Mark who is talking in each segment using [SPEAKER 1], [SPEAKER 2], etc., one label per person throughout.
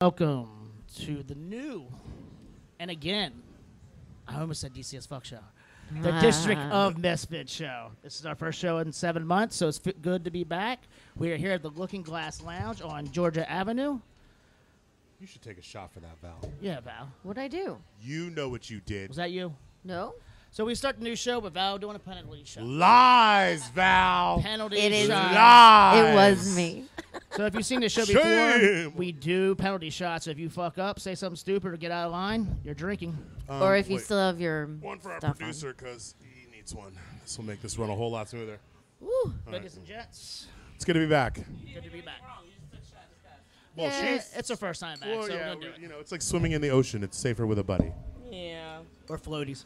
[SPEAKER 1] Welcome to the new, and again, I almost said DCS Fuck Show, the
[SPEAKER 2] Ah.
[SPEAKER 1] District of Misfit Show. This is our first show in seven months, so it's f- good to be back. We are here at the Looking Glass Lounge on Georgia Avenue.
[SPEAKER 3] You should take a shot for that, Val.
[SPEAKER 1] Yeah, Val,
[SPEAKER 4] What'd I do?
[SPEAKER 2] You know what you did.
[SPEAKER 1] was that you?
[SPEAKER 4] No?
[SPEAKER 1] So we start the new show with Val doing a penalty shot.
[SPEAKER 2] Lies, Val!
[SPEAKER 1] Penalty
[SPEAKER 4] It is
[SPEAKER 1] shot.
[SPEAKER 2] Lies!
[SPEAKER 4] It was me.
[SPEAKER 1] So if you've seen the show before,
[SPEAKER 2] Shame.
[SPEAKER 1] we do penalty shots. If you fuck up, say something stupid, or get out of line, you're drinking.
[SPEAKER 2] Um,
[SPEAKER 4] or if you
[SPEAKER 2] wait.
[SPEAKER 4] still have your
[SPEAKER 2] One for our
[SPEAKER 4] stuff
[SPEAKER 2] producer because he needs one. This will make this run a whole lot smoother.
[SPEAKER 4] On. Woo.
[SPEAKER 1] Ladies and gents,
[SPEAKER 2] It's good to be back.
[SPEAKER 1] good to be back. Eh,
[SPEAKER 2] Well,
[SPEAKER 4] Yeah,
[SPEAKER 2] she's.
[SPEAKER 1] It's our first time back,
[SPEAKER 2] well,
[SPEAKER 1] so
[SPEAKER 2] yeah,
[SPEAKER 1] we'll do
[SPEAKER 2] we-
[SPEAKER 1] it.
[SPEAKER 2] you know, it's like swimming in the ocean. It's safer with a buddy
[SPEAKER 5] Yeah.
[SPEAKER 1] Or floaties.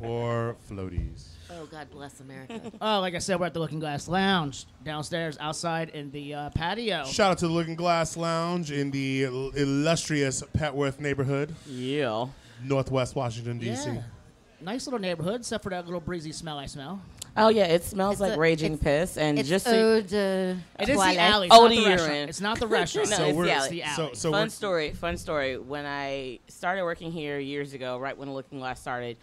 [SPEAKER 2] or floaties.
[SPEAKER 4] Oh, God bless America.
[SPEAKER 1] Oh, like I said, we're at the Looking Glass Lounge downstairs, outside in the uh, patio.
[SPEAKER 2] Shout out to the Looking Glass Lounge in the il- illustrious Petworth neighborhood,
[SPEAKER 5] Yeah.
[SPEAKER 2] Northwest Washington D.C.
[SPEAKER 1] Yeah. Nice little neighborhood, except for that little breezy smell I smell.
[SPEAKER 5] Oh yeah, it smells
[SPEAKER 4] It's
[SPEAKER 5] like
[SPEAKER 4] a-
[SPEAKER 5] raging
[SPEAKER 4] it's-
[SPEAKER 5] piss and
[SPEAKER 4] it's
[SPEAKER 5] just so you-
[SPEAKER 4] Eau de
[SPEAKER 1] It is
[SPEAKER 4] Toilette.
[SPEAKER 1] the alley. It's
[SPEAKER 5] Oh,
[SPEAKER 1] not
[SPEAKER 5] the
[SPEAKER 1] the restaurant.
[SPEAKER 5] urine.
[SPEAKER 1] It's not the restaurant.
[SPEAKER 5] No,
[SPEAKER 1] so
[SPEAKER 5] it's the
[SPEAKER 1] we're,
[SPEAKER 5] alley.
[SPEAKER 1] the
[SPEAKER 2] So,
[SPEAKER 1] alley.
[SPEAKER 2] so
[SPEAKER 5] fun
[SPEAKER 2] we're,
[SPEAKER 5] story. Fun story. When I started working here years ago, right when Looking Glass started,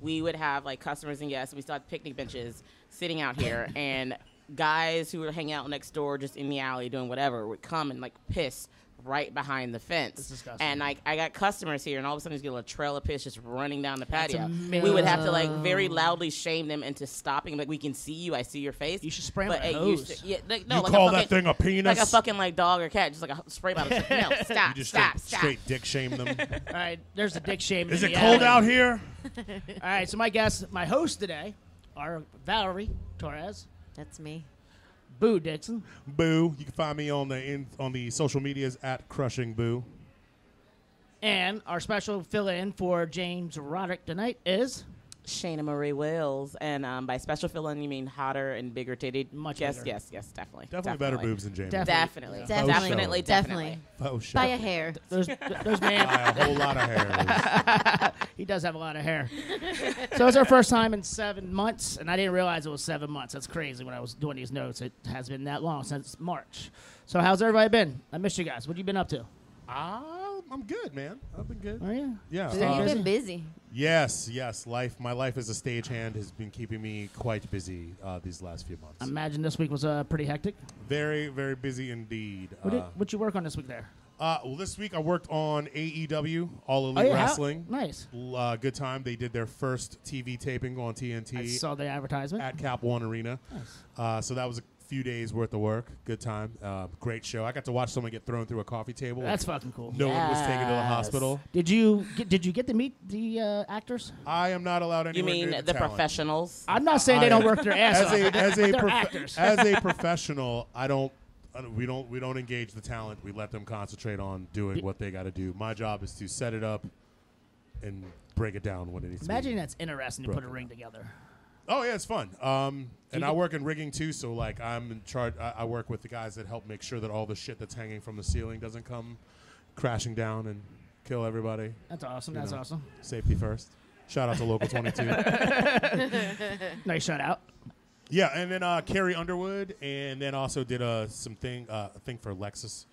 [SPEAKER 5] we would have like customers and guests. We still had picnic benches sitting out here, and guys who were hanging out next door, just in the alley doing whatever, would come and like piss right behind the fence.
[SPEAKER 1] It's disgusting.
[SPEAKER 5] And like I got customers here, and all of a sudden there's gonna a trail of piss just running down the patio.
[SPEAKER 1] amazing.
[SPEAKER 5] We would have to like very loudly shame them into stopping. Like we can see you, I see your face.
[SPEAKER 1] You should spray 'em
[SPEAKER 5] but
[SPEAKER 1] with a
[SPEAKER 5] it used
[SPEAKER 1] hose.
[SPEAKER 5] to- yeah, like, no,
[SPEAKER 2] you
[SPEAKER 5] like
[SPEAKER 2] call
[SPEAKER 5] a
[SPEAKER 2] that
[SPEAKER 5] fucking-
[SPEAKER 2] thing a penis?
[SPEAKER 5] like a fucking like dog or cat, just like a spray bottle. It's like, no,
[SPEAKER 2] you
[SPEAKER 5] stop,
[SPEAKER 2] just
[SPEAKER 5] stop,
[SPEAKER 2] straight,
[SPEAKER 5] stop.
[SPEAKER 2] straight dick shame them.
[SPEAKER 1] All right, there's the dick shame.
[SPEAKER 2] Is
[SPEAKER 1] in
[SPEAKER 2] it
[SPEAKER 1] the
[SPEAKER 2] cold
[SPEAKER 1] alley.
[SPEAKER 2] out here?
[SPEAKER 1] All right, so my guest, my host today, are Valerie Torres,
[SPEAKER 4] That's me.
[SPEAKER 2] Oh,
[SPEAKER 1] Boo Dixon,
[SPEAKER 2] Boo. You can find me on the in, on the social medias at Crushing Boo.
[SPEAKER 1] and our special fill-in for James Roderick tonight is
[SPEAKER 5] Shayna Marie Wills, and um, by special fill-in, you mean hotter and bigger titted?
[SPEAKER 1] Much
[SPEAKER 5] yes,
[SPEAKER 1] bigger.
[SPEAKER 5] yes, yes, definitely,
[SPEAKER 2] Definitely, better boobs than Jamie.
[SPEAKER 1] Def-
[SPEAKER 5] Definitely,
[SPEAKER 1] Yeah.
[SPEAKER 5] definitely,
[SPEAKER 2] Faux show.
[SPEAKER 5] definitely,
[SPEAKER 4] Definitely.
[SPEAKER 2] oh, shit.
[SPEAKER 4] By a hair.
[SPEAKER 1] there's there's man.
[SPEAKER 2] By a whole lot of hairs.
[SPEAKER 1] He does have a lot of hair. so it's our first time in seven months, and I didn't realize it was seven months. That's crazy. When I was doing these notes, it has been that long since March. So how's everybody been? I missed you guys. What you been up to?
[SPEAKER 2] I, I'm good, man. I've been good.
[SPEAKER 1] Are you?
[SPEAKER 2] Yeah.
[SPEAKER 1] Stay
[SPEAKER 2] Uh,
[SPEAKER 4] You've
[SPEAKER 1] busy?
[SPEAKER 4] been busy.
[SPEAKER 2] Yes, yes. Life, my life as a stagehand has been keeping me quite busy uh, these last few months.
[SPEAKER 1] I imagine this week was uh, pretty hectic.
[SPEAKER 2] very, very busy indeed.
[SPEAKER 1] What did
[SPEAKER 2] Uh,
[SPEAKER 1] what you work on this week there?
[SPEAKER 2] uh, well, this week I worked on AEW All
[SPEAKER 1] Oh,
[SPEAKER 2] Elite
[SPEAKER 1] yeah, how-
[SPEAKER 2] Wrestling.
[SPEAKER 1] nice.
[SPEAKER 2] L- Uh, good time. They did their first TV taping on
[SPEAKER 1] I
[SPEAKER 2] TNT
[SPEAKER 1] saw the advertisement.
[SPEAKER 2] at Cap One Arena. Uh, so that was a few days worth of work. Good time. Uh, great show. I got to watch someone get thrown through a coffee table.
[SPEAKER 1] That's fucking cool.
[SPEAKER 2] no one was taken to the
[SPEAKER 5] Yes.
[SPEAKER 2] hospital.
[SPEAKER 1] Did you get, did you get to meet the uh, actors?
[SPEAKER 2] I am not allowed
[SPEAKER 5] You
[SPEAKER 2] anywhere
[SPEAKER 5] mean
[SPEAKER 2] near
[SPEAKER 5] the,
[SPEAKER 2] the talent.
[SPEAKER 5] professionals?
[SPEAKER 1] I'm not saying they
[SPEAKER 2] I-
[SPEAKER 1] don't work their ass
[SPEAKER 2] as
[SPEAKER 1] off.
[SPEAKER 2] a as a
[SPEAKER 1] They're
[SPEAKER 2] prof-
[SPEAKER 1] actors.
[SPEAKER 2] as a professional, I don't, I don't- we don't we don't engage the talent. We let them concentrate on doing what they got to do. My job is to set it up and break it down when it needs.
[SPEAKER 1] Imagine
[SPEAKER 2] to
[SPEAKER 1] that's interesting to put a
[SPEAKER 2] Broken
[SPEAKER 1] ring together.
[SPEAKER 2] be. Oh yeah, it's fun. Um, and
[SPEAKER 1] you
[SPEAKER 2] I
[SPEAKER 1] get-
[SPEAKER 2] work in rigging too, so like I'm in charge. I, I work with the guys that help make sure that all the shit that's hanging from the ceiling doesn't come crashing down and kill everybody.
[SPEAKER 1] That's awesome. That's
[SPEAKER 2] know.
[SPEAKER 1] awesome.
[SPEAKER 2] Safety first. Shout out to local 22.
[SPEAKER 1] Nice shout out.
[SPEAKER 2] Yeah, and then uh, Carrie Underwood, and then also did uh, some thing uh, a thing for Lexus.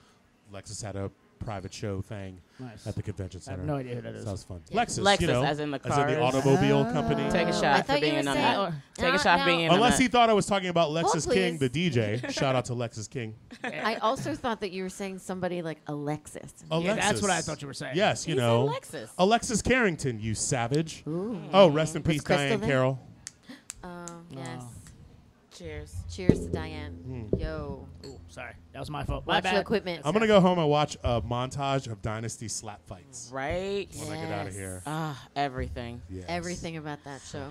[SPEAKER 2] Lexus had a private show thing
[SPEAKER 1] Nice.
[SPEAKER 2] at the convention
[SPEAKER 1] I have
[SPEAKER 2] center.
[SPEAKER 1] no idea who that is.
[SPEAKER 2] Sounds fun.
[SPEAKER 4] Yeah.
[SPEAKER 2] Lexus, you
[SPEAKER 5] Lexus,
[SPEAKER 2] know,
[SPEAKER 5] as in the
[SPEAKER 2] as in the
[SPEAKER 5] cars.
[SPEAKER 2] automobile company.
[SPEAKER 5] Take a
[SPEAKER 4] Oh,
[SPEAKER 5] shot
[SPEAKER 4] I
[SPEAKER 5] for
[SPEAKER 4] thought you
[SPEAKER 5] being
[SPEAKER 4] were
[SPEAKER 5] on
[SPEAKER 4] saying-
[SPEAKER 5] that. Take
[SPEAKER 4] No,
[SPEAKER 5] a shot
[SPEAKER 4] no.
[SPEAKER 5] for being on
[SPEAKER 2] Uh, Unless
[SPEAKER 5] that.
[SPEAKER 2] he thought I was talking about Lexus King, the
[SPEAKER 4] please.
[SPEAKER 2] DJ. Shout out to Lexus King.
[SPEAKER 4] I also thought that you were saying somebody like Alexis.
[SPEAKER 2] Alexis.
[SPEAKER 1] that's what I thought you were saying.
[SPEAKER 2] Yes, you
[SPEAKER 5] He said
[SPEAKER 2] know,
[SPEAKER 5] Lexus.
[SPEAKER 2] Alexis Carrington, you savage.
[SPEAKER 4] Ooh.
[SPEAKER 2] Oh, rest in peace,
[SPEAKER 4] Crystal
[SPEAKER 2] Diane
[SPEAKER 4] there?
[SPEAKER 2] Carroll.
[SPEAKER 4] Um, yes.
[SPEAKER 5] Cheers.
[SPEAKER 4] Cheers to Diane. Yo.
[SPEAKER 1] Ooh, sorry, that was my fault. My
[SPEAKER 4] Watch
[SPEAKER 1] bad.
[SPEAKER 4] your equipment.
[SPEAKER 2] Hmm. I'm gonna go home and watch a montage of Dynasty slap fights
[SPEAKER 5] Right.
[SPEAKER 2] when I get out of
[SPEAKER 4] Yes.
[SPEAKER 2] here.
[SPEAKER 5] Ah, everything.
[SPEAKER 2] Yes.
[SPEAKER 4] Everything about that show.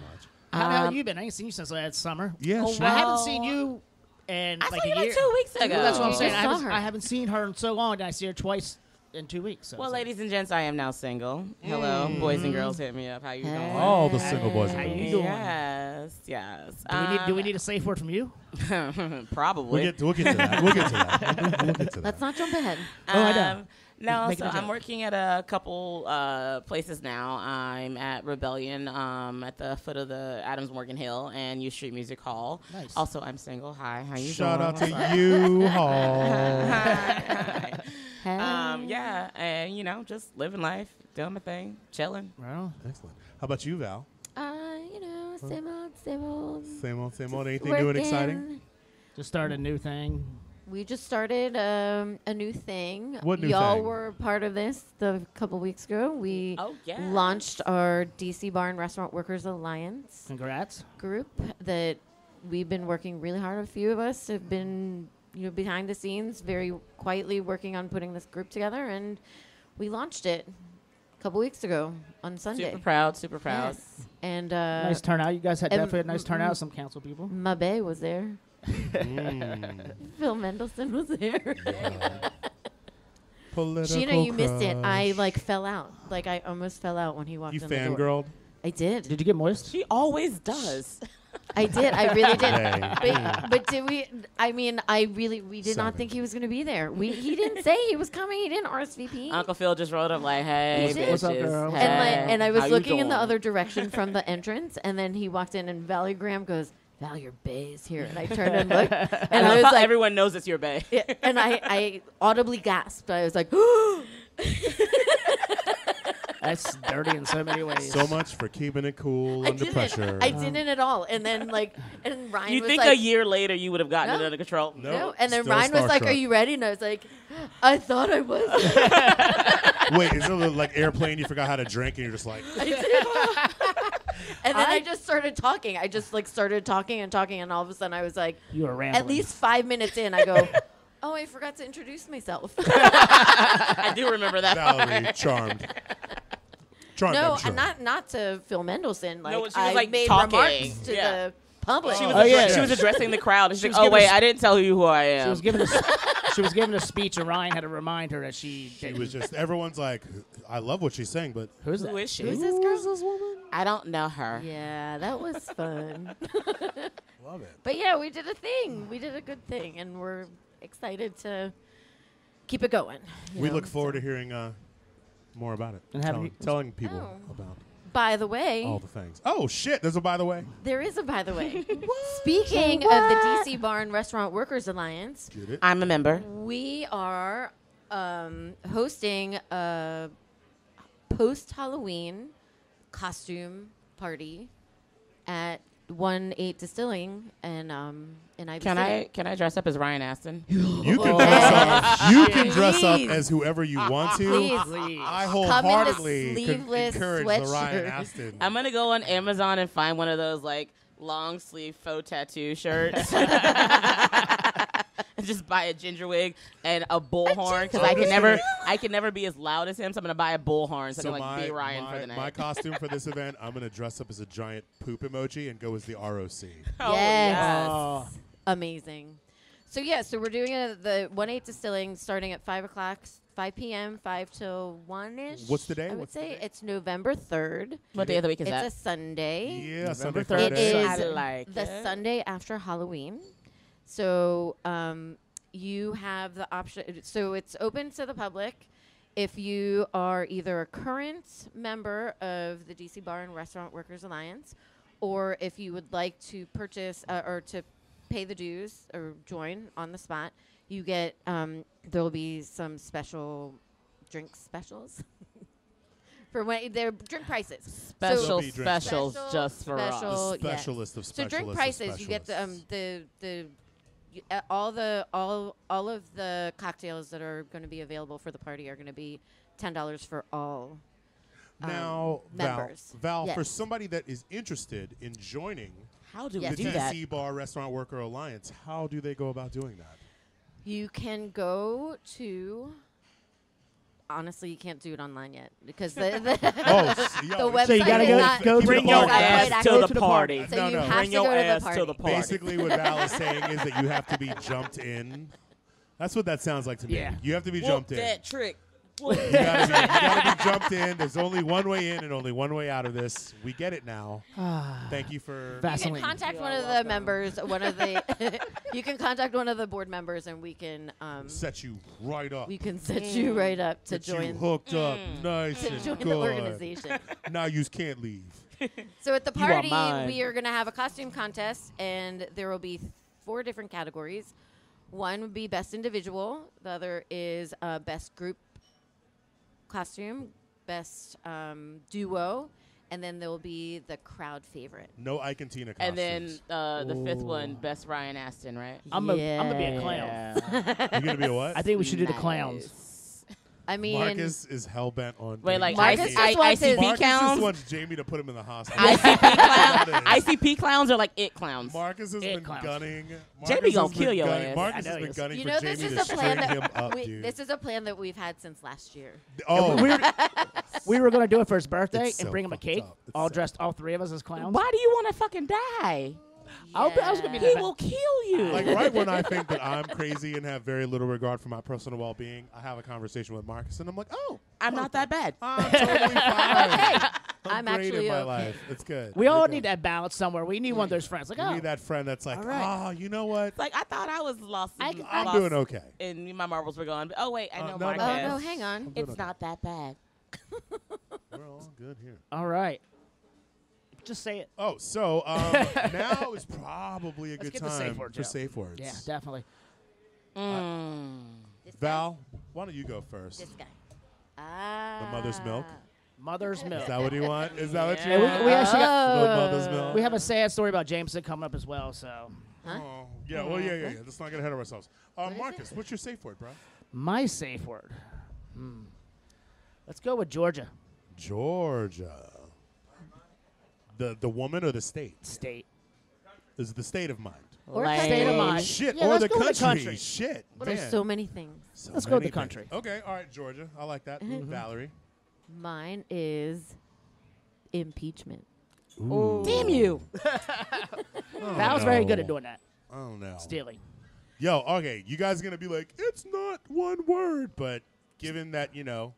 [SPEAKER 1] How the hell have
[SPEAKER 5] Um,
[SPEAKER 1] you been? I ain't seen you since last summer.
[SPEAKER 2] Yeah,
[SPEAKER 5] Oh,
[SPEAKER 2] sure.
[SPEAKER 1] I haven't
[SPEAKER 5] Well-
[SPEAKER 1] seen you and
[SPEAKER 5] I
[SPEAKER 1] like
[SPEAKER 5] saw you
[SPEAKER 1] a
[SPEAKER 5] about
[SPEAKER 1] year.
[SPEAKER 5] two weeks ago.
[SPEAKER 1] Well, that's what I'm
[SPEAKER 4] You
[SPEAKER 1] saying. I
[SPEAKER 4] just saw
[SPEAKER 1] haven't,
[SPEAKER 4] her.
[SPEAKER 1] I haven't seen her in so long, and I see her twice in two weeks. So
[SPEAKER 5] Well,
[SPEAKER 1] it's like,
[SPEAKER 5] ladies and gents, I am now single. Hello, boys
[SPEAKER 2] Mm.
[SPEAKER 5] and girls, hit me up. How you doing?
[SPEAKER 4] Hey.
[SPEAKER 6] All the single boys.
[SPEAKER 1] How
[SPEAKER 6] and
[SPEAKER 1] you
[SPEAKER 6] girls.
[SPEAKER 1] doing?
[SPEAKER 5] Yes, yes.
[SPEAKER 1] Do we, need, do we
[SPEAKER 5] uh,
[SPEAKER 1] need a safe word from you?
[SPEAKER 5] need? probably.
[SPEAKER 2] We'll get, we'll get to that. We'll get to that. We'll, we'll get to that.
[SPEAKER 4] Let's not jump ahead.
[SPEAKER 1] Oh, I know.
[SPEAKER 5] Um, No,
[SPEAKER 1] Make it
[SPEAKER 5] so
[SPEAKER 1] a
[SPEAKER 5] I'm
[SPEAKER 1] joke.
[SPEAKER 5] working at a couple uh, places now. I'm at Rebellion um, at the foot of the Adams Morgan Hill and U Street Music Hall.
[SPEAKER 1] Nice.
[SPEAKER 5] Also, I'm single. Hi, how you
[SPEAKER 2] Shout
[SPEAKER 5] doing?
[SPEAKER 2] out to you, Hall.
[SPEAKER 5] Hi.
[SPEAKER 4] Hey.
[SPEAKER 5] um, yeah, and you know, just living life, doing my thing, chilling.
[SPEAKER 1] Well,
[SPEAKER 2] Excellent. How about you, Val?
[SPEAKER 4] Uh, you know, same old, same old.
[SPEAKER 2] Same old, same old. Anything new and exciting?
[SPEAKER 4] Working.
[SPEAKER 1] just start a new thing.
[SPEAKER 4] We just started um, a new thing.
[SPEAKER 2] What new
[SPEAKER 4] Y'all
[SPEAKER 2] thing?
[SPEAKER 4] were part of this the couple weeks ago. We
[SPEAKER 5] Oh, yes.
[SPEAKER 4] launched our DC Bar and Restaurant Workers Alliance
[SPEAKER 1] Congrats.
[SPEAKER 2] Hmm.
[SPEAKER 4] group that we've been working really hard. A few of us have been, you know, behind the scenes, very quietly working on putting this group together, and we launched it a couple weeks ago on Sunday.
[SPEAKER 5] Super proud, super proud.
[SPEAKER 4] Yes. And uh,
[SPEAKER 1] nice turnout. You guys had
[SPEAKER 4] and-
[SPEAKER 1] definitely a nice
[SPEAKER 5] mm-hmm.
[SPEAKER 1] turnout. Some council people.
[SPEAKER 4] Mabe was there.
[SPEAKER 2] Mm,
[SPEAKER 4] Phil Mendelson was there.
[SPEAKER 2] uh, Political
[SPEAKER 4] Sheena, you missed it. I
[SPEAKER 2] crush.
[SPEAKER 4] like fell out. Like I almost fell out when he walked
[SPEAKER 2] You
[SPEAKER 4] in the door.
[SPEAKER 2] fangirled?
[SPEAKER 4] I did.
[SPEAKER 1] Did you get moist?
[SPEAKER 5] She always does.
[SPEAKER 4] I did. I really did.
[SPEAKER 2] Hey.
[SPEAKER 4] But, but did we? I mean, I really we did not
[SPEAKER 2] Seven.
[SPEAKER 4] think he was going to be there. We he didn't say he was coming. He didn't RSVP.
[SPEAKER 5] Uncle Phil just rolled up like, "Hey,
[SPEAKER 4] What's up? What's
[SPEAKER 1] up,
[SPEAKER 5] bitches,
[SPEAKER 1] girl?
[SPEAKER 5] hey,
[SPEAKER 4] and like, and I was
[SPEAKER 5] how you
[SPEAKER 4] looking in the
[SPEAKER 5] doing?"
[SPEAKER 4] other direction from the entrance, and then he walked in, and Valerie Graham goes, "Val, your bae is here," and I turned and looked, and
[SPEAKER 5] And
[SPEAKER 4] I was like,
[SPEAKER 5] everyone knows it's your bae.
[SPEAKER 4] Yeah, and I, I audibly gasped. I was like,
[SPEAKER 1] That's dirty in so many ways.
[SPEAKER 2] So much for keeping it cool
[SPEAKER 4] I
[SPEAKER 2] under
[SPEAKER 4] didn't.
[SPEAKER 2] pressure.
[SPEAKER 4] I didn't at all. And then like, and Ryan
[SPEAKER 5] You
[SPEAKER 4] was
[SPEAKER 5] think
[SPEAKER 4] like,
[SPEAKER 5] a year later you would have gotten
[SPEAKER 4] No.
[SPEAKER 5] it under control?
[SPEAKER 2] No.
[SPEAKER 4] No. And then
[SPEAKER 2] Still
[SPEAKER 4] Ryan was like,
[SPEAKER 2] starstruck.
[SPEAKER 4] "Are you ready?" And I was like, "I thought I was."
[SPEAKER 2] Wait, is it a little, like airplane? You forgot how to drink, and you're just like,
[SPEAKER 4] I did. and then I, just started talking. I just like started talking and talking, and all of a sudden I was like,
[SPEAKER 1] you were rambling.
[SPEAKER 4] at least five minutes in, I go, "Oh, I forgot to introduce myself."
[SPEAKER 5] I do remember that.
[SPEAKER 2] Valerie, charmed. Charmed.
[SPEAKER 4] no,
[SPEAKER 2] I'm sure.
[SPEAKER 4] and not not to Phil Mendelson. Like
[SPEAKER 5] she was,
[SPEAKER 4] I
[SPEAKER 5] like,
[SPEAKER 4] made
[SPEAKER 5] talking.
[SPEAKER 4] remarks to
[SPEAKER 5] Yeah.
[SPEAKER 4] the public.
[SPEAKER 5] She was,
[SPEAKER 1] Oh,
[SPEAKER 5] addre-
[SPEAKER 1] yeah.
[SPEAKER 5] she was addressing the crowd. And she's like,
[SPEAKER 1] was
[SPEAKER 5] oh,
[SPEAKER 1] giving
[SPEAKER 5] wait,
[SPEAKER 1] us-
[SPEAKER 5] I didn't tell you who I am.
[SPEAKER 1] she was giving a she was giving a speech, and Ryan had to remind her that she.
[SPEAKER 2] It
[SPEAKER 1] didn't-
[SPEAKER 2] was just everyone's like, I love what she's saying, but
[SPEAKER 1] Who's that?
[SPEAKER 5] Who is she?
[SPEAKER 4] Who's this girl?
[SPEAKER 2] woman?
[SPEAKER 5] I don't know her.
[SPEAKER 4] Yeah, that was fun.
[SPEAKER 2] Love it.
[SPEAKER 4] But yeah, we did a thing. We did a good thing, and we're excited to keep it going. you
[SPEAKER 2] We
[SPEAKER 4] know.
[SPEAKER 2] look forward to hearing uh, more about it.
[SPEAKER 1] And have
[SPEAKER 2] telling,
[SPEAKER 1] you-
[SPEAKER 2] telling people
[SPEAKER 4] Oh.
[SPEAKER 2] about
[SPEAKER 4] By the way,
[SPEAKER 2] all the things. Oh shit! There's a by the way.
[SPEAKER 4] there is a by the way. Speaking of the DC Bar and Restaurant Workers Alliance,
[SPEAKER 2] Get it?
[SPEAKER 5] I'm a member.
[SPEAKER 4] we are um, hosting a post Halloween costume party at One Eight Distilling and um, in Ivy
[SPEAKER 5] Can
[SPEAKER 4] City.
[SPEAKER 5] I can I dress up as Ryan Aston?
[SPEAKER 4] Oh.
[SPEAKER 2] You can dress up. You can dress up
[SPEAKER 4] Please.
[SPEAKER 2] as whoever you want to.
[SPEAKER 4] Uh, Please.
[SPEAKER 1] Please.
[SPEAKER 2] I wholeheartedly con-
[SPEAKER 4] sleeveless
[SPEAKER 2] encourage the Ryan
[SPEAKER 4] sweatshirt.
[SPEAKER 2] Aston.
[SPEAKER 5] I'm going to go on Amazon and find one of those, like, long sleeve faux tattoo shirts. And Just buy a ginger wig and a bullhorn because I can never, I can never be as loud as him. So I'm gonna buy a bullhorn so, I can like be Ryan
[SPEAKER 2] my,
[SPEAKER 5] for the night.
[SPEAKER 2] my costume for this event, I'm gonna dress up as a giant poop emoji and go as the ROC.
[SPEAKER 5] Oh,
[SPEAKER 4] Yes.
[SPEAKER 1] Oh.
[SPEAKER 4] Amazing. So yeah, so we're doing it at the one eight distilling starting at five o'clock, five p.m., five till one ish.
[SPEAKER 2] What's the day?
[SPEAKER 4] I would
[SPEAKER 2] What's the
[SPEAKER 4] say
[SPEAKER 2] day?
[SPEAKER 4] it's November third.
[SPEAKER 5] What day of the week is
[SPEAKER 4] It's
[SPEAKER 5] that?
[SPEAKER 4] a Sunday.
[SPEAKER 2] Yeah, Sunday,
[SPEAKER 4] It
[SPEAKER 2] Friday.
[SPEAKER 4] is
[SPEAKER 5] I like
[SPEAKER 4] the
[SPEAKER 5] it.
[SPEAKER 4] Sunday after Halloween. So um, you have the option. So it's open to the public. If you are either a current member of the DC Bar and Restaurant Workers Alliance, or if you would like to purchase uh, or to pay the dues or join on the spot, you get um, there will be some special drink specials for when they're drink prices. So-
[SPEAKER 5] special
[SPEAKER 2] Be drinking.
[SPEAKER 5] specials just for us.
[SPEAKER 4] special, yeah.
[SPEAKER 2] Specialist of
[SPEAKER 4] So
[SPEAKER 2] specialists
[SPEAKER 4] drink
[SPEAKER 2] of
[SPEAKER 4] prices, you get the um,
[SPEAKER 2] specialists.
[SPEAKER 4] the the you- uh, all the all all of the cocktails that are going to be available for the party are going to be ten dollars for all. um,
[SPEAKER 2] now,
[SPEAKER 4] members.
[SPEAKER 2] Val, Val for
[SPEAKER 4] Yes.
[SPEAKER 2] somebody that is interested in joining
[SPEAKER 5] How do
[SPEAKER 4] Yes.
[SPEAKER 5] we
[SPEAKER 2] the
[SPEAKER 5] do that?
[SPEAKER 2] DC Bar Restaurant Worker Alliance, how do they go about doing that?
[SPEAKER 4] You can go to honestly, you can't do it online yet because the, the,
[SPEAKER 2] Oh, s- yo,
[SPEAKER 4] the
[SPEAKER 2] it's-
[SPEAKER 4] website
[SPEAKER 1] So you gotta
[SPEAKER 4] is
[SPEAKER 1] go-
[SPEAKER 4] not.
[SPEAKER 1] go to the
[SPEAKER 5] Bring
[SPEAKER 4] the
[SPEAKER 5] your
[SPEAKER 4] website
[SPEAKER 5] ass
[SPEAKER 4] actually-
[SPEAKER 5] to the party.
[SPEAKER 4] So
[SPEAKER 2] No,
[SPEAKER 4] you
[SPEAKER 2] no.
[SPEAKER 4] have
[SPEAKER 5] Bring
[SPEAKER 4] to
[SPEAKER 5] your
[SPEAKER 4] go to
[SPEAKER 5] ass
[SPEAKER 4] the
[SPEAKER 5] to
[SPEAKER 4] party.
[SPEAKER 5] the party.
[SPEAKER 2] Basically, what Val is saying is that you have to be jumped in. That's what that sounds like to me.
[SPEAKER 1] Yeah.
[SPEAKER 2] You have to be
[SPEAKER 5] Whoop
[SPEAKER 2] jumped in.
[SPEAKER 5] that trick.
[SPEAKER 2] You gotta, be, you gotta be jumped in. There's only one way in and only one way out of this. We get it now. Thank you for.
[SPEAKER 1] Vas-
[SPEAKER 4] You can
[SPEAKER 1] Vaseline.
[SPEAKER 4] contact
[SPEAKER 5] You're
[SPEAKER 4] one of the
[SPEAKER 5] welcome.
[SPEAKER 4] members, one of the. you can contact one of the board members, and we can um,
[SPEAKER 2] Set you right up.
[SPEAKER 4] we can set you right up to
[SPEAKER 2] Get you
[SPEAKER 4] join
[SPEAKER 2] hooked up, nice
[SPEAKER 4] to
[SPEAKER 2] and
[SPEAKER 4] join
[SPEAKER 2] good.
[SPEAKER 4] the organization.
[SPEAKER 2] Now you can't leave.
[SPEAKER 4] So at the
[SPEAKER 5] You are
[SPEAKER 4] party,
[SPEAKER 5] mine.
[SPEAKER 4] we are going to have a costume contest, and there will be four different categories. One would be best individual. The other is uh, best group costume, best um, duo, and then there will be the crowd favorite.
[SPEAKER 2] No Ike and Tina costumes.
[SPEAKER 5] And then uh, the fifth one, best Ryan Aston, right?
[SPEAKER 1] I'm gonna I'm gonna be a clown.
[SPEAKER 2] You're gonna be a what?
[SPEAKER 1] I think we should do the clowns.
[SPEAKER 4] I mean,
[SPEAKER 2] Marcus is hell bent on.
[SPEAKER 5] Wait,
[SPEAKER 2] doing
[SPEAKER 5] like
[SPEAKER 4] Marcus
[SPEAKER 5] IC-
[SPEAKER 4] just
[SPEAKER 5] I,
[SPEAKER 4] wants his-
[SPEAKER 5] ICP
[SPEAKER 2] Marcus just
[SPEAKER 5] clowns?
[SPEAKER 2] wants Jamie to put him in the hospital.
[SPEAKER 5] ICP,
[SPEAKER 2] That's
[SPEAKER 5] clown,
[SPEAKER 2] what it is.
[SPEAKER 5] ICP clowns are like it clowns.
[SPEAKER 2] Marcus has
[SPEAKER 1] It
[SPEAKER 2] been
[SPEAKER 1] clowns.
[SPEAKER 2] gunning. Marcus
[SPEAKER 5] Jamie
[SPEAKER 2] has
[SPEAKER 5] gonna
[SPEAKER 2] been
[SPEAKER 5] kill your
[SPEAKER 2] gunning-
[SPEAKER 5] ass.
[SPEAKER 2] Marcus
[SPEAKER 1] I
[SPEAKER 2] has
[SPEAKER 1] know
[SPEAKER 2] been
[SPEAKER 1] he
[SPEAKER 2] gunning
[SPEAKER 4] you
[SPEAKER 2] for
[SPEAKER 4] know,
[SPEAKER 2] Jamie
[SPEAKER 4] this is
[SPEAKER 2] to
[SPEAKER 4] a plan
[SPEAKER 2] string him
[SPEAKER 4] that
[SPEAKER 2] up,
[SPEAKER 4] we,
[SPEAKER 2] dude.
[SPEAKER 4] this is a plan that we've had since last year.
[SPEAKER 2] oh,
[SPEAKER 1] We were, we were gonna do it for his birthday
[SPEAKER 2] It's
[SPEAKER 1] and
[SPEAKER 2] so
[SPEAKER 1] bring him a
[SPEAKER 2] fucked
[SPEAKER 1] cake,
[SPEAKER 2] up. It's
[SPEAKER 1] all
[SPEAKER 2] so-
[SPEAKER 1] dressed, all three of us as clowns.
[SPEAKER 5] Why do you want to fucking die?
[SPEAKER 1] I'll be- I was gonna be
[SPEAKER 4] Yeah.
[SPEAKER 1] the
[SPEAKER 5] He
[SPEAKER 1] best.
[SPEAKER 5] will kill you.
[SPEAKER 2] like right when I think that I'm crazy and have very little regard for my personal well-being, I have a conversation with Marcus, and I'm like, oh,
[SPEAKER 5] I'm not that bad.
[SPEAKER 2] I'm totally fine. I'm,
[SPEAKER 4] I'm
[SPEAKER 2] great
[SPEAKER 4] actually
[SPEAKER 2] in my
[SPEAKER 4] okay.
[SPEAKER 2] life. It's good.
[SPEAKER 1] We all
[SPEAKER 2] We're
[SPEAKER 1] need
[SPEAKER 2] good.
[SPEAKER 1] that balance somewhere. We need one of those friends. Like,
[SPEAKER 2] We
[SPEAKER 1] oh,
[SPEAKER 2] need that friend that's like,
[SPEAKER 1] All right.
[SPEAKER 2] oh, you know what?
[SPEAKER 5] Like I thought I was lost.
[SPEAKER 4] I-
[SPEAKER 5] lost
[SPEAKER 2] I'm doing okay.
[SPEAKER 5] And my marbles were gone. But, oh wait, I
[SPEAKER 2] Uh,
[SPEAKER 5] know
[SPEAKER 2] no,
[SPEAKER 5] Marcus.
[SPEAKER 2] no.
[SPEAKER 4] Oh no, hang on.
[SPEAKER 5] It's
[SPEAKER 2] okay.
[SPEAKER 5] not that bad.
[SPEAKER 2] We're all good here.
[SPEAKER 1] all right. Just say it.
[SPEAKER 2] Oh, so um, now is probably a
[SPEAKER 1] Let's
[SPEAKER 2] good
[SPEAKER 1] get the safe
[SPEAKER 2] time
[SPEAKER 1] words
[SPEAKER 2] for
[SPEAKER 1] out.
[SPEAKER 2] safe words.
[SPEAKER 1] Yeah, definitely.
[SPEAKER 4] This guy,
[SPEAKER 2] Val, why don't you go first?
[SPEAKER 4] this guy. Ah.
[SPEAKER 2] The mother's milk.
[SPEAKER 1] Mother's milk.
[SPEAKER 2] Is that what you want? Is that what
[SPEAKER 5] Yeah.
[SPEAKER 2] you
[SPEAKER 1] And
[SPEAKER 2] want?
[SPEAKER 1] we, we actually got, Oh.
[SPEAKER 2] The mother's milk.
[SPEAKER 1] we have a sad story about Jameson coming up as well. So
[SPEAKER 2] Oh, yeah, well, yeah, yeah, yeah. Let's not get ahead of ourselves. Uh, Marcus, what's your safe word, bro?
[SPEAKER 1] my safe word. Hmm. Let's go with Georgia
[SPEAKER 2] Georgia. The the woman or the state
[SPEAKER 1] State.
[SPEAKER 2] is the state of mind. Oh,
[SPEAKER 4] Or
[SPEAKER 5] Like-
[SPEAKER 4] state of mind.
[SPEAKER 2] Shit,
[SPEAKER 1] Yeah,
[SPEAKER 2] or
[SPEAKER 1] let's
[SPEAKER 2] the
[SPEAKER 1] go
[SPEAKER 2] country.
[SPEAKER 1] with the country.
[SPEAKER 2] Shit, man.
[SPEAKER 4] There's so many things.
[SPEAKER 2] So
[SPEAKER 1] Let's go with
[SPEAKER 2] many
[SPEAKER 1] the country. Mm-hmm.
[SPEAKER 2] things. Okay, all right, Georgia. I like that. Valerie.
[SPEAKER 4] Mine is impeachment.
[SPEAKER 5] Damn you.
[SPEAKER 1] That was very good at
[SPEAKER 2] Oh, no.
[SPEAKER 1] doing that.
[SPEAKER 2] I don't know.
[SPEAKER 1] Stealing.
[SPEAKER 2] Yo, okay, you guys are gonna be like, it's not one word, but given that you know,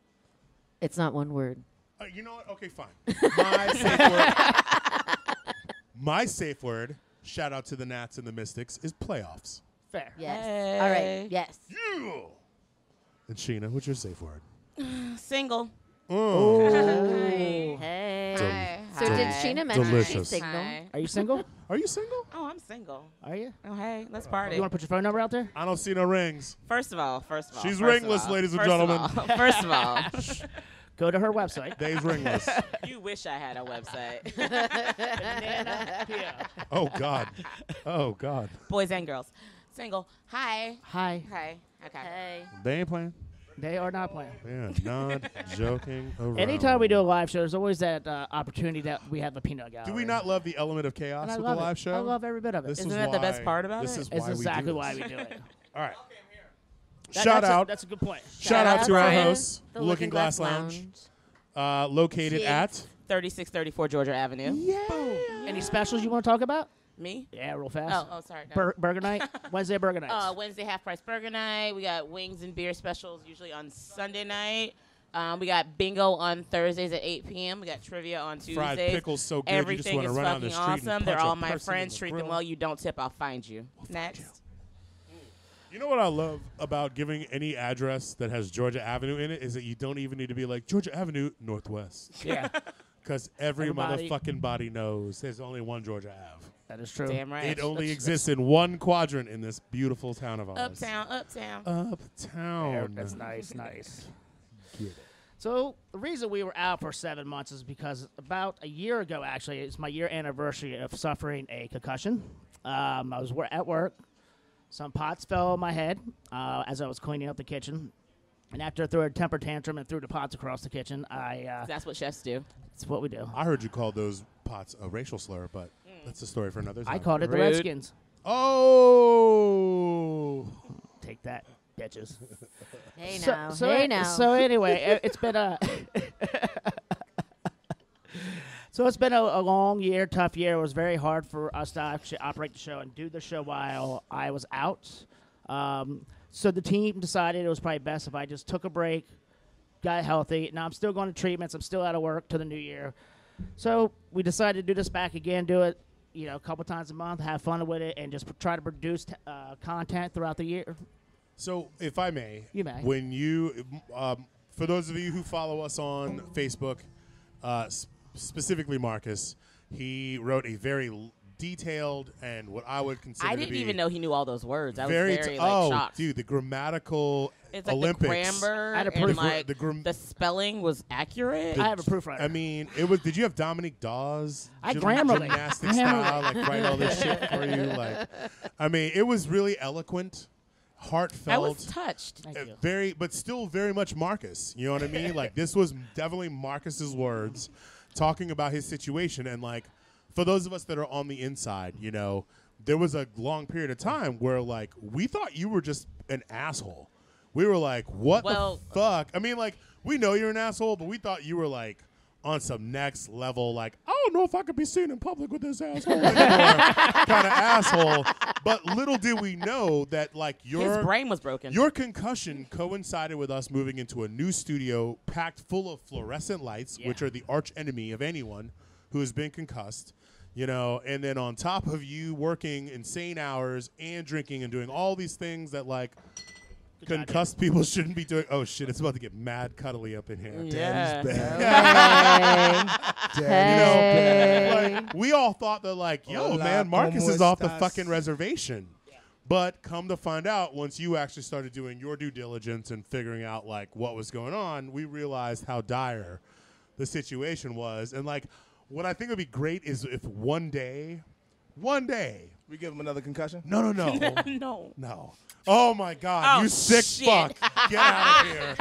[SPEAKER 4] It's not one word.
[SPEAKER 2] uh, you know what? Okay, fine. My safe word. My safe word. Shout out to the Nats and the Mystics is playoffs.
[SPEAKER 1] Fair.
[SPEAKER 4] Yes.
[SPEAKER 5] Hey.
[SPEAKER 4] All right. Yes.
[SPEAKER 2] Yeah. And Sheena, what's your safe word?
[SPEAKER 5] Single.
[SPEAKER 1] Oh.
[SPEAKER 4] Hey.
[SPEAKER 2] Hi.
[SPEAKER 4] So did
[SPEAKER 5] Hi.
[SPEAKER 4] Sheena mention she
[SPEAKER 2] Delicious.
[SPEAKER 4] signal?
[SPEAKER 1] Are you single?
[SPEAKER 2] Are you single?
[SPEAKER 5] Oh, I'm single.
[SPEAKER 1] Are you?
[SPEAKER 5] Oh, hey, let's party.
[SPEAKER 1] You want to put your phone number out there?
[SPEAKER 2] I don't see no rings.
[SPEAKER 5] First of all, first of all,
[SPEAKER 2] She's
[SPEAKER 5] first of
[SPEAKER 2] ringless,
[SPEAKER 5] all,
[SPEAKER 2] ladies and
[SPEAKER 5] first of
[SPEAKER 2] gentlemen.
[SPEAKER 5] all, first of all,
[SPEAKER 1] Go to her website.
[SPEAKER 2] Days ringless.
[SPEAKER 5] you wish I had a website,
[SPEAKER 2] oh God. Oh God.
[SPEAKER 5] boys and girls, single. Hi.
[SPEAKER 1] Hi.
[SPEAKER 5] Hi. Okay.
[SPEAKER 4] Hey.
[SPEAKER 2] They ain't playing.
[SPEAKER 1] They are not playing.
[SPEAKER 2] They are not joking around.
[SPEAKER 1] Anytime we do a live show, there's always that uh, opportunity that we have a peanut gallery.
[SPEAKER 2] Do we not love the element of chaos
[SPEAKER 1] And I
[SPEAKER 2] with the
[SPEAKER 1] love it.
[SPEAKER 2] live show?
[SPEAKER 1] I love every bit of it.
[SPEAKER 2] This
[SPEAKER 1] It's
[SPEAKER 5] Isn't
[SPEAKER 2] is
[SPEAKER 5] that the best
[SPEAKER 2] why-
[SPEAKER 5] part about
[SPEAKER 2] this
[SPEAKER 5] it?
[SPEAKER 2] is
[SPEAKER 1] it's
[SPEAKER 2] why
[SPEAKER 1] exactly
[SPEAKER 2] we do
[SPEAKER 1] why
[SPEAKER 2] this.
[SPEAKER 1] we do it.
[SPEAKER 2] All right.
[SPEAKER 1] That-
[SPEAKER 2] shout
[SPEAKER 1] that's
[SPEAKER 2] out,
[SPEAKER 1] A, that's a good point.
[SPEAKER 2] shout out to our
[SPEAKER 5] Brian,
[SPEAKER 2] host, Looking Glass Lounge, uh, located
[SPEAKER 4] Jeez.
[SPEAKER 2] at.
[SPEAKER 5] 3634 Georgia Avenue.
[SPEAKER 1] Any specials you want to talk about?
[SPEAKER 5] Me?
[SPEAKER 1] Yeah, real fast.
[SPEAKER 5] Oh, oh, sorry. No.
[SPEAKER 1] Bur- burger night, Wednesday burger nights.
[SPEAKER 5] uh, Wednesday half price burger night. We got wings and beer specials usually on Sunday night. Um, we got bingo on Thursdays at 8 p.m. We got trivia on Tuesdays.
[SPEAKER 2] Fried pickles so good, you just
[SPEAKER 5] Everything
[SPEAKER 2] wanna
[SPEAKER 5] is
[SPEAKER 2] run down the
[SPEAKER 5] fucking
[SPEAKER 2] street and
[SPEAKER 5] awesome.
[SPEAKER 2] punch
[SPEAKER 5] They're
[SPEAKER 2] a
[SPEAKER 5] all my
[SPEAKER 2] person in
[SPEAKER 5] friends.
[SPEAKER 2] the
[SPEAKER 5] Treat them
[SPEAKER 2] grill.
[SPEAKER 5] well. You don't tip, I'll find you. Next.
[SPEAKER 2] You know what I love about giving any address that has Georgia Avenue in it is that you don't even need to be like Georgia Avenue Northwest
[SPEAKER 1] yeah,
[SPEAKER 2] because every
[SPEAKER 1] Everybody-
[SPEAKER 2] motherfucking body knows there's only one Georgia Ave.
[SPEAKER 1] that is true.
[SPEAKER 5] Damn right.
[SPEAKER 2] It only exists in one quadrant in this beautiful town of ours.
[SPEAKER 5] Uptown, uptown.
[SPEAKER 1] There,
[SPEAKER 2] Uptown.
[SPEAKER 1] Oh, That's nice, nice. So the reason we were out for seven months is because about a year ago, actually, it's my year anniversary of suffering a concussion. Um, I was wor- at work. Some pots fell on my head uh, as I was cleaning up the kitchen, and after I threw a temper tantrum and threw the pots across the kitchen, I uh,
[SPEAKER 5] That's what chefs do.
[SPEAKER 1] it's what we do.
[SPEAKER 2] I heard you called those pots a racial slur, but that's a story for another time.
[SPEAKER 1] Mm. I called it the
[SPEAKER 5] Rude.
[SPEAKER 1] Redskins.
[SPEAKER 2] Oh.
[SPEAKER 1] Take that, bitches.
[SPEAKER 4] Hey
[SPEAKER 1] so,
[SPEAKER 4] now.
[SPEAKER 1] so
[SPEAKER 4] hey
[SPEAKER 1] a-
[SPEAKER 4] now.
[SPEAKER 1] So anyway, it, it's been a. So it's been a, a long year, tough year. It was very hard for us to actually operate the show and do the show while I was out. Um, so the team decided it was probably best if I just took a break, got healthy. Now I'm still going to treatments. I'm still out of work to the new year. So we decided to do this back again, do it, you know, a couple times a month, have fun with it, and just pr- try to produce t- uh, content throughout the year.
[SPEAKER 2] So, if I may,
[SPEAKER 1] You may.
[SPEAKER 2] When you, um, for those of you who follow us on Facebook, uh, s- specifically Marcus, he wrote a very l- detailed and what I would consider.
[SPEAKER 5] I
[SPEAKER 2] to
[SPEAKER 5] didn't
[SPEAKER 2] be
[SPEAKER 5] even know he knew all those words. I was
[SPEAKER 2] Very,
[SPEAKER 5] very,
[SPEAKER 2] t-
[SPEAKER 5] like,
[SPEAKER 2] oh,
[SPEAKER 5] shocked.
[SPEAKER 2] dude, the grammatical
[SPEAKER 5] It's like
[SPEAKER 2] Olympics.
[SPEAKER 5] the grammar
[SPEAKER 1] I had a
[SPEAKER 5] and
[SPEAKER 1] proof-
[SPEAKER 5] like
[SPEAKER 2] the
[SPEAKER 5] the,
[SPEAKER 2] gram-
[SPEAKER 5] spelling was accurate.
[SPEAKER 1] I have a proofreader.
[SPEAKER 2] I mean, it was. Did you have Dominic Dawes?
[SPEAKER 1] I
[SPEAKER 2] gym-
[SPEAKER 1] Grammarly.
[SPEAKER 2] gymnastic
[SPEAKER 1] Grammarly.
[SPEAKER 2] style, like write all this shit for you. Like, I mean, it was really eloquent, heartfelt.
[SPEAKER 5] I was touched.
[SPEAKER 1] Thank
[SPEAKER 2] uh,
[SPEAKER 1] you.
[SPEAKER 2] very, but still very much Marcus. You know what I mean? like this was definitely Marcus's words, talking about his situation, and like for those of us that are on the inside, you know, there was a long period of time where like we thought you were just an asshole. We were like, what
[SPEAKER 5] Well-
[SPEAKER 2] the fuck? I mean, like we know you're an asshole, but we thought you were like. On some next level, like I don't know if I could be seen in public with this asshole kind of asshole. But little did we know that like your
[SPEAKER 5] His brain was broken.
[SPEAKER 2] your concussion coincided with us moving into a new studio packed full of fluorescent lights, which are the arch enemy of anyone who has been concussed. You know, and then on top of you working insane hours and drinking and doing all these things that like concussed people shouldn't be doing. Oh shit, it's about to get mad cuddly up in here.
[SPEAKER 6] Uh,
[SPEAKER 5] yeah.
[SPEAKER 6] Daddy's
[SPEAKER 4] Hey.
[SPEAKER 6] back.
[SPEAKER 2] Like, we all thought that like, yo,
[SPEAKER 6] Hola,
[SPEAKER 2] man, Marcus
[SPEAKER 6] ¿cómo
[SPEAKER 2] is off the
[SPEAKER 6] estás?
[SPEAKER 2] fucking reservation. But come to find out, once you actually started doing your due diligence and figuring out like what was going on, we realized how dire the situation was. And like, what I think would be great is if one day, one day,
[SPEAKER 6] We give him another concussion.
[SPEAKER 2] no, no, no,
[SPEAKER 5] no.
[SPEAKER 2] no. Oh my God,
[SPEAKER 5] Oh,
[SPEAKER 2] you sick
[SPEAKER 5] shit.
[SPEAKER 2] fuck, get out of here,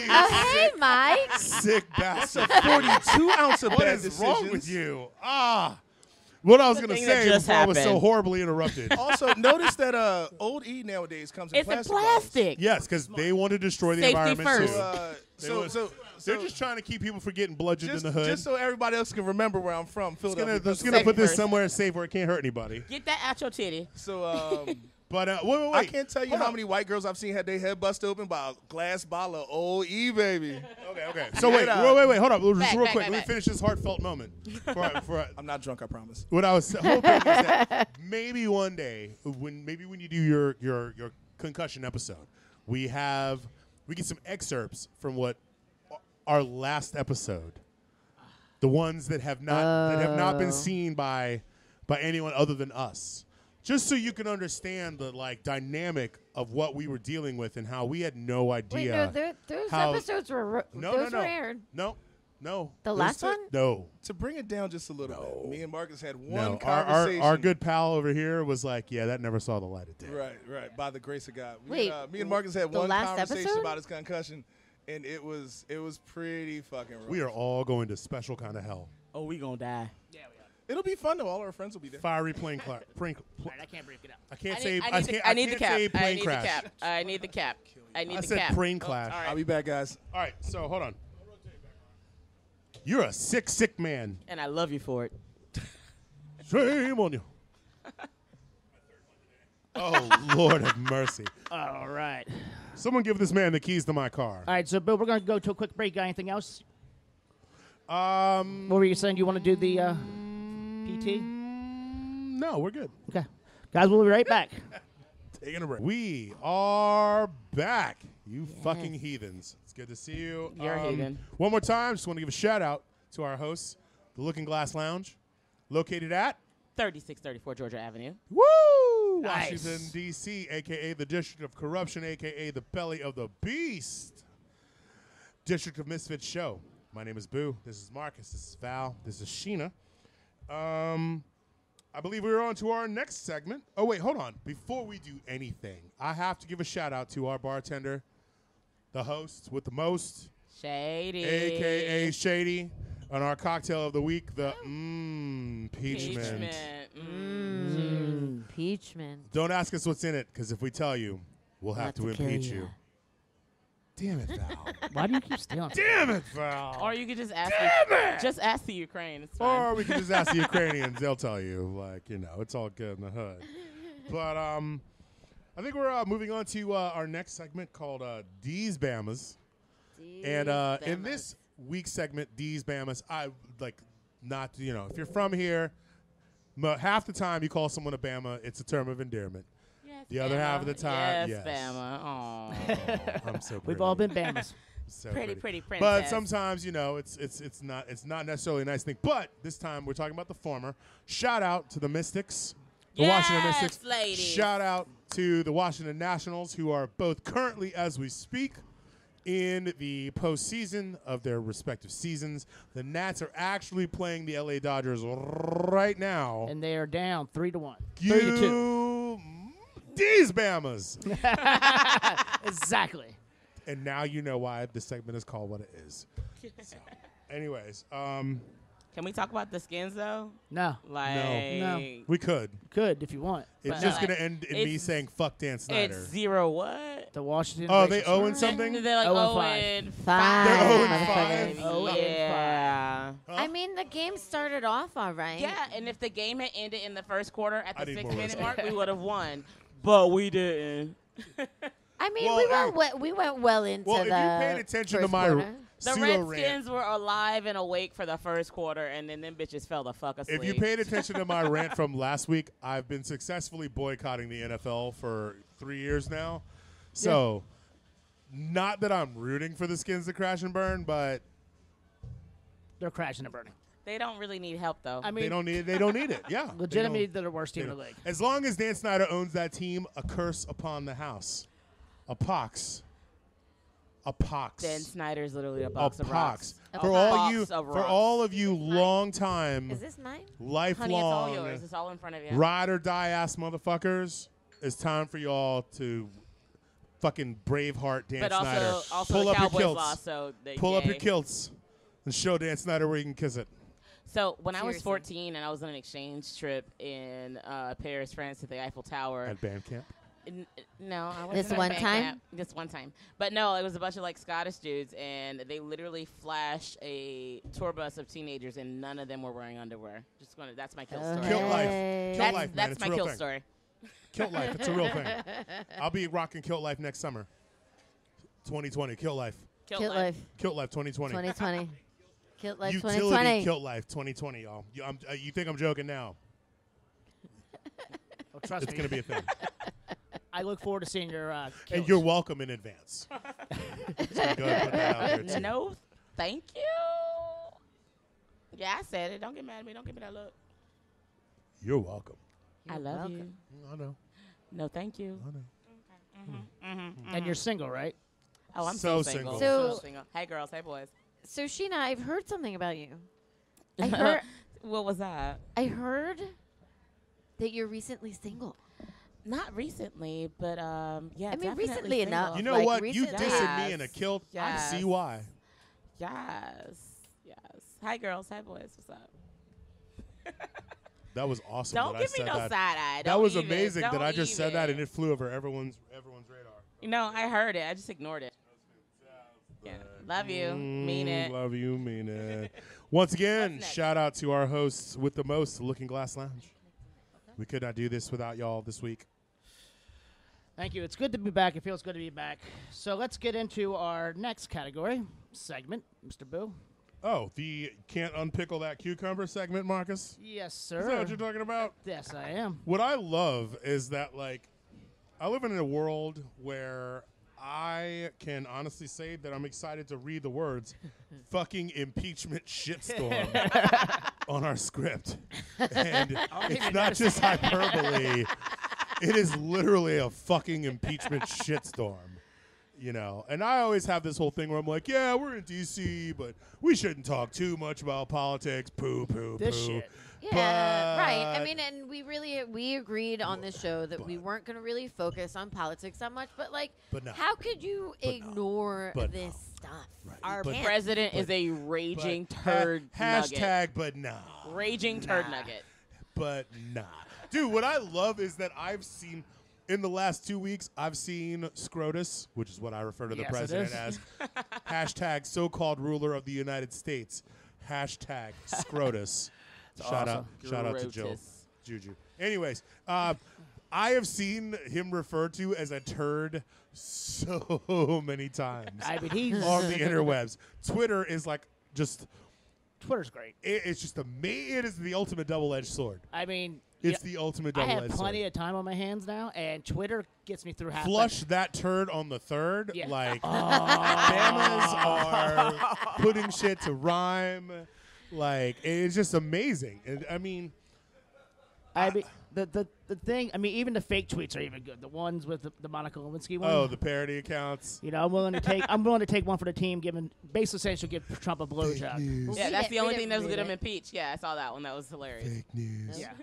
[SPEAKER 2] you
[SPEAKER 4] hey, Mike.
[SPEAKER 2] sick bastard.
[SPEAKER 6] That's a 42 ounce of
[SPEAKER 2] What
[SPEAKER 6] bad
[SPEAKER 2] is wrong
[SPEAKER 6] decisions.
[SPEAKER 2] with you? Ah. What I was
[SPEAKER 5] The
[SPEAKER 2] going to
[SPEAKER 5] thing that
[SPEAKER 2] say
[SPEAKER 5] just
[SPEAKER 2] before I was so
[SPEAKER 5] happened. Oh
[SPEAKER 2] horribly interrupted.
[SPEAKER 6] Also, notice that uh, old E nowadays comes in
[SPEAKER 5] It's
[SPEAKER 6] plastic.
[SPEAKER 5] a
[SPEAKER 6] bottles.
[SPEAKER 5] plastic.
[SPEAKER 2] yes, because they want to destroy the
[SPEAKER 5] Safety
[SPEAKER 2] environment
[SPEAKER 5] first.
[SPEAKER 2] too.
[SPEAKER 6] Uh,
[SPEAKER 2] They
[SPEAKER 6] so,
[SPEAKER 2] would-
[SPEAKER 6] so, so
[SPEAKER 2] They're just trying to keep people from getting bludgeoned
[SPEAKER 6] just,
[SPEAKER 2] in the hood.
[SPEAKER 6] just so everybody else can remember where I'm from,
[SPEAKER 2] Just gonna-
[SPEAKER 6] Philadelphia.
[SPEAKER 2] just gonna put
[SPEAKER 5] Safety
[SPEAKER 2] this
[SPEAKER 5] first.
[SPEAKER 2] somewhere safe where it can't hurt anybody.
[SPEAKER 5] Get that out your titty.
[SPEAKER 6] so um,
[SPEAKER 2] But uh, wait, wait, wait.
[SPEAKER 6] I can't tell you
[SPEAKER 2] Hold
[SPEAKER 6] how
[SPEAKER 2] on.
[SPEAKER 6] many white girls I've seen had their head busted open by a glass bottle of old E, baby.
[SPEAKER 2] Okay, okay. So wait,
[SPEAKER 6] Get
[SPEAKER 2] wait, wait, wait. Hold up. Just
[SPEAKER 5] Back,
[SPEAKER 2] real
[SPEAKER 5] back,
[SPEAKER 2] quick.
[SPEAKER 5] back,
[SPEAKER 2] Let me
[SPEAKER 5] back.
[SPEAKER 2] finish this heartfelt moment. For, for,
[SPEAKER 6] I'm not drunk, I promise.
[SPEAKER 2] what I was hoping is that maybe one day, when maybe when you do your your your concussion episode, we have we get some excerpts from what our last episode, the ones that have not that have not
[SPEAKER 4] Oh.
[SPEAKER 2] been seen by by anyone other than us, just so you can understand the like dynamic of what we were dealing with and how we had no idea.
[SPEAKER 4] Wait, no, tho- those
[SPEAKER 2] How-
[SPEAKER 4] episodes were ro-
[SPEAKER 2] no,
[SPEAKER 4] those
[SPEAKER 2] no, no,
[SPEAKER 4] were aired.
[SPEAKER 2] no, no.
[SPEAKER 4] The
[SPEAKER 2] Those
[SPEAKER 4] last
[SPEAKER 2] thi-
[SPEAKER 4] one?
[SPEAKER 2] No,
[SPEAKER 6] To bring it down just a little bit, me and Marcus had one
[SPEAKER 2] no. Our, our
[SPEAKER 6] conversation.
[SPEAKER 2] our good pal over here was like, yeah, that never saw the light of day.
[SPEAKER 6] Right, right. By the grace of God. We,
[SPEAKER 4] Wait,
[SPEAKER 6] uh, me and Marcus had
[SPEAKER 4] the
[SPEAKER 6] one
[SPEAKER 4] last
[SPEAKER 6] conversation
[SPEAKER 4] episode?
[SPEAKER 6] about his concussion, and it was it was pretty fucking. Rough.
[SPEAKER 2] We are all going to special kind of hell.
[SPEAKER 5] Oh, we gonna die.
[SPEAKER 6] It'll be fun though. All our friends will be there.
[SPEAKER 2] Fiery plane cla- prink- pl-
[SPEAKER 1] All right, I can't breathe it up.
[SPEAKER 2] I can't
[SPEAKER 5] I
[SPEAKER 2] say.
[SPEAKER 5] need, I
[SPEAKER 2] can't,
[SPEAKER 5] need, the, I need the
[SPEAKER 2] can't
[SPEAKER 5] cap.
[SPEAKER 2] say
[SPEAKER 5] I
[SPEAKER 2] plane
[SPEAKER 5] need
[SPEAKER 2] crash.
[SPEAKER 5] the cap. I need the cap. I need
[SPEAKER 2] I
[SPEAKER 5] the
[SPEAKER 2] said
[SPEAKER 5] cap. Oh,
[SPEAKER 2] plane clash.
[SPEAKER 5] all right.
[SPEAKER 6] I'll be back, guys.
[SPEAKER 2] All right, so hold on. You're a sick, sick man.
[SPEAKER 5] And I love you for it.
[SPEAKER 2] Shame on you. Oh Lord have mercy!
[SPEAKER 1] All right.
[SPEAKER 2] Someone give this man the keys to my car.
[SPEAKER 5] Uh,
[SPEAKER 1] All right, so Bill, we're going to go to a quick break. Got anything else?
[SPEAKER 2] Um,
[SPEAKER 1] What were you saying? You want to do the uh, PT?
[SPEAKER 2] no, we're good.
[SPEAKER 1] Okay. Guys, we'll be right back.
[SPEAKER 2] Taking a break. We are back. You fucking heathens. It's good to see you. Um,
[SPEAKER 5] You're a heathen.
[SPEAKER 2] One more time, just want to give a shout out to our hosts, the Looking Glass Lounge, located at
[SPEAKER 5] 3634 Georgia Avenue.
[SPEAKER 2] Woo!
[SPEAKER 1] Nice.
[SPEAKER 2] Washington D.C., aka the District of Corruption, aka the Belly of the Beast, District of Misfits show. My name is Boo. This is Marcus. This is Val. This is Sheena. Um, I believe we are on to our next segment. Oh wait, hold on. Before we do anything, I have to give a shout out to our bartender, the host with the most,
[SPEAKER 5] Shady.
[SPEAKER 2] aka Shady, on our cocktail of the week, the mmm
[SPEAKER 5] Impeachment. Mm.
[SPEAKER 4] Impeachment.
[SPEAKER 2] Don't ask us what's in it, because if we tell you, we'll have
[SPEAKER 4] Not
[SPEAKER 2] to,
[SPEAKER 4] to kill
[SPEAKER 2] impeach
[SPEAKER 4] ya.
[SPEAKER 2] you. Damn it, Val.
[SPEAKER 1] Why do you keep stealing?
[SPEAKER 2] Damn it, Val.
[SPEAKER 5] Or you could just ask. The, just ask the Ukraine. It's fine.
[SPEAKER 2] Or we can just ask the Ukrainians; they'll tell you. Like you know, it's all good in the hood. But um, I think we're uh, moving on to uh, our next segment called uh, D's Bamas, and uh, in this week's segment, D's Bamas, I like not you know if you're from here, mo- half the time you call someone a Bama, it's a term of endearment. the other half of the time,
[SPEAKER 5] Yes, Bama. Aw.
[SPEAKER 2] Oh, I'm so
[SPEAKER 1] We've all
[SPEAKER 2] pretty.
[SPEAKER 1] been Bamas.
[SPEAKER 2] So
[SPEAKER 5] Pretty, pretty
[SPEAKER 2] But
[SPEAKER 5] princess.
[SPEAKER 2] sometimes, you know, it's it's it's not it's not necessarily a nice thing. But this time we're talking about the former. Shout out to the Mystics, the Washington
[SPEAKER 5] Yes,
[SPEAKER 2] Mystics.
[SPEAKER 5] ladies.
[SPEAKER 2] Shout out to the Washington Nationals, who are both currently, as we speak, in the postseason of their respective seasons. The Nats are actually playing the LA Dodgers right now.
[SPEAKER 1] and they are down three to one. Three to two.
[SPEAKER 2] you these Bamas.
[SPEAKER 1] Exactly.
[SPEAKER 2] and now you know why this segment is called what it is. So, anyways, um,
[SPEAKER 5] Can we talk about the skins though?
[SPEAKER 1] No.
[SPEAKER 5] Like,
[SPEAKER 1] No.
[SPEAKER 2] we could.
[SPEAKER 1] Could if you want.
[SPEAKER 2] It's
[SPEAKER 5] But-
[SPEAKER 2] just
[SPEAKER 5] No.
[SPEAKER 2] gonna end in
[SPEAKER 5] It's-
[SPEAKER 2] me saying "fuck Dan Snyder."
[SPEAKER 5] it's zero what?
[SPEAKER 1] The Washington.
[SPEAKER 2] Oh, they
[SPEAKER 1] Racers-
[SPEAKER 2] owe in something.
[SPEAKER 5] They're like
[SPEAKER 1] Oh and
[SPEAKER 5] oh
[SPEAKER 1] five.
[SPEAKER 5] and
[SPEAKER 4] Five,
[SPEAKER 2] They're oh and
[SPEAKER 4] motherfuckers.
[SPEAKER 2] five.
[SPEAKER 1] Oh and
[SPEAKER 5] yeah.
[SPEAKER 4] I mean, the game started off all right.
[SPEAKER 5] Yeah, and if the game had ended in the first quarter at
[SPEAKER 2] I
[SPEAKER 5] the
[SPEAKER 2] need
[SPEAKER 5] six
[SPEAKER 2] more
[SPEAKER 5] minute
[SPEAKER 2] whiskey.
[SPEAKER 5] mark, we would have won. But we didn't.
[SPEAKER 4] I mean,
[SPEAKER 2] Well,
[SPEAKER 4] we
[SPEAKER 2] hey.
[SPEAKER 4] went well, we went well into
[SPEAKER 2] well, if
[SPEAKER 4] the.
[SPEAKER 2] you paid attention to
[SPEAKER 4] first
[SPEAKER 2] my
[SPEAKER 4] quarter.
[SPEAKER 5] The
[SPEAKER 2] pseudo rant,
[SPEAKER 5] Redskins were alive and awake for the first quarter, and then them bitches fell the fuck asleep.
[SPEAKER 2] if you paid attention to my rant from last week, I've been successfully boycotting the NFL for three years now. So, not that I'm rooting for the skins to crash and burn, but
[SPEAKER 1] They're crashing and burning.
[SPEAKER 5] they don't really need help though.
[SPEAKER 1] I mean,
[SPEAKER 2] they don't need they don't need it. Yeah, They
[SPEAKER 1] legitimately,
[SPEAKER 2] don't-
[SPEAKER 1] they're the worst team
[SPEAKER 2] You
[SPEAKER 1] in the
[SPEAKER 2] know,
[SPEAKER 1] league.
[SPEAKER 2] As long as Dan Snyder owns that team, a curse upon the house. A pox. A pox.
[SPEAKER 5] Dan Snyder's literally a
[SPEAKER 2] a
[SPEAKER 5] box of
[SPEAKER 2] pox.
[SPEAKER 5] rocks.
[SPEAKER 2] For
[SPEAKER 5] A
[SPEAKER 2] all
[SPEAKER 5] box
[SPEAKER 2] you
[SPEAKER 5] of
[SPEAKER 2] for
[SPEAKER 5] rocks.
[SPEAKER 2] all of you long time
[SPEAKER 4] Is this mine?
[SPEAKER 5] Honey, it's all
[SPEAKER 2] lifelong
[SPEAKER 5] yours. It's all in front of you.
[SPEAKER 2] ride or die ass motherfuckers, it's time for y'all to fucking braveheart Dan
[SPEAKER 5] But
[SPEAKER 2] Snyder.
[SPEAKER 5] also, also
[SPEAKER 2] pull
[SPEAKER 5] the
[SPEAKER 2] up your
[SPEAKER 5] Cowboys
[SPEAKER 2] kilts.
[SPEAKER 5] lost, so they,
[SPEAKER 2] pull up your
[SPEAKER 5] yay.
[SPEAKER 2] kilts and show Dan Snyder where you can kiss it.
[SPEAKER 5] So when I was
[SPEAKER 4] Seriously.
[SPEAKER 5] 14 and I was on an exchange trip in uh, Paris, France, to the Eiffel Tower.
[SPEAKER 2] At band camp.
[SPEAKER 5] N- no, I was
[SPEAKER 4] This one time?
[SPEAKER 5] This one time, but no, it was a bunch of like Scottish dudes, and they literally flashed a tour bus of teenagers, and none of them were wearing underwear. Just going to that's my kill
[SPEAKER 4] Uh-huh.
[SPEAKER 5] story.
[SPEAKER 2] Kilt life.
[SPEAKER 4] Hey.
[SPEAKER 2] Kilt
[SPEAKER 5] That's,
[SPEAKER 2] life, man.
[SPEAKER 5] that's
[SPEAKER 2] It's a
[SPEAKER 5] my
[SPEAKER 2] real
[SPEAKER 5] kill
[SPEAKER 2] thing.
[SPEAKER 5] story.
[SPEAKER 2] Kilt Life. It's a real thing. I'll be rocking Kilt Life next summer. 2020. Kilt Life.
[SPEAKER 5] Kilt,
[SPEAKER 4] Kilt life,
[SPEAKER 2] Kilt Life 2020.
[SPEAKER 4] 2020. Kilt life,
[SPEAKER 2] Utility
[SPEAKER 4] 2020.
[SPEAKER 2] Kilt Life 2020, y'all. You, I'm, uh, you think I'm joking now?
[SPEAKER 1] Oh, trust
[SPEAKER 2] It's
[SPEAKER 1] me.
[SPEAKER 2] gonna be a thing,
[SPEAKER 1] I look forward to seeing your. Uh,
[SPEAKER 2] and
[SPEAKER 1] kilts.
[SPEAKER 2] you're welcome in advance. Just gonna go ahead and put that out there, too.
[SPEAKER 5] No, thank you. Yeah, I said it. Don't get mad at me. Don't give me that look.
[SPEAKER 2] You're welcome.
[SPEAKER 5] I love
[SPEAKER 4] welcome.
[SPEAKER 5] you.
[SPEAKER 2] Mm, I know.
[SPEAKER 5] No, thank you.
[SPEAKER 2] I know.
[SPEAKER 1] and you're single, right?
[SPEAKER 5] Oh, I'm
[SPEAKER 2] So
[SPEAKER 5] so,
[SPEAKER 4] single.
[SPEAKER 5] single.
[SPEAKER 4] So-
[SPEAKER 5] So single. Hey, girls. Hey, boys.
[SPEAKER 4] So Sheena, I've heard something about you. I heard,
[SPEAKER 5] What was that?
[SPEAKER 4] I heard that you're recently single.
[SPEAKER 5] Not recently, but um, yeah.
[SPEAKER 4] I mean,
[SPEAKER 5] definitely
[SPEAKER 4] recently
[SPEAKER 5] single.
[SPEAKER 4] enough.
[SPEAKER 2] You know
[SPEAKER 4] Like
[SPEAKER 2] what? You
[SPEAKER 4] recently-
[SPEAKER 2] dissing me in a kilt. I can see
[SPEAKER 5] Yes.
[SPEAKER 2] why.
[SPEAKER 5] Yes. Yes. Hi, girls. Hi, boys. What's up?
[SPEAKER 2] That was awesome.
[SPEAKER 5] Don't
[SPEAKER 2] that
[SPEAKER 5] give
[SPEAKER 2] I said
[SPEAKER 5] me no
[SPEAKER 2] that.
[SPEAKER 5] side eye.
[SPEAKER 2] That
[SPEAKER 5] Don't
[SPEAKER 2] was
[SPEAKER 5] even.
[SPEAKER 2] amazing that
[SPEAKER 5] Don't
[SPEAKER 2] I just said that
[SPEAKER 5] even.
[SPEAKER 2] and it flew over everyone's everyone's radar.
[SPEAKER 5] No, I heard it. I just ignored it. Yeah. Love you. mean
[SPEAKER 2] Mm,
[SPEAKER 5] it.
[SPEAKER 2] Love you, mean it. Once again,
[SPEAKER 5] What's next?
[SPEAKER 2] shout out to our hosts with the most, Looking Glass Lounge. We could not do this without y'all this week.
[SPEAKER 1] Thank you. It's good to be back. It feels good to be back. So let's get into our next category segment, Mr. Boo.
[SPEAKER 2] Oh, the can't unpickle that cucumber segment, Marcus.
[SPEAKER 1] Yes,
[SPEAKER 2] Is that
[SPEAKER 1] sir.
[SPEAKER 2] what you're talking about?
[SPEAKER 1] Yes, I am.
[SPEAKER 2] What I love is that like I live in a world where I can honestly say that I'm excited to read the words "fucking impeachment shitstorm" on our script, and it's not just hyperbole. it is literally a fucking impeachment shitstorm. You know, and I always have this whole thing where I'm like, yeah, we're in D.C., but we shouldn't talk too much about politics. Poo, poo,
[SPEAKER 1] This
[SPEAKER 2] poo.
[SPEAKER 1] shit.
[SPEAKER 4] Yeah, right. I
[SPEAKER 2] But-
[SPEAKER 4] mean, and we really we agreed on this show that we weren't going to really focus on politics that much, but like,
[SPEAKER 2] But no.
[SPEAKER 4] how could you
[SPEAKER 2] But no.
[SPEAKER 4] ignore
[SPEAKER 2] But no.
[SPEAKER 4] this stuff?
[SPEAKER 2] Right.
[SPEAKER 5] Our
[SPEAKER 2] But-
[SPEAKER 5] president
[SPEAKER 2] but-
[SPEAKER 5] is a
[SPEAKER 2] But
[SPEAKER 5] raging
[SPEAKER 2] ha-
[SPEAKER 5] turd nugget.
[SPEAKER 2] Hashtag, but nah.
[SPEAKER 5] Raging turd nugget.
[SPEAKER 2] but nah. Dude, what I love is that I've seen in the last two weeks, I've seen Scrotus, which is what I refer to the
[SPEAKER 1] Yes, it
[SPEAKER 2] president
[SPEAKER 1] is.
[SPEAKER 2] as, hashtag so-called ruler of the United States, hashtag Scrotus. shout out, shout out to Jill,
[SPEAKER 5] Scrotus.
[SPEAKER 2] Juju. Anyways, uh, I have seen him referred to as a turd so many times
[SPEAKER 1] I mean, he's
[SPEAKER 2] on the interwebs. Twitter is like just
[SPEAKER 1] Twitter's great.
[SPEAKER 2] it, it's just a it is the ultimate double-edged sword.
[SPEAKER 1] I mean,
[SPEAKER 2] It's
[SPEAKER 1] yeah,
[SPEAKER 2] the ultimate
[SPEAKER 1] I
[SPEAKER 2] double-edged
[SPEAKER 1] have plenty
[SPEAKER 2] sword.
[SPEAKER 1] of time on my hands now, and Twitter gets me through half. the-
[SPEAKER 2] Flush that turd on the third,
[SPEAKER 1] Yeah. Oh.
[SPEAKER 2] like Bamas are putting shit to rhyme. Like it's just amazing. And, I mean,
[SPEAKER 1] I mean, the, the the thing. I mean, even the fake tweets are even good. The ones with the, the Monica Lewinsky one.
[SPEAKER 2] oh, the parody accounts.
[SPEAKER 1] you know, I'm willing to take. I'm willing to take one for the team. Given basically saying she'll give Trump a blowjob.
[SPEAKER 5] Yeah,
[SPEAKER 4] We
[SPEAKER 5] that's
[SPEAKER 4] didn't-
[SPEAKER 5] the
[SPEAKER 4] we
[SPEAKER 5] only
[SPEAKER 4] didn't
[SPEAKER 5] thing that was
[SPEAKER 4] read
[SPEAKER 5] going to
[SPEAKER 4] it.
[SPEAKER 5] impeach. Yeah, I saw that one. That was hilarious.
[SPEAKER 2] Fake news.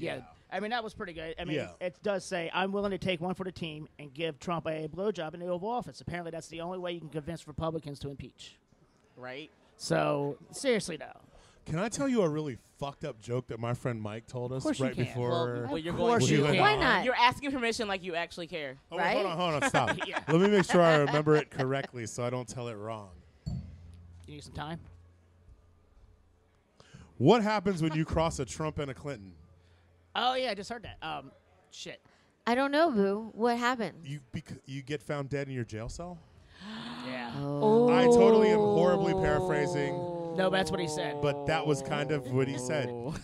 [SPEAKER 1] Yeah. Yeah. I mean, that was pretty good. I mean,
[SPEAKER 2] Yeah.
[SPEAKER 1] it does say, I'm willing to take one for the team and give Trump a blowjob in the Oval Office. Apparently, that's the only way you can convince Republicans to impeach.
[SPEAKER 5] Right?
[SPEAKER 1] So, seriously, though.
[SPEAKER 2] Can I tell you a really fucked up joke that my friend Mike told us
[SPEAKER 1] course you
[SPEAKER 2] right
[SPEAKER 1] can.
[SPEAKER 2] before?
[SPEAKER 5] Well, well, you're going
[SPEAKER 1] course
[SPEAKER 5] to.
[SPEAKER 2] you can.
[SPEAKER 4] Why not?
[SPEAKER 5] You're asking permission like you actually care.
[SPEAKER 2] Oh, wait,
[SPEAKER 4] Right?
[SPEAKER 2] Hold on, hold on, stop. Let me make sure I remember it correctly so I don't tell it wrong.
[SPEAKER 1] You need some time?
[SPEAKER 2] What happens when you cross a Trump and a Clinton?
[SPEAKER 1] Oh, yeah, I just heard that. Um, shit.
[SPEAKER 4] I don't know, Boo. What happened?
[SPEAKER 2] You bec- you get found dead in your jail cell?
[SPEAKER 1] Yeah.
[SPEAKER 4] Oh.
[SPEAKER 2] I totally am horribly paraphrasing,
[SPEAKER 1] No, that's what he said.
[SPEAKER 2] but that was kind of what he said.
[SPEAKER 1] Oh.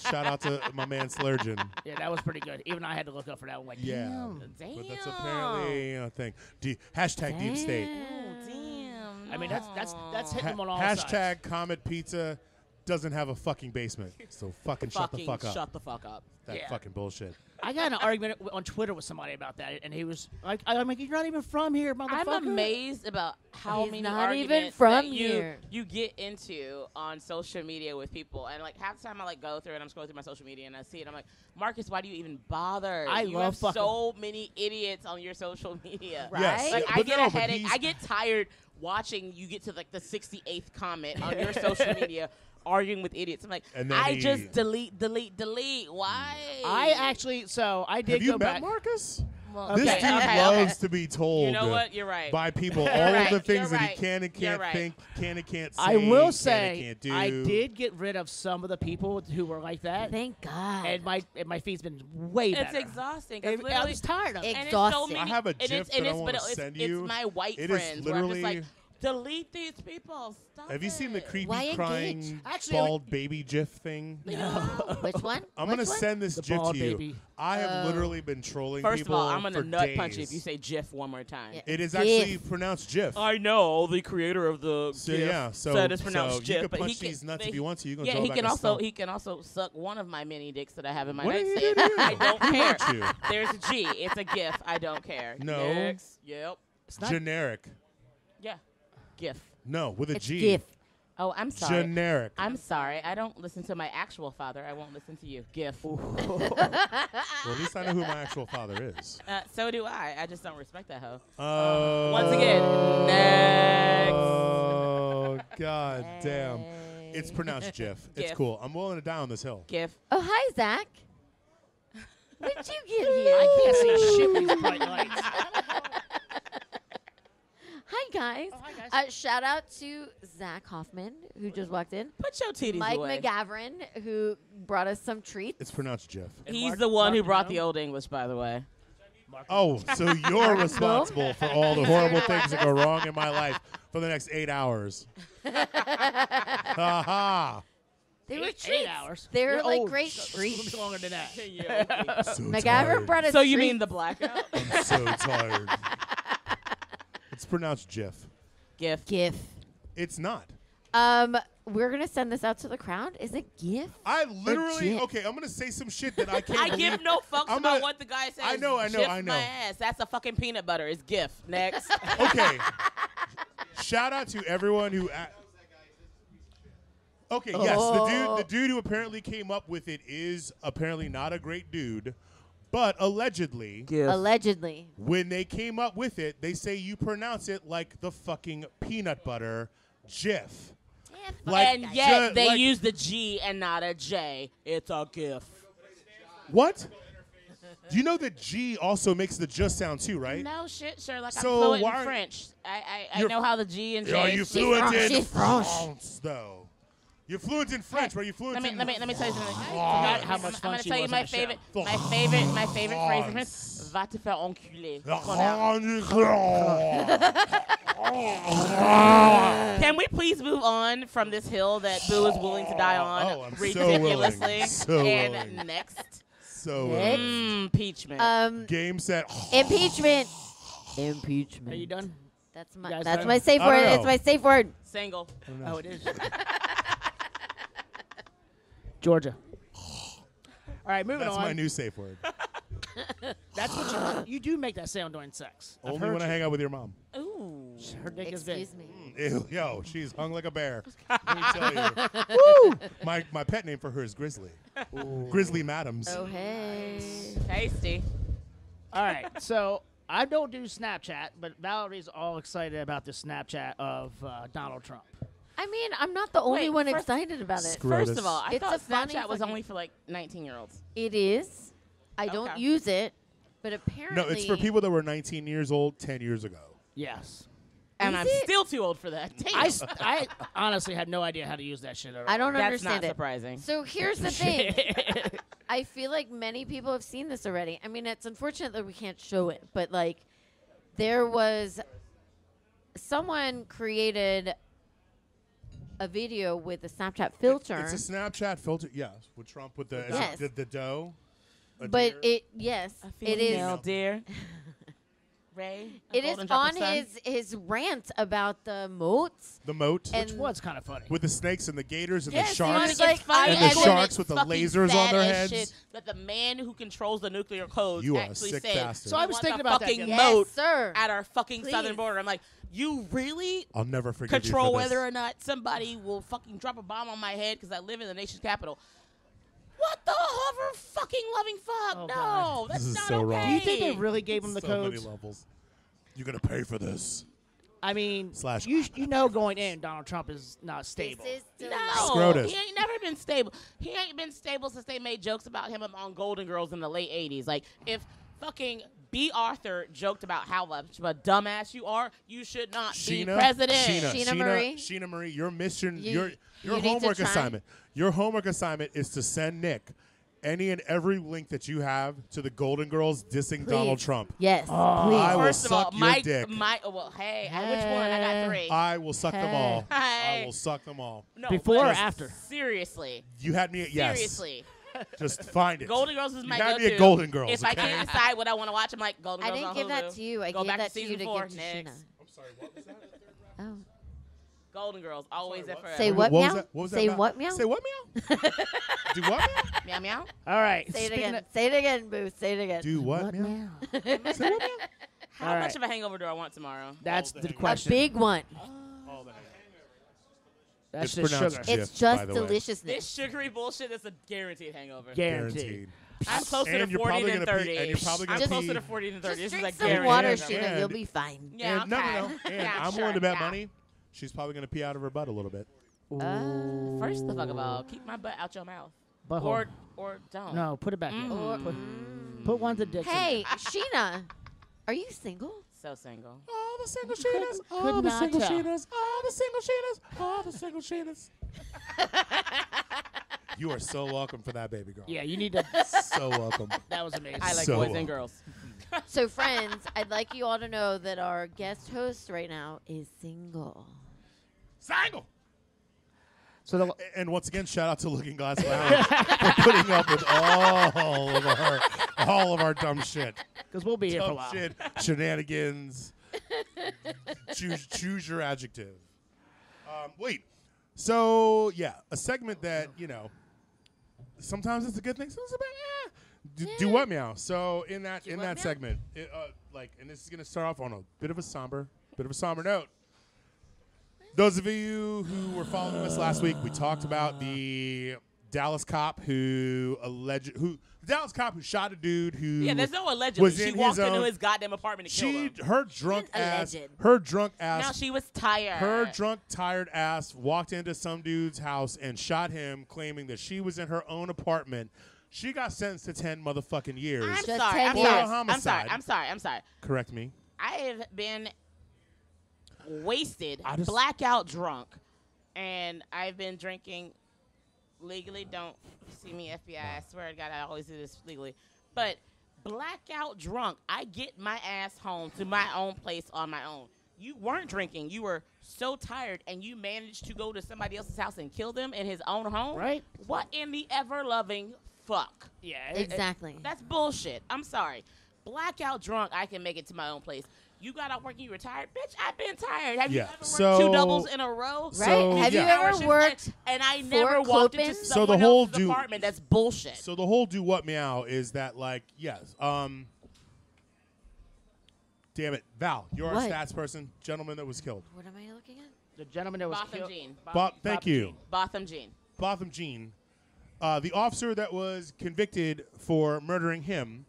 [SPEAKER 2] Shout out to my man Slurgeon.
[SPEAKER 1] yeah, that was pretty good. Even I had to look up for that one. Like,
[SPEAKER 2] Yeah.
[SPEAKER 1] damn.
[SPEAKER 5] Damn.
[SPEAKER 2] But that's apparently a thing. D- hashtag deep state.
[SPEAKER 5] Oh, damn.
[SPEAKER 1] I mean, that's that's that's hitting
[SPEAKER 2] Ha-
[SPEAKER 1] him on all
[SPEAKER 2] hashtag
[SPEAKER 1] sides.
[SPEAKER 2] Comet Pizza doesn't have a fucking basement. So fucking shut the
[SPEAKER 5] fucking
[SPEAKER 2] fuck up.
[SPEAKER 5] shut the fuck up.
[SPEAKER 2] that
[SPEAKER 1] yeah.
[SPEAKER 2] fucking bullshit.
[SPEAKER 1] I got in an argument w- on Twitter with somebody about that, and he was like, "I'm like, you're not even from here, motherfucker."
[SPEAKER 5] I'm amazed about how
[SPEAKER 4] He's
[SPEAKER 5] many
[SPEAKER 4] not even
[SPEAKER 5] arguments
[SPEAKER 4] from
[SPEAKER 5] that you,
[SPEAKER 4] here.
[SPEAKER 5] you get into on social media with people, and like half the time I like go through and I'm scrolling through my social media and I see it. I'm like, Marcus, why do you even bother?
[SPEAKER 1] I
[SPEAKER 5] you
[SPEAKER 1] love
[SPEAKER 5] have
[SPEAKER 1] fucking-
[SPEAKER 5] so many idiots on your social media.
[SPEAKER 4] Right?
[SPEAKER 2] Yes.
[SPEAKER 5] Like
[SPEAKER 2] Yeah,
[SPEAKER 5] I
[SPEAKER 2] but
[SPEAKER 5] get
[SPEAKER 2] no,
[SPEAKER 5] a
[SPEAKER 2] but
[SPEAKER 5] headache.
[SPEAKER 2] he's-
[SPEAKER 5] I get tired watching you get to like the 68th comment on your social media arguing with idiots. I'm like,
[SPEAKER 2] And then
[SPEAKER 5] I
[SPEAKER 2] he-
[SPEAKER 5] just delete, delete, delete. Why?
[SPEAKER 1] I actually, so I did
[SPEAKER 2] Have you
[SPEAKER 1] go
[SPEAKER 2] met
[SPEAKER 1] back.
[SPEAKER 2] Marcus?
[SPEAKER 5] Well,
[SPEAKER 2] This
[SPEAKER 5] okay,
[SPEAKER 2] dude
[SPEAKER 5] okay,
[SPEAKER 2] loves
[SPEAKER 5] okay.
[SPEAKER 2] to be told
[SPEAKER 5] You know what? You're right.
[SPEAKER 2] by people all
[SPEAKER 5] right,
[SPEAKER 2] of the things that
[SPEAKER 5] you're right,
[SPEAKER 2] he can and
[SPEAKER 5] you're
[SPEAKER 2] can't
[SPEAKER 5] right.
[SPEAKER 2] think, can and can't say,
[SPEAKER 1] I will
[SPEAKER 2] can and
[SPEAKER 1] say,
[SPEAKER 2] can't do.
[SPEAKER 1] I did get rid of some of the people who were like that,
[SPEAKER 4] Thank God.
[SPEAKER 1] and my and my feed's been way
[SPEAKER 5] It's
[SPEAKER 1] better.
[SPEAKER 5] exhausting. 'cause
[SPEAKER 1] It- I
[SPEAKER 5] literally-
[SPEAKER 1] was tired of it.
[SPEAKER 5] And
[SPEAKER 4] Exhausting.
[SPEAKER 5] It's
[SPEAKER 4] I
[SPEAKER 5] so many,
[SPEAKER 2] have a
[SPEAKER 5] and
[SPEAKER 2] GIF
[SPEAKER 5] it's, and
[SPEAKER 2] that I
[SPEAKER 5] it's-
[SPEAKER 2] wanna
[SPEAKER 5] but it's-
[SPEAKER 2] send
[SPEAKER 5] it's
[SPEAKER 2] you.
[SPEAKER 5] my white
[SPEAKER 2] It is
[SPEAKER 5] friends where I'm
[SPEAKER 2] literally-
[SPEAKER 5] just like, delete these people. Stop
[SPEAKER 2] Have you seen the
[SPEAKER 5] it."
[SPEAKER 2] creepy
[SPEAKER 4] Why engage?
[SPEAKER 2] crying
[SPEAKER 1] Actually, I
[SPEAKER 2] bald baby GIF thing?
[SPEAKER 4] Which one?
[SPEAKER 2] I'm gonna
[SPEAKER 4] Which one?
[SPEAKER 2] send this
[SPEAKER 1] The
[SPEAKER 2] GIF
[SPEAKER 1] bald
[SPEAKER 2] to you.
[SPEAKER 1] baby.
[SPEAKER 2] I have literally been trolling
[SPEAKER 5] Uh, First of
[SPEAKER 2] people
[SPEAKER 5] all, I'm
[SPEAKER 2] for
[SPEAKER 5] gonna nut
[SPEAKER 2] days.
[SPEAKER 5] punch you if you say GIF one more time.
[SPEAKER 4] Yeah.
[SPEAKER 2] It is
[SPEAKER 4] GIF.
[SPEAKER 2] actually pronounced GIF.
[SPEAKER 5] I know the creator of the
[SPEAKER 2] So,
[SPEAKER 5] GIF
[SPEAKER 2] yeah, so-
[SPEAKER 5] said it's pronounced
[SPEAKER 2] so you
[SPEAKER 5] GIF,
[SPEAKER 2] could
[SPEAKER 5] but he
[SPEAKER 2] punch
[SPEAKER 5] can,
[SPEAKER 2] these nuts
[SPEAKER 5] they-
[SPEAKER 2] if you want to. You can
[SPEAKER 5] yeah,
[SPEAKER 2] go
[SPEAKER 5] he
[SPEAKER 2] back
[SPEAKER 5] can
[SPEAKER 2] and
[SPEAKER 5] also
[SPEAKER 2] stomp.
[SPEAKER 5] he can also suck one of my many dicks that I have in my
[SPEAKER 2] What did he
[SPEAKER 5] nightstand.
[SPEAKER 2] do to you?
[SPEAKER 5] I don't care.
[SPEAKER 2] Punch you.
[SPEAKER 5] There's a G. It's a GIF. I don't care.
[SPEAKER 2] No.
[SPEAKER 5] Next. Yep.
[SPEAKER 1] It's not-
[SPEAKER 2] Generic.
[SPEAKER 5] Yeah. GIF.
[SPEAKER 2] No, with a
[SPEAKER 4] It's
[SPEAKER 2] G.
[SPEAKER 4] GIF.
[SPEAKER 5] Oh, I'm sorry.
[SPEAKER 2] Generic.
[SPEAKER 5] I'm sorry. I don't listen to my actual father. I won't listen to you. GIF.
[SPEAKER 2] well, at least I know who my actual father is.
[SPEAKER 5] Uh, so do I. I just don't respect that hoe.
[SPEAKER 2] Oh.
[SPEAKER 5] Once again, next.
[SPEAKER 2] Oh god damn. It's pronounced Jeff. It's
[SPEAKER 5] Gif.
[SPEAKER 2] cool. I'm willing to die on this hill.
[SPEAKER 5] GIF.
[SPEAKER 4] Oh, hi, Zach. When did you get here?
[SPEAKER 1] I can't see shit with these bright lights.
[SPEAKER 4] Hi, guys.
[SPEAKER 1] Oh, hi, guys.
[SPEAKER 4] Uh, shout out to Zach Hoffman, who just walked in.
[SPEAKER 5] Put your titties
[SPEAKER 4] Mike
[SPEAKER 5] away.
[SPEAKER 4] McGavran, who brought us some treats.
[SPEAKER 2] It's pronounced Jeff.
[SPEAKER 5] He's
[SPEAKER 1] Mark-
[SPEAKER 5] the one who
[SPEAKER 1] Mark
[SPEAKER 5] brought
[SPEAKER 1] Brown.
[SPEAKER 5] the old English, by the way.
[SPEAKER 2] Oh, so you're responsible for all the horrible things that go wrong in my life for the next eight hours. Ha ha.
[SPEAKER 4] They
[SPEAKER 1] Eight-
[SPEAKER 4] were
[SPEAKER 1] eight
[SPEAKER 4] treats.
[SPEAKER 1] hours.
[SPEAKER 4] They were
[SPEAKER 1] Yeah,
[SPEAKER 4] like
[SPEAKER 1] oh,
[SPEAKER 4] great
[SPEAKER 1] sh-
[SPEAKER 4] treats.
[SPEAKER 1] It's longer than that.
[SPEAKER 2] So
[SPEAKER 4] McGavran
[SPEAKER 2] tired.
[SPEAKER 4] brought us
[SPEAKER 5] so you mean
[SPEAKER 4] treats.
[SPEAKER 5] the blackout?
[SPEAKER 2] I'm so tired. It's pronounced Jeff.
[SPEAKER 5] GIF.
[SPEAKER 4] GIF.
[SPEAKER 2] It's not.
[SPEAKER 4] Um, we're going to send this out to the crowd. Is it GIF?
[SPEAKER 2] I literally
[SPEAKER 4] Jeff.
[SPEAKER 2] okay. I'm gonna say some shit that I can't.
[SPEAKER 5] I
[SPEAKER 2] believe.
[SPEAKER 5] give no fucks
[SPEAKER 2] I'm
[SPEAKER 5] about
[SPEAKER 2] gonna-
[SPEAKER 5] what the guy says.
[SPEAKER 2] I know, I know,
[SPEAKER 5] GIF
[SPEAKER 2] I know.
[SPEAKER 5] My ass. That's a fucking peanut butter. It's GIF. Next.
[SPEAKER 2] okay. Shout out to everyone who. a- okay, yes, the dude, the dude who apparently came up with it is apparently not a great dude, but allegedly,
[SPEAKER 4] Allegedly.
[SPEAKER 2] when they came up with it, they say you pronounce it like the fucking peanut butter, Jif. Like,
[SPEAKER 5] and yet
[SPEAKER 2] ju-
[SPEAKER 5] they
[SPEAKER 2] like-
[SPEAKER 5] use the G and not a J. It's a GIF.
[SPEAKER 2] what? Do you know that G also makes the just sound too, right?
[SPEAKER 5] No shit, sure. Like
[SPEAKER 2] So
[SPEAKER 5] I'm fluent
[SPEAKER 2] why-
[SPEAKER 5] in French. I I, I
[SPEAKER 2] You're-
[SPEAKER 5] know how the G and J.
[SPEAKER 2] Are you
[SPEAKER 5] shit-
[SPEAKER 2] fluent
[SPEAKER 4] French,
[SPEAKER 2] in
[SPEAKER 4] she's French.
[SPEAKER 2] France, though? You're fluent in French, right? You're fluent
[SPEAKER 5] Let me
[SPEAKER 2] in
[SPEAKER 5] let me let me tell you something.
[SPEAKER 2] Oh, How
[SPEAKER 5] I'm, gonna-
[SPEAKER 1] much
[SPEAKER 5] I'm
[SPEAKER 1] fun
[SPEAKER 5] gonna
[SPEAKER 1] she
[SPEAKER 5] tell you
[SPEAKER 1] was
[SPEAKER 5] my
[SPEAKER 1] on the show.
[SPEAKER 5] favorite, my favorite, my favorite phrase in
[SPEAKER 2] Oh.
[SPEAKER 5] French. Va te faire enculer. Come on out. Can we please move on from this hill that Boo is willing to die on
[SPEAKER 2] Oh, I'm so willing.
[SPEAKER 5] ridiculously?
[SPEAKER 2] So
[SPEAKER 5] and
[SPEAKER 2] willing.
[SPEAKER 5] next, Hmm,
[SPEAKER 2] So, uh,
[SPEAKER 4] Next.
[SPEAKER 5] impeachment.
[SPEAKER 4] Um,
[SPEAKER 2] game set.
[SPEAKER 4] impeachment.
[SPEAKER 1] Are you
[SPEAKER 4] Impeachment.
[SPEAKER 1] done?
[SPEAKER 4] That's my
[SPEAKER 1] You guys
[SPEAKER 4] that's
[SPEAKER 1] done?
[SPEAKER 4] my safe
[SPEAKER 2] I don't
[SPEAKER 4] word.
[SPEAKER 2] know.
[SPEAKER 4] It's my safe word.
[SPEAKER 5] Single.
[SPEAKER 1] Oh, it is. Georgia. All right, moving
[SPEAKER 2] That's
[SPEAKER 1] on.
[SPEAKER 2] my new safe word.
[SPEAKER 1] That's what you, you do make that sound during sex. I've
[SPEAKER 2] Only
[SPEAKER 1] heard
[SPEAKER 2] when I
[SPEAKER 1] you.
[SPEAKER 2] hang out with your mom.
[SPEAKER 5] Ooh.
[SPEAKER 1] Her dick is big.
[SPEAKER 4] Excuse me.
[SPEAKER 2] Ew, yo, she's hung like a bear. Let me tell you. Woo! My, my pet name for her is Grizzly. Grizzly Madams.
[SPEAKER 4] Oh hey.
[SPEAKER 5] Tasty.
[SPEAKER 1] All right, so I don't do Snapchat, but Valerie's all excited about the Snapchat of uh, Donald Trump.
[SPEAKER 4] I mean, I'm not the only
[SPEAKER 5] Wait,
[SPEAKER 4] one
[SPEAKER 5] first-
[SPEAKER 4] excited about it.
[SPEAKER 2] Grotus.
[SPEAKER 5] First of all, I
[SPEAKER 4] It's a
[SPEAKER 5] thought
[SPEAKER 4] funny
[SPEAKER 5] Snapchat was
[SPEAKER 4] fucking-
[SPEAKER 5] only for like 19 year olds.
[SPEAKER 4] It is. I don't
[SPEAKER 5] Okay.
[SPEAKER 4] use it, but apparently
[SPEAKER 2] No, it's for people that were 19 years old 10 years ago.
[SPEAKER 1] Yes.
[SPEAKER 5] And
[SPEAKER 4] Is
[SPEAKER 5] I'm
[SPEAKER 4] it?
[SPEAKER 5] still too old for that. Damn.
[SPEAKER 1] I, s- I honestly had no idea how to use that shit at all.
[SPEAKER 4] I don't
[SPEAKER 5] That's
[SPEAKER 4] understand
[SPEAKER 5] not
[SPEAKER 4] it.
[SPEAKER 5] surprising.
[SPEAKER 4] So here's the thing. I feel like many people have seen this already. I mean, it's unfortunate that we can't show it, but like there was someone created a video with a Snapchat filter.
[SPEAKER 2] It's a Snapchat filter. Yes, with Trump with the,
[SPEAKER 4] Yes.
[SPEAKER 2] the, the dough. a
[SPEAKER 4] but
[SPEAKER 2] deer.
[SPEAKER 4] it yes, it
[SPEAKER 5] Female
[SPEAKER 4] is
[SPEAKER 5] dear. Ray. a
[SPEAKER 4] it is
[SPEAKER 5] golden drop
[SPEAKER 4] on
[SPEAKER 5] of sun.
[SPEAKER 4] his his rant about the moats
[SPEAKER 2] the moat
[SPEAKER 4] and
[SPEAKER 1] Which was kind of funny.
[SPEAKER 2] with the snakes and the gators and
[SPEAKER 4] Yes,
[SPEAKER 2] the
[SPEAKER 4] it
[SPEAKER 2] sharks.
[SPEAKER 4] was like-
[SPEAKER 5] funny
[SPEAKER 4] And
[SPEAKER 2] the
[SPEAKER 5] as when
[SPEAKER 2] sharks
[SPEAKER 5] it's
[SPEAKER 2] with the
[SPEAKER 5] fucking
[SPEAKER 2] lasers on
[SPEAKER 5] sad
[SPEAKER 2] their
[SPEAKER 5] as
[SPEAKER 2] heads.
[SPEAKER 5] shit that the man who controls the nuclear codes
[SPEAKER 2] You are a
[SPEAKER 5] actually
[SPEAKER 2] sick
[SPEAKER 5] said.
[SPEAKER 2] bastard.
[SPEAKER 1] So I
[SPEAKER 5] "We
[SPEAKER 1] was
[SPEAKER 5] want
[SPEAKER 1] thinking
[SPEAKER 5] the
[SPEAKER 1] about that
[SPEAKER 5] fucking
[SPEAKER 1] the
[SPEAKER 4] other day.
[SPEAKER 5] moat
[SPEAKER 4] Yes, sir.
[SPEAKER 5] at our fucking
[SPEAKER 4] Please.
[SPEAKER 5] southern border. I'm like, you really
[SPEAKER 2] I'll never forgive
[SPEAKER 5] control
[SPEAKER 2] you for this.
[SPEAKER 5] whether or not somebody will fucking drop a bomb on my head because I live in the nation's capital. What the hover fucking loving fuck?
[SPEAKER 1] Oh,
[SPEAKER 5] no,
[SPEAKER 1] God.
[SPEAKER 5] that's
[SPEAKER 2] This is
[SPEAKER 5] not
[SPEAKER 2] so
[SPEAKER 5] okay.
[SPEAKER 2] wrong.
[SPEAKER 1] do you think they really gave him the
[SPEAKER 2] so
[SPEAKER 1] codes?
[SPEAKER 2] many levels. You're gonna pay for this.
[SPEAKER 1] I mean,
[SPEAKER 2] Slash-
[SPEAKER 1] you, you know going in, Donald Trump is not stable.
[SPEAKER 4] This is delightful.
[SPEAKER 5] No,
[SPEAKER 2] Scrotus.
[SPEAKER 5] he ain't never been stable. He ain't been stable since they made jokes about him on Golden Girls in the late '80s. Like if fucking B. Arthur joked about how much of a dumbass you are, you should not be
[SPEAKER 2] Sheena,
[SPEAKER 5] president.
[SPEAKER 2] Sheena,
[SPEAKER 4] Sheena
[SPEAKER 2] Sheena,
[SPEAKER 4] Marie.
[SPEAKER 2] Sheena Marie, your mission,
[SPEAKER 4] You-
[SPEAKER 2] your
[SPEAKER 4] you
[SPEAKER 2] your
[SPEAKER 4] need to
[SPEAKER 2] homework
[SPEAKER 4] try.
[SPEAKER 2] assignment, your homework assignment is to send Nick any and every link that you have to the Golden Girls dissing Donald
[SPEAKER 4] Please.
[SPEAKER 2] Trump. Ah.
[SPEAKER 4] Yes.
[SPEAKER 2] I will
[SPEAKER 5] First of all,
[SPEAKER 2] suck your
[SPEAKER 5] my
[SPEAKER 2] dick.
[SPEAKER 5] my oh, well, hey, I- which one? I got three.
[SPEAKER 2] I will suck them
[SPEAKER 4] Hey.
[SPEAKER 2] all. I
[SPEAKER 5] Hey.
[SPEAKER 2] will suck them all.
[SPEAKER 5] no,
[SPEAKER 1] Before or
[SPEAKER 5] but
[SPEAKER 1] after?
[SPEAKER 5] Seriously,
[SPEAKER 2] You had me at yes.
[SPEAKER 5] seriously.
[SPEAKER 2] Just find it.
[SPEAKER 5] Golden Girls is
[SPEAKER 2] You
[SPEAKER 5] my
[SPEAKER 2] gotta be
[SPEAKER 5] go-to.
[SPEAKER 2] a Golden Girls,
[SPEAKER 5] If I
[SPEAKER 2] okay?
[SPEAKER 5] can't decide what I want to watch, I'm like Golden
[SPEAKER 4] I
[SPEAKER 5] Girls.
[SPEAKER 4] didn't
[SPEAKER 5] on
[SPEAKER 4] give that
[SPEAKER 5] Hulu.
[SPEAKER 4] to you. I
[SPEAKER 5] Go
[SPEAKER 4] gave
[SPEAKER 5] back
[SPEAKER 4] that
[SPEAKER 5] to
[SPEAKER 4] to you
[SPEAKER 5] season
[SPEAKER 4] to
[SPEAKER 5] four
[SPEAKER 4] give to
[SPEAKER 5] next.
[SPEAKER 4] Sheena.
[SPEAKER 2] I'm sorry, what was that?
[SPEAKER 4] Oh.
[SPEAKER 5] Golden Girls, always and forever.
[SPEAKER 4] Say what,
[SPEAKER 2] what
[SPEAKER 4] meow?
[SPEAKER 2] was that? What was that
[SPEAKER 4] Say
[SPEAKER 2] about?
[SPEAKER 4] what meow?
[SPEAKER 2] Say what meow? Do what meow?
[SPEAKER 5] Meow meow.
[SPEAKER 1] All right.
[SPEAKER 4] Say it
[SPEAKER 1] speaking
[SPEAKER 4] again.
[SPEAKER 1] of-
[SPEAKER 4] Say it again, Boo. Say it again.
[SPEAKER 2] Do what, meow? Say what meow?
[SPEAKER 5] How
[SPEAKER 1] All
[SPEAKER 5] much
[SPEAKER 1] right.
[SPEAKER 5] of a hangover do I want tomorrow?
[SPEAKER 1] That's
[SPEAKER 2] All
[SPEAKER 1] the
[SPEAKER 2] day.
[SPEAKER 4] a
[SPEAKER 1] question.
[SPEAKER 4] big one.
[SPEAKER 1] That's
[SPEAKER 2] It's
[SPEAKER 1] just sugar.
[SPEAKER 2] pronounced Jif, by
[SPEAKER 4] It's just
[SPEAKER 2] the way.
[SPEAKER 5] This
[SPEAKER 4] deliciousness.
[SPEAKER 5] sugary bullshit is a guaranteed hangover.
[SPEAKER 1] Guaranteed.
[SPEAKER 2] Guaranteed.
[SPEAKER 5] I'm closer
[SPEAKER 2] And
[SPEAKER 5] to
[SPEAKER 2] you're
[SPEAKER 5] 40
[SPEAKER 2] probably
[SPEAKER 5] than
[SPEAKER 2] gonna
[SPEAKER 5] 30.
[SPEAKER 2] pee, and you're probably gonna
[SPEAKER 5] I'm closer
[SPEAKER 2] pee.
[SPEAKER 5] to 40 than 30.
[SPEAKER 4] Just
[SPEAKER 5] This
[SPEAKER 4] drink
[SPEAKER 5] is a
[SPEAKER 4] some
[SPEAKER 5] guaranteed
[SPEAKER 4] water,
[SPEAKER 5] hangover.
[SPEAKER 4] Sheena.
[SPEAKER 2] And-
[SPEAKER 4] You'll be fine.
[SPEAKER 5] Yeah,
[SPEAKER 2] And- no,
[SPEAKER 5] okay.
[SPEAKER 2] no, no. And
[SPEAKER 5] Yeah,
[SPEAKER 2] I'm
[SPEAKER 5] sure,
[SPEAKER 2] willing to bet
[SPEAKER 5] yeah.
[SPEAKER 2] money she's probably going to pee out of her butt a little bit.
[SPEAKER 5] First the fuck of all, keep my butt out your mouth.
[SPEAKER 1] Butthole.
[SPEAKER 5] Or or don't.
[SPEAKER 1] No, put it back in. Put, put one of the dicks in
[SPEAKER 4] Mm-hmm. Hey, Sheena, are you single?
[SPEAKER 5] So single.
[SPEAKER 2] All the single Sheenas,
[SPEAKER 1] could
[SPEAKER 2] all Oh, the
[SPEAKER 1] not
[SPEAKER 2] single
[SPEAKER 1] tell.
[SPEAKER 2] Sheenas, all the single Sheenas, all the single Sheenas. you are so welcome for that, baby girl.
[SPEAKER 1] Yeah, you need to.
[SPEAKER 2] So welcome.
[SPEAKER 1] that was amazing.
[SPEAKER 5] I like
[SPEAKER 2] So,
[SPEAKER 5] boys
[SPEAKER 2] uh,
[SPEAKER 5] and girls.
[SPEAKER 4] So, friends, I'd like you all to know that our guest host right now is single.
[SPEAKER 2] Single.
[SPEAKER 1] so the,
[SPEAKER 2] And once again, shout out to Looking Glass Lounge for putting up with all of our all of our dumb shit,
[SPEAKER 1] because we'll be here for a
[SPEAKER 2] dumb
[SPEAKER 1] while.
[SPEAKER 2] shit, shenanigans. choose choose your adjective. Um, wait. So yeah, a segment that you know. Sometimes it's a good thing. Sometimes it's a bad. eh. Do, do
[SPEAKER 4] Yeah.
[SPEAKER 2] what meow? So in that in
[SPEAKER 4] what
[SPEAKER 2] that
[SPEAKER 4] meow?
[SPEAKER 2] segment, it, uh, like, and this is gonna start off on a bit of a somber, bit of a somber note. Those of you who were following us last week, we talked about the Dallas cop who alleged who the Dallas cop who shot a dude who
[SPEAKER 5] Yeah, there's no allegedly.
[SPEAKER 2] was
[SPEAKER 5] she
[SPEAKER 2] in
[SPEAKER 5] walked
[SPEAKER 2] his
[SPEAKER 5] into
[SPEAKER 2] own-
[SPEAKER 5] his goddamn apartment to kill
[SPEAKER 2] she
[SPEAKER 5] him.
[SPEAKER 2] her drunk
[SPEAKER 4] She's
[SPEAKER 2] ass
[SPEAKER 4] alleged.
[SPEAKER 2] her drunk
[SPEAKER 5] Now
[SPEAKER 2] ass
[SPEAKER 5] she was tired.
[SPEAKER 2] her drunk, tired ass walked into some dude's house and shot him, claiming that she was in her own apartment. She got sentenced to ten motherfucking years.
[SPEAKER 5] I'm
[SPEAKER 4] Just
[SPEAKER 5] sorry.
[SPEAKER 4] ten
[SPEAKER 5] I'm
[SPEAKER 4] years.
[SPEAKER 5] sorry.
[SPEAKER 2] Moral
[SPEAKER 5] I'm
[SPEAKER 2] homicide.
[SPEAKER 5] sorry. I'm sorry. I'm sorry.
[SPEAKER 2] Correct me.
[SPEAKER 5] I have been wasted,
[SPEAKER 2] I just-
[SPEAKER 5] blackout drunk, and I've been drinking legally. Don't see me, FBI. I swear to God, I always do this legally. But blackout drunk, I get my ass home to my own place on my own. You weren't drinking. You were so tired, and you managed to go to somebody else's house and kill them in his own home.
[SPEAKER 1] Right.
[SPEAKER 5] What in the ever loving fuck?
[SPEAKER 1] Yeah. it-
[SPEAKER 4] Exactly.
[SPEAKER 5] That's bullshit. I'm sorry. Blackout drunk, I can make it to my own place. You got out working, you retired. Bitch, I've been tired. Have you
[SPEAKER 2] Yeah.
[SPEAKER 5] ever worked
[SPEAKER 2] So-
[SPEAKER 5] two doubles in a row?
[SPEAKER 4] right?
[SPEAKER 2] So,
[SPEAKER 4] Have
[SPEAKER 2] yeah.
[SPEAKER 5] Hour
[SPEAKER 4] you
[SPEAKER 5] shifts,
[SPEAKER 4] ever worked?
[SPEAKER 5] and, and I
[SPEAKER 4] for
[SPEAKER 5] never walked
[SPEAKER 4] Clopin?
[SPEAKER 5] into
[SPEAKER 4] So
[SPEAKER 5] someone
[SPEAKER 2] the whole
[SPEAKER 5] else's
[SPEAKER 2] dude-
[SPEAKER 5] apartment. That's bullshit.
[SPEAKER 2] So the whole do what meow is that like yes. Um Damn it, Val, you're
[SPEAKER 4] What?
[SPEAKER 2] a stats person, gentleman that was killed.
[SPEAKER 4] What am I looking at?
[SPEAKER 1] The gentleman that was
[SPEAKER 5] Botham
[SPEAKER 1] killed.
[SPEAKER 5] Jean.
[SPEAKER 2] Bob, thank
[SPEAKER 1] Botham
[SPEAKER 2] you.
[SPEAKER 1] Jean.
[SPEAKER 5] Botham Jean.
[SPEAKER 2] Botham Jean, uh, the officer that was convicted for murdering him.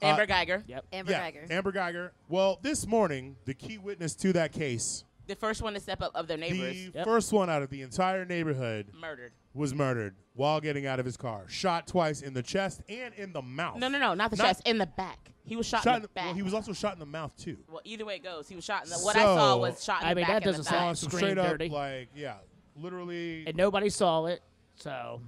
[SPEAKER 5] Amber Geiger.
[SPEAKER 1] Yep.
[SPEAKER 4] Amber
[SPEAKER 2] yeah,
[SPEAKER 4] Geiger.
[SPEAKER 2] Amber Geiger. Well, this morning, the key witness to that case,
[SPEAKER 5] The first one to step up of their neighbors.
[SPEAKER 2] the
[SPEAKER 1] Yep.
[SPEAKER 2] first one out of the entire neighborhood,
[SPEAKER 5] Murdered.
[SPEAKER 2] was murdered while getting out of his car. Shot twice in the chest and in the mouth.
[SPEAKER 5] No, no, no, not the
[SPEAKER 2] Oh. Not-
[SPEAKER 5] chest. In the back. He was shot,
[SPEAKER 2] Shot
[SPEAKER 5] in
[SPEAKER 2] in
[SPEAKER 5] the
[SPEAKER 2] the-
[SPEAKER 5] back.
[SPEAKER 2] well, he was also shot in the mouth, too.
[SPEAKER 5] Well, either way it goes. He was shot in the. What I saw
[SPEAKER 2] So-
[SPEAKER 5] was shot in
[SPEAKER 1] I
[SPEAKER 5] the
[SPEAKER 1] mean,
[SPEAKER 5] back.
[SPEAKER 1] that
[SPEAKER 5] and
[SPEAKER 1] doesn't
[SPEAKER 5] the
[SPEAKER 1] sound
[SPEAKER 5] thigh.
[SPEAKER 2] Uh, some
[SPEAKER 1] scream
[SPEAKER 2] straight
[SPEAKER 1] dirty.
[SPEAKER 2] up, like, yeah, literally.
[SPEAKER 1] And nobody saw it, so.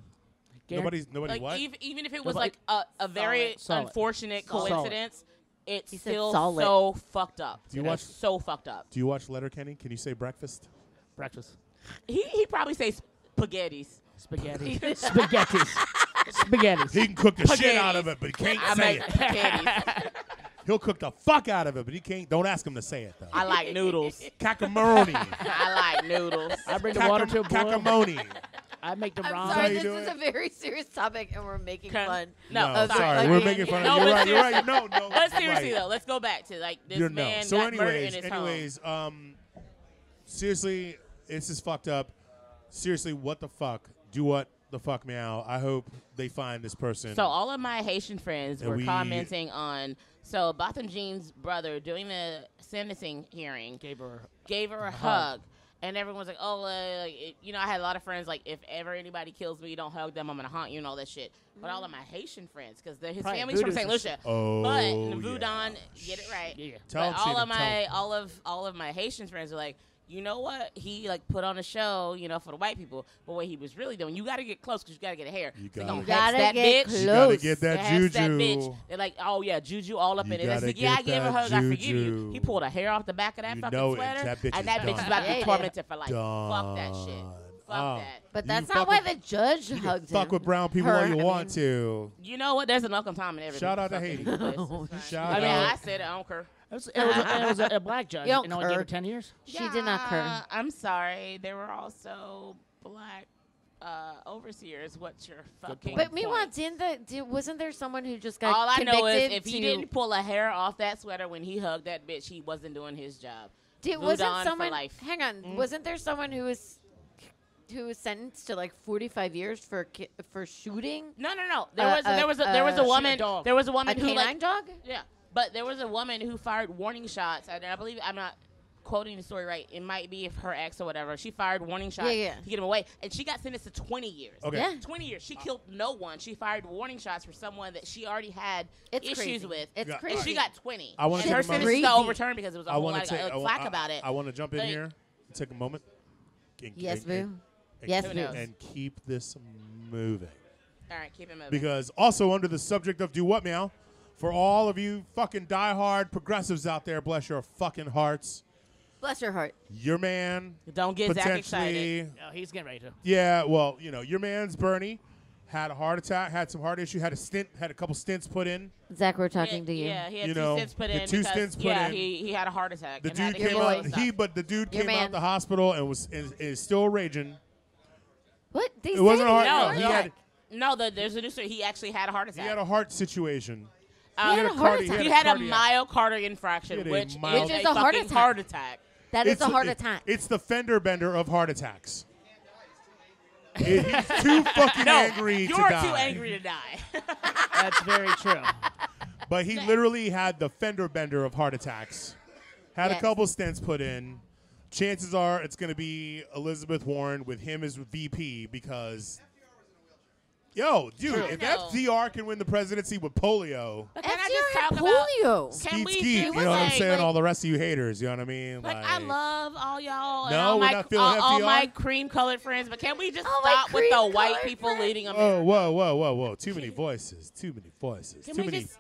[SPEAKER 2] Nobody's nobody
[SPEAKER 5] like
[SPEAKER 2] what?
[SPEAKER 5] even, even if it was
[SPEAKER 1] Nobody-
[SPEAKER 5] like a, a very
[SPEAKER 1] it, saw it.
[SPEAKER 5] unfortunate
[SPEAKER 1] Saw it.
[SPEAKER 5] coincidence, it's
[SPEAKER 4] He said
[SPEAKER 5] still
[SPEAKER 4] saw it.
[SPEAKER 5] so fucked up.
[SPEAKER 2] Do you
[SPEAKER 5] It is
[SPEAKER 2] watch-
[SPEAKER 5] so fucked up.
[SPEAKER 2] Do you watch Letterkenny? Can you say breakfast?
[SPEAKER 1] Breakfast.
[SPEAKER 5] He he probably says spaghetti's.
[SPEAKER 1] Spaghetti. Spaghetti's. Spaghetti's.
[SPEAKER 2] He can cook the shit out
[SPEAKER 5] Spaghetti's.
[SPEAKER 2] of it, but he can't
[SPEAKER 5] I
[SPEAKER 2] say
[SPEAKER 5] make
[SPEAKER 2] it.
[SPEAKER 5] spaghetti's.
[SPEAKER 2] He'll cook the fuck out of it, but he can't. Don't ask him to say it though.
[SPEAKER 5] I like noodles.
[SPEAKER 2] Cacamaroni.
[SPEAKER 5] I like noodles.
[SPEAKER 1] I bring the water to a boil.
[SPEAKER 2] Cacamoni.
[SPEAKER 1] I make the
[SPEAKER 4] I'm
[SPEAKER 1] ramen.
[SPEAKER 2] how
[SPEAKER 4] sorry,
[SPEAKER 2] you
[SPEAKER 4] this
[SPEAKER 2] do
[SPEAKER 4] is
[SPEAKER 2] it?
[SPEAKER 4] a very serious topic, and we're making
[SPEAKER 5] Can-
[SPEAKER 4] fun.
[SPEAKER 5] No,
[SPEAKER 2] No,
[SPEAKER 4] of the
[SPEAKER 2] sorry,
[SPEAKER 4] fucking-
[SPEAKER 2] we're making fun
[SPEAKER 5] No,
[SPEAKER 2] of you. You're
[SPEAKER 5] but
[SPEAKER 2] right. You're right. No, no.
[SPEAKER 5] But seriously
[SPEAKER 2] right.
[SPEAKER 5] though, let's go back to like this
[SPEAKER 2] You're
[SPEAKER 5] man
[SPEAKER 2] no. So
[SPEAKER 5] got murdered
[SPEAKER 2] anyways,
[SPEAKER 5] in his
[SPEAKER 2] anyways, um, seriously, this is fucked up. Seriously, what the fuck? Do what the fuck, meow? I hope they find this person.
[SPEAKER 5] home. So all of my Haitian friends
[SPEAKER 2] And
[SPEAKER 5] were
[SPEAKER 2] we-
[SPEAKER 5] commenting on so Botham Jean's brother doing the sentencing hearing.
[SPEAKER 1] Gave her-
[SPEAKER 5] gave her a hug. And everyone's like, oh, uh, like, it- you know, I had a lot of friends like, if ever anybody kills me, don't hug them. I'm going to haunt you and all that shit. But all of my Haitian friends, because his
[SPEAKER 1] Right,
[SPEAKER 5] family's from
[SPEAKER 1] voodoos
[SPEAKER 5] St.
[SPEAKER 1] and
[SPEAKER 5] Lucia.
[SPEAKER 1] shit.
[SPEAKER 2] Oh,
[SPEAKER 5] but
[SPEAKER 2] yeah.
[SPEAKER 5] Voudon, get it right.
[SPEAKER 1] Yeah.
[SPEAKER 2] Tell 'em,
[SPEAKER 5] but all
[SPEAKER 2] Sheena,
[SPEAKER 5] of
[SPEAKER 2] tell
[SPEAKER 5] my
[SPEAKER 2] 'em.
[SPEAKER 5] all of all of my Haitian friends are like, you know what? He like put on a show, you know, for the white people. But what he was really doing, you got to get close because you got to get a hair.
[SPEAKER 2] You
[SPEAKER 5] So they
[SPEAKER 2] gotta
[SPEAKER 5] gonna
[SPEAKER 2] get-
[SPEAKER 5] hex
[SPEAKER 4] Gotta
[SPEAKER 5] that
[SPEAKER 4] get
[SPEAKER 5] bitch.
[SPEAKER 4] close.
[SPEAKER 2] you gotta get
[SPEAKER 5] They
[SPEAKER 2] that
[SPEAKER 5] hex
[SPEAKER 2] juju.
[SPEAKER 5] that bitch. They're like, oh yeah, Juju all up
[SPEAKER 2] You
[SPEAKER 5] in it. That's
[SPEAKER 2] gotta
[SPEAKER 5] like, yeah, I
[SPEAKER 2] get
[SPEAKER 5] gave him a
[SPEAKER 2] that
[SPEAKER 5] hug. I forgive you.
[SPEAKER 2] juju.
[SPEAKER 5] He pulled a hair off the back of that
[SPEAKER 2] You
[SPEAKER 5] fucking
[SPEAKER 2] know it.
[SPEAKER 5] sweater,
[SPEAKER 2] That bitch
[SPEAKER 5] and
[SPEAKER 2] is
[SPEAKER 5] that bitch is
[SPEAKER 2] done.
[SPEAKER 5] about to
[SPEAKER 4] Yeah,
[SPEAKER 5] be
[SPEAKER 4] yeah.
[SPEAKER 5] tormented for life. Fuck that
[SPEAKER 2] Done.
[SPEAKER 5] shit. Fuck
[SPEAKER 2] Oh.
[SPEAKER 5] that.
[SPEAKER 4] But
[SPEAKER 2] You
[SPEAKER 4] that's
[SPEAKER 2] fuck
[SPEAKER 4] not why
[SPEAKER 2] with-
[SPEAKER 4] the judge
[SPEAKER 2] You can
[SPEAKER 4] hugged
[SPEAKER 2] fuck
[SPEAKER 4] him.
[SPEAKER 2] with brown people
[SPEAKER 4] Her,
[SPEAKER 2] all
[SPEAKER 4] I
[SPEAKER 2] you
[SPEAKER 4] mean.
[SPEAKER 2] want to.
[SPEAKER 5] You know what? There's an Uncle Tom in everything.
[SPEAKER 2] Shout out to
[SPEAKER 5] Fuck
[SPEAKER 2] Haiti.
[SPEAKER 5] it. It's- it's fine.
[SPEAKER 2] Shout
[SPEAKER 5] I mean,
[SPEAKER 2] out.
[SPEAKER 5] I said it. I don't care.
[SPEAKER 1] It was, it was, a, it was a, a black judge.
[SPEAKER 4] You don't
[SPEAKER 1] and only gave her
[SPEAKER 4] cur.
[SPEAKER 1] 10 years.
[SPEAKER 4] She did not
[SPEAKER 5] Yeah,
[SPEAKER 4] curse.
[SPEAKER 5] I'm sorry. There were also black uh, overseers. What's your fucking?
[SPEAKER 4] But meanwhile,
[SPEAKER 5] point?
[SPEAKER 4] didn't the did, wasn't there someone who just got
[SPEAKER 5] all I
[SPEAKER 4] convicted
[SPEAKER 5] know is if
[SPEAKER 4] to-
[SPEAKER 5] he didn't pull a hair off that sweater when he hugged that bitch, he wasn't doing his job.
[SPEAKER 4] Did,
[SPEAKER 5] Moved
[SPEAKER 4] wasn't
[SPEAKER 5] on for
[SPEAKER 4] someone?
[SPEAKER 5] life. Mm.
[SPEAKER 4] Hang on. Wasn't there someone who was who was sentenced to like forty five years for ki- for shooting
[SPEAKER 5] No, no, no. There
[SPEAKER 4] Uh,
[SPEAKER 5] was there
[SPEAKER 4] uh,
[SPEAKER 5] was a, there was
[SPEAKER 4] uh,
[SPEAKER 5] a
[SPEAKER 4] shoot a
[SPEAKER 5] woman.
[SPEAKER 1] dog.
[SPEAKER 5] There was a
[SPEAKER 4] a
[SPEAKER 5] woman who
[SPEAKER 4] canine
[SPEAKER 5] like
[SPEAKER 4] dog?
[SPEAKER 5] yeah, but there was a woman who fired warning shots, and I believe I'm not quoting the story right. It might be if her ex or whatever. She fired warning shots
[SPEAKER 4] yeah.
[SPEAKER 5] to get him away, and she got sentenced to 20 years.
[SPEAKER 2] Okay.
[SPEAKER 4] Yeah.
[SPEAKER 5] 20 years. She killed no one. She fired warning shots for someone that she already had
[SPEAKER 4] It's
[SPEAKER 5] issues
[SPEAKER 4] crazy.
[SPEAKER 5] with.
[SPEAKER 4] It's
[SPEAKER 2] Yeah,
[SPEAKER 4] crazy.
[SPEAKER 5] and she got 20.
[SPEAKER 2] I wanna
[SPEAKER 5] and
[SPEAKER 2] take
[SPEAKER 5] her
[SPEAKER 2] a moment-
[SPEAKER 5] sentence got
[SPEAKER 4] Crazy.
[SPEAKER 5] overturned because it was a
[SPEAKER 2] I
[SPEAKER 5] whole
[SPEAKER 2] want to
[SPEAKER 5] lot of
[SPEAKER 2] take.
[SPEAKER 5] like,
[SPEAKER 2] I, wa-
[SPEAKER 5] flack
[SPEAKER 2] I-
[SPEAKER 5] about it.
[SPEAKER 2] I want to jump in
[SPEAKER 5] Like-
[SPEAKER 2] here, take a moment. and-
[SPEAKER 4] Yes,
[SPEAKER 2] and-
[SPEAKER 4] boo.
[SPEAKER 2] and- and
[SPEAKER 4] Yes,
[SPEAKER 2] keep-
[SPEAKER 5] boo.
[SPEAKER 2] And keep this moving.
[SPEAKER 5] All right, keep it moving.
[SPEAKER 2] Because also under the subject of do what meow, for all of you fucking diehard progressives out there, bless your fucking hearts.
[SPEAKER 4] Bless your heart.
[SPEAKER 2] Your man
[SPEAKER 5] Don't get Zach excited.
[SPEAKER 2] potentially,
[SPEAKER 1] No, he's getting ready to.
[SPEAKER 2] yeah. Well, you know, your man's Bernie had a heart attack, had some heart issue, had a stint, had a couple stints put in.
[SPEAKER 4] Zach, we're
[SPEAKER 5] Yeah,
[SPEAKER 4] talking to you.
[SPEAKER 5] Yeah, he had
[SPEAKER 2] You
[SPEAKER 5] two
[SPEAKER 2] know,
[SPEAKER 5] stints put
[SPEAKER 2] he had
[SPEAKER 5] in.
[SPEAKER 2] two
[SPEAKER 5] because,
[SPEAKER 2] stints put
[SPEAKER 5] yeah,
[SPEAKER 2] in.
[SPEAKER 5] he, he had a heart attack.
[SPEAKER 2] The
[SPEAKER 5] and had
[SPEAKER 2] dude
[SPEAKER 5] to
[SPEAKER 2] came
[SPEAKER 5] get
[SPEAKER 2] out.
[SPEAKER 5] his
[SPEAKER 4] voice.
[SPEAKER 2] He
[SPEAKER 5] stuff.
[SPEAKER 2] but the dude
[SPEAKER 4] Your
[SPEAKER 2] came out
[SPEAKER 4] man.
[SPEAKER 2] the hospital and was is, is still raging.
[SPEAKER 4] What? They
[SPEAKER 2] It wasn't
[SPEAKER 4] said
[SPEAKER 2] a heart-
[SPEAKER 5] No,
[SPEAKER 2] No, he
[SPEAKER 5] no.
[SPEAKER 2] had-
[SPEAKER 5] no the, there's a new story. He actually had a heart
[SPEAKER 2] He
[SPEAKER 5] attack.
[SPEAKER 2] had a heart situation.
[SPEAKER 5] Um,
[SPEAKER 4] He had a heart
[SPEAKER 2] cardi-
[SPEAKER 4] attack.
[SPEAKER 5] He had a
[SPEAKER 2] cardiac-
[SPEAKER 5] myocardial infraction,
[SPEAKER 2] He had a
[SPEAKER 5] which,
[SPEAKER 2] mild-
[SPEAKER 5] is a heart attack. heart attack.
[SPEAKER 4] That is
[SPEAKER 2] It's
[SPEAKER 4] a heart
[SPEAKER 2] it-
[SPEAKER 4] attack.
[SPEAKER 2] It's the fender bender of heart attacks. It- he's too fucking angry
[SPEAKER 5] You're
[SPEAKER 2] to die.
[SPEAKER 5] too angry to die.
[SPEAKER 1] That's very true.
[SPEAKER 2] But he literally had the fender bender of heart attacks. Had
[SPEAKER 4] Yes.
[SPEAKER 2] a couple stents put in. Chances are it's going to be Elizabeth Warren with him as VP because Yo, dude,
[SPEAKER 5] True.
[SPEAKER 2] if FDR can win the presidency with polio,
[SPEAKER 5] But can I just
[SPEAKER 4] FDR
[SPEAKER 5] talk
[SPEAKER 4] had
[SPEAKER 5] about?
[SPEAKER 4] polio.
[SPEAKER 5] Can
[SPEAKER 2] skeet
[SPEAKER 5] we
[SPEAKER 2] skeet,
[SPEAKER 5] just
[SPEAKER 2] you know what I'm
[SPEAKER 5] say,
[SPEAKER 2] saying?
[SPEAKER 5] like-
[SPEAKER 2] all the rest of you haters, you know what I mean?
[SPEAKER 5] Like, I love all y'all and
[SPEAKER 2] No,
[SPEAKER 5] all
[SPEAKER 2] we're
[SPEAKER 5] my
[SPEAKER 2] not feeling
[SPEAKER 5] all, all
[SPEAKER 2] FDR?
[SPEAKER 5] my cream colored friends, but can we just
[SPEAKER 4] All my
[SPEAKER 5] stop with the white
[SPEAKER 4] cream-colored
[SPEAKER 5] people
[SPEAKER 4] friends.
[SPEAKER 5] leading America?
[SPEAKER 2] Whoa, whoa, whoa, whoa, whoa! Too many voices, too many voices,
[SPEAKER 5] Can
[SPEAKER 2] too
[SPEAKER 5] we
[SPEAKER 2] many.
[SPEAKER 5] just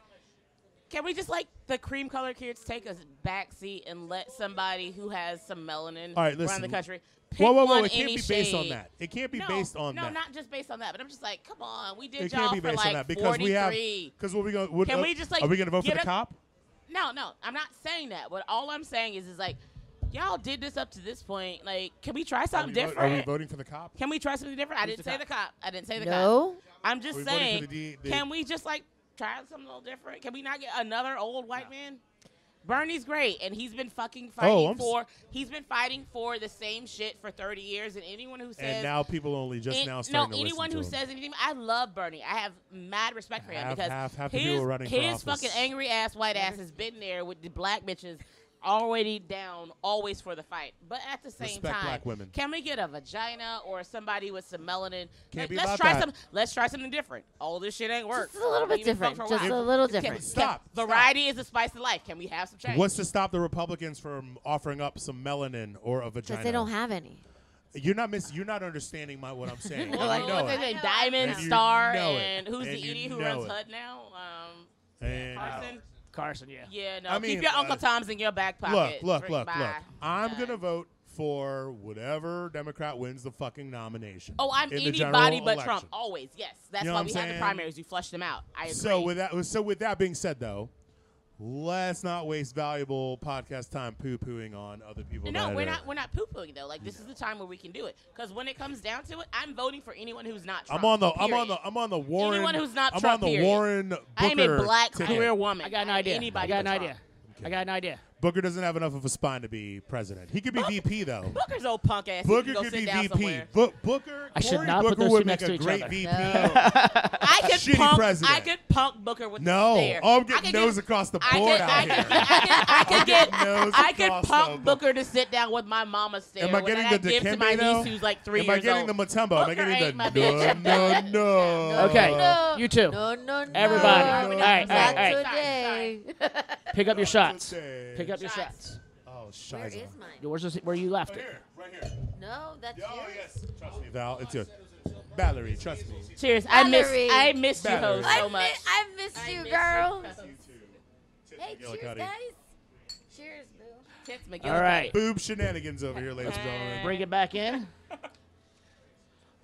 [SPEAKER 5] can we just like the cream colored kids take a back seat and let somebody who has some melanin
[SPEAKER 2] All right,
[SPEAKER 5] run
[SPEAKER 2] listen.
[SPEAKER 5] the country? Pick
[SPEAKER 2] whoa, whoa, whoa!
[SPEAKER 5] one
[SPEAKER 2] It can't
[SPEAKER 5] any
[SPEAKER 2] be based on
[SPEAKER 5] shade.
[SPEAKER 2] that. It can't be
[SPEAKER 5] no,
[SPEAKER 2] based on
[SPEAKER 5] no,
[SPEAKER 2] that.
[SPEAKER 5] not just based on that. But I'm just like, come on, we did
[SPEAKER 2] it
[SPEAKER 5] y'all
[SPEAKER 2] can't be
[SPEAKER 5] for
[SPEAKER 2] based
[SPEAKER 5] like
[SPEAKER 2] on that because we have.
[SPEAKER 5] 43.
[SPEAKER 2] Because what we gonna? What,
[SPEAKER 5] Can
[SPEAKER 2] uh,
[SPEAKER 5] we just, like,
[SPEAKER 2] Are we gonna vote for
[SPEAKER 5] get
[SPEAKER 2] the
[SPEAKER 5] a-
[SPEAKER 2] cop?
[SPEAKER 5] No, no, I'm not saying that. But all I'm saying is, is like, y'all did this up to this point. Like, can we try
[SPEAKER 2] Are
[SPEAKER 5] something
[SPEAKER 2] we vo-
[SPEAKER 5] different?
[SPEAKER 2] Are we voting for the cop?
[SPEAKER 5] Can we try something different? I didn't say the cop. I didn't say the
[SPEAKER 4] No.
[SPEAKER 5] cop. I'm
[SPEAKER 2] Are
[SPEAKER 5] just
[SPEAKER 2] we voting for
[SPEAKER 5] saying,
[SPEAKER 2] the D- the-
[SPEAKER 5] can we just like try something a little different? Can we not get another old white man? Bernie's great, and he's been fucking fighting
[SPEAKER 2] Oh, I'm s-
[SPEAKER 5] for. he's been fighting for the same shit for 30 years, and anyone who says
[SPEAKER 2] And now people only just
[SPEAKER 5] it-
[SPEAKER 2] now
[SPEAKER 5] no,
[SPEAKER 2] starting to
[SPEAKER 5] anyone
[SPEAKER 2] listen
[SPEAKER 5] who
[SPEAKER 2] to him.
[SPEAKER 5] says anything, I love Bernie. I have mad respect for him
[SPEAKER 2] Half-
[SPEAKER 5] because
[SPEAKER 2] half- half the people
[SPEAKER 5] his,
[SPEAKER 2] are running for
[SPEAKER 5] his
[SPEAKER 2] office.
[SPEAKER 5] fucking angry ass white ass has been there with the black bitches already down, always for the fight. But at the same
[SPEAKER 2] Respect
[SPEAKER 5] time,
[SPEAKER 2] black women.
[SPEAKER 5] can we get a vagina or somebody with some melanin? Let-
[SPEAKER 2] be
[SPEAKER 5] let's
[SPEAKER 2] about
[SPEAKER 5] try
[SPEAKER 2] that.
[SPEAKER 5] some. Let's try something different. All this shit ain't work.
[SPEAKER 4] Just a little bit
[SPEAKER 5] We've been
[SPEAKER 4] different.
[SPEAKER 5] fucked for
[SPEAKER 4] Just
[SPEAKER 5] while.
[SPEAKER 4] a little
[SPEAKER 5] Can-
[SPEAKER 4] different.
[SPEAKER 5] can-
[SPEAKER 2] Stop, stop.
[SPEAKER 5] Variety is the spice of life. Can we have some change?
[SPEAKER 2] What's to stop the Republicans from offering up some melanin or a vagina?
[SPEAKER 4] Because they don't have any.
[SPEAKER 2] You're not miss. You're not understanding my what I'm saying.
[SPEAKER 5] Well,
[SPEAKER 2] you
[SPEAKER 5] like,
[SPEAKER 2] know
[SPEAKER 5] what's his
[SPEAKER 2] it.
[SPEAKER 5] name? Diamond
[SPEAKER 2] And you
[SPEAKER 5] Star
[SPEAKER 2] know it.
[SPEAKER 5] and who's
[SPEAKER 2] And
[SPEAKER 5] the
[SPEAKER 2] you
[SPEAKER 5] idiot who
[SPEAKER 2] know
[SPEAKER 5] runs
[SPEAKER 2] it.
[SPEAKER 5] HUD now? Um,
[SPEAKER 2] And-
[SPEAKER 5] Carson.
[SPEAKER 1] Carson, yeah.
[SPEAKER 5] Yeah, no.
[SPEAKER 2] I mean,
[SPEAKER 5] Keep your
[SPEAKER 2] uh,
[SPEAKER 5] Uncle Tom's in your back
[SPEAKER 2] look,
[SPEAKER 5] pocket.
[SPEAKER 2] look,
[SPEAKER 5] Drink
[SPEAKER 2] look,
[SPEAKER 5] by.
[SPEAKER 2] look. I'm
[SPEAKER 5] Bye.
[SPEAKER 2] gonna vote for whatever Democrat wins the fucking nomination.
[SPEAKER 5] Oh, I'm
[SPEAKER 2] in the
[SPEAKER 5] anybody
[SPEAKER 2] general
[SPEAKER 5] but Trump.
[SPEAKER 2] election.
[SPEAKER 5] Always, yes. That's
[SPEAKER 2] You know
[SPEAKER 5] why
[SPEAKER 2] what
[SPEAKER 5] we
[SPEAKER 2] I'm
[SPEAKER 5] had the
[SPEAKER 2] saying?
[SPEAKER 5] primaries. You flushed them out. I agree.
[SPEAKER 2] So with that, so with that being said, though, let's not waste valuable podcast time poo pooing on other people.
[SPEAKER 5] no,
[SPEAKER 2] that uh,
[SPEAKER 5] we're
[SPEAKER 2] are-
[SPEAKER 5] not. We're not poo pooing though. Like this is the time where we can do it. Because when it comes down to it, I'm voting for anyone who's not. Trump,
[SPEAKER 2] I'm on the. I'm
[SPEAKER 5] period.
[SPEAKER 2] on the. I'm on the Warren.
[SPEAKER 5] Anyone who's not
[SPEAKER 2] I'm
[SPEAKER 5] Trump,
[SPEAKER 2] on the
[SPEAKER 5] period.
[SPEAKER 2] Warren Booker.
[SPEAKER 5] I am a black
[SPEAKER 2] ticket.
[SPEAKER 5] career woman.
[SPEAKER 1] I got an idea.
[SPEAKER 5] Anybody
[SPEAKER 1] I got an
[SPEAKER 5] but
[SPEAKER 1] idea.
[SPEAKER 5] Trump.
[SPEAKER 1] I got an idea.
[SPEAKER 2] Booker doesn't have enough of a spine to be president. He could be VP though.
[SPEAKER 5] Booker's old punk ass. he
[SPEAKER 2] Booker
[SPEAKER 5] can go
[SPEAKER 2] could
[SPEAKER 5] sit
[SPEAKER 2] be
[SPEAKER 5] down
[SPEAKER 2] VP.
[SPEAKER 5] somewhere.
[SPEAKER 2] Bo- Booker.
[SPEAKER 1] I should
[SPEAKER 2] Cory
[SPEAKER 1] not put
[SPEAKER 2] Booker
[SPEAKER 1] those
[SPEAKER 2] would
[SPEAKER 1] two next
[SPEAKER 2] make
[SPEAKER 1] to
[SPEAKER 2] a
[SPEAKER 1] each
[SPEAKER 2] great
[SPEAKER 1] other.
[SPEAKER 2] VP.
[SPEAKER 5] I could
[SPEAKER 2] Shitty
[SPEAKER 5] punk.
[SPEAKER 2] president.
[SPEAKER 5] I could punk Booker with
[SPEAKER 2] No,
[SPEAKER 5] the stare.
[SPEAKER 2] I'm getting
[SPEAKER 5] I could
[SPEAKER 2] nose
[SPEAKER 5] get-
[SPEAKER 2] across the
[SPEAKER 5] I
[SPEAKER 2] board
[SPEAKER 5] could,
[SPEAKER 2] out
[SPEAKER 5] I
[SPEAKER 2] here.
[SPEAKER 5] Could, I could, I could get,
[SPEAKER 2] nose
[SPEAKER 5] I could
[SPEAKER 2] across the
[SPEAKER 5] punk
[SPEAKER 2] board.
[SPEAKER 5] Booker to sit down with my mama stare.
[SPEAKER 2] Am I
[SPEAKER 5] when
[SPEAKER 2] getting
[SPEAKER 5] I
[SPEAKER 2] the
[SPEAKER 5] give to
[SPEAKER 2] Dikembe,
[SPEAKER 5] my
[SPEAKER 2] though?
[SPEAKER 5] niece who's like three
[SPEAKER 2] Am I
[SPEAKER 5] years
[SPEAKER 2] getting
[SPEAKER 5] old.
[SPEAKER 2] the Matumbo? Am I
[SPEAKER 5] Booker ain't
[SPEAKER 2] getting
[SPEAKER 5] my
[SPEAKER 2] the no,
[SPEAKER 5] bitch.
[SPEAKER 2] no, Oh. no?
[SPEAKER 1] Okay,
[SPEAKER 4] No.
[SPEAKER 1] you two,
[SPEAKER 4] No, no, no.
[SPEAKER 1] Everybody.
[SPEAKER 4] Not
[SPEAKER 1] All right, all right, all right.
[SPEAKER 4] today.
[SPEAKER 1] pick up your shots.
[SPEAKER 2] today.
[SPEAKER 1] Pick up your
[SPEAKER 5] Shots.
[SPEAKER 1] shots.
[SPEAKER 2] Oh, shiza.
[SPEAKER 4] Where is mine?
[SPEAKER 1] Yours is where you left it.
[SPEAKER 2] Here, right here.
[SPEAKER 4] No, that's
[SPEAKER 2] Oh
[SPEAKER 4] yours.
[SPEAKER 2] yes, trust me, Val. It's yours. Valerie, trust me.
[SPEAKER 5] Cheers. I miss,
[SPEAKER 4] Valerie.
[SPEAKER 5] I miss you
[SPEAKER 2] Valerie.
[SPEAKER 5] hoes so
[SPEAKER 4] I,
[SPEAKER 5] much.
[SPEAKER 4] miss, I missed
[SPEAKER 5] I
[SPEAKER 4] you,
[SPEAKER 5] miss you.
[SPEAKER 4] girl. Hey,
[SPEAKER 2] Tiffany
[SPEAKER 4] cheers,
[SPEAKER 2] Gillicuddy.
[SPEAKER 4] guys. Cheers, boo.
[SPEAKER 5] Tits McGillicuddy.
[SPEAKER 1] All right,
[SPEAKER 2] Boob shenanigans over here, ladies and gentlemen.
[SPEAKER 1] bring it back in.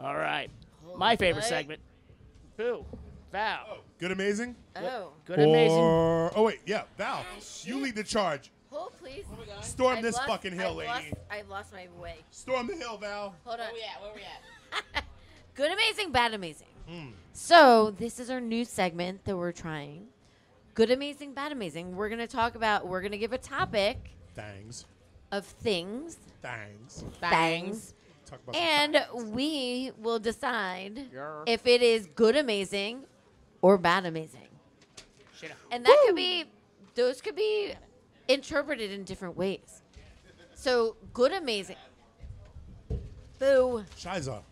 [SPEAKER 1] All right, my favorite
[SPEAKER 4] Hold
[SPEAKER 1] segment. Boo, Val,
[SPEAKER 2] Good, amazing.
[SPEAKER 4] Oh,
[SPEAKER 1] good, amazing.
[SPEAKER 2] Or oh wait, yeah, Val, you lead the charge.
[SPEAKER 4] hold oh, please.
[SPEAKER 2] Storm
[SPEAKER 4] I've
[SPEAKER 2] this
[SPEAKER 4] lost-
[SPEAKER 2] fucking hill,
[SPEAKER 4] I've
[SPEAKER 2] lady.
[SPEAKER 4] Lost, I lost my way.
[SPEAKER 2] Storm the hill, Val.
[SPEAKER 4] Hold on.
[SPEAKER 5] Where we at? Where we at?
[SPEAKER 4] Good amazing, bad amazing.
[SPEAKER 1] Hmm.
[SPEAKER 4] So this is our new segment that we're trying. Good amazing, bad amazing. We're gonna talk about. We're gonna give a topic
[SPEAKER 2] Thangs,
[SPEAKER 4] of things,
[SPEAKER 2] thangs.
[SPEAKER 4] things,
[SPEAKER 2] Talk about some
[SPEAKER 4] and
[SPEAKER 2] thangs.
[SPEAKER 4] we will decide
[SPEAKER 5] Yeah.
[SPEAKER 4] if it is good amazing or bad amazing.
[SPEAKER 5] Shit.
[SPEAKER 4] And that could be, those could be interpreted in different ways. So good amazing. Boo.
[SPEAKER 2] Shiza,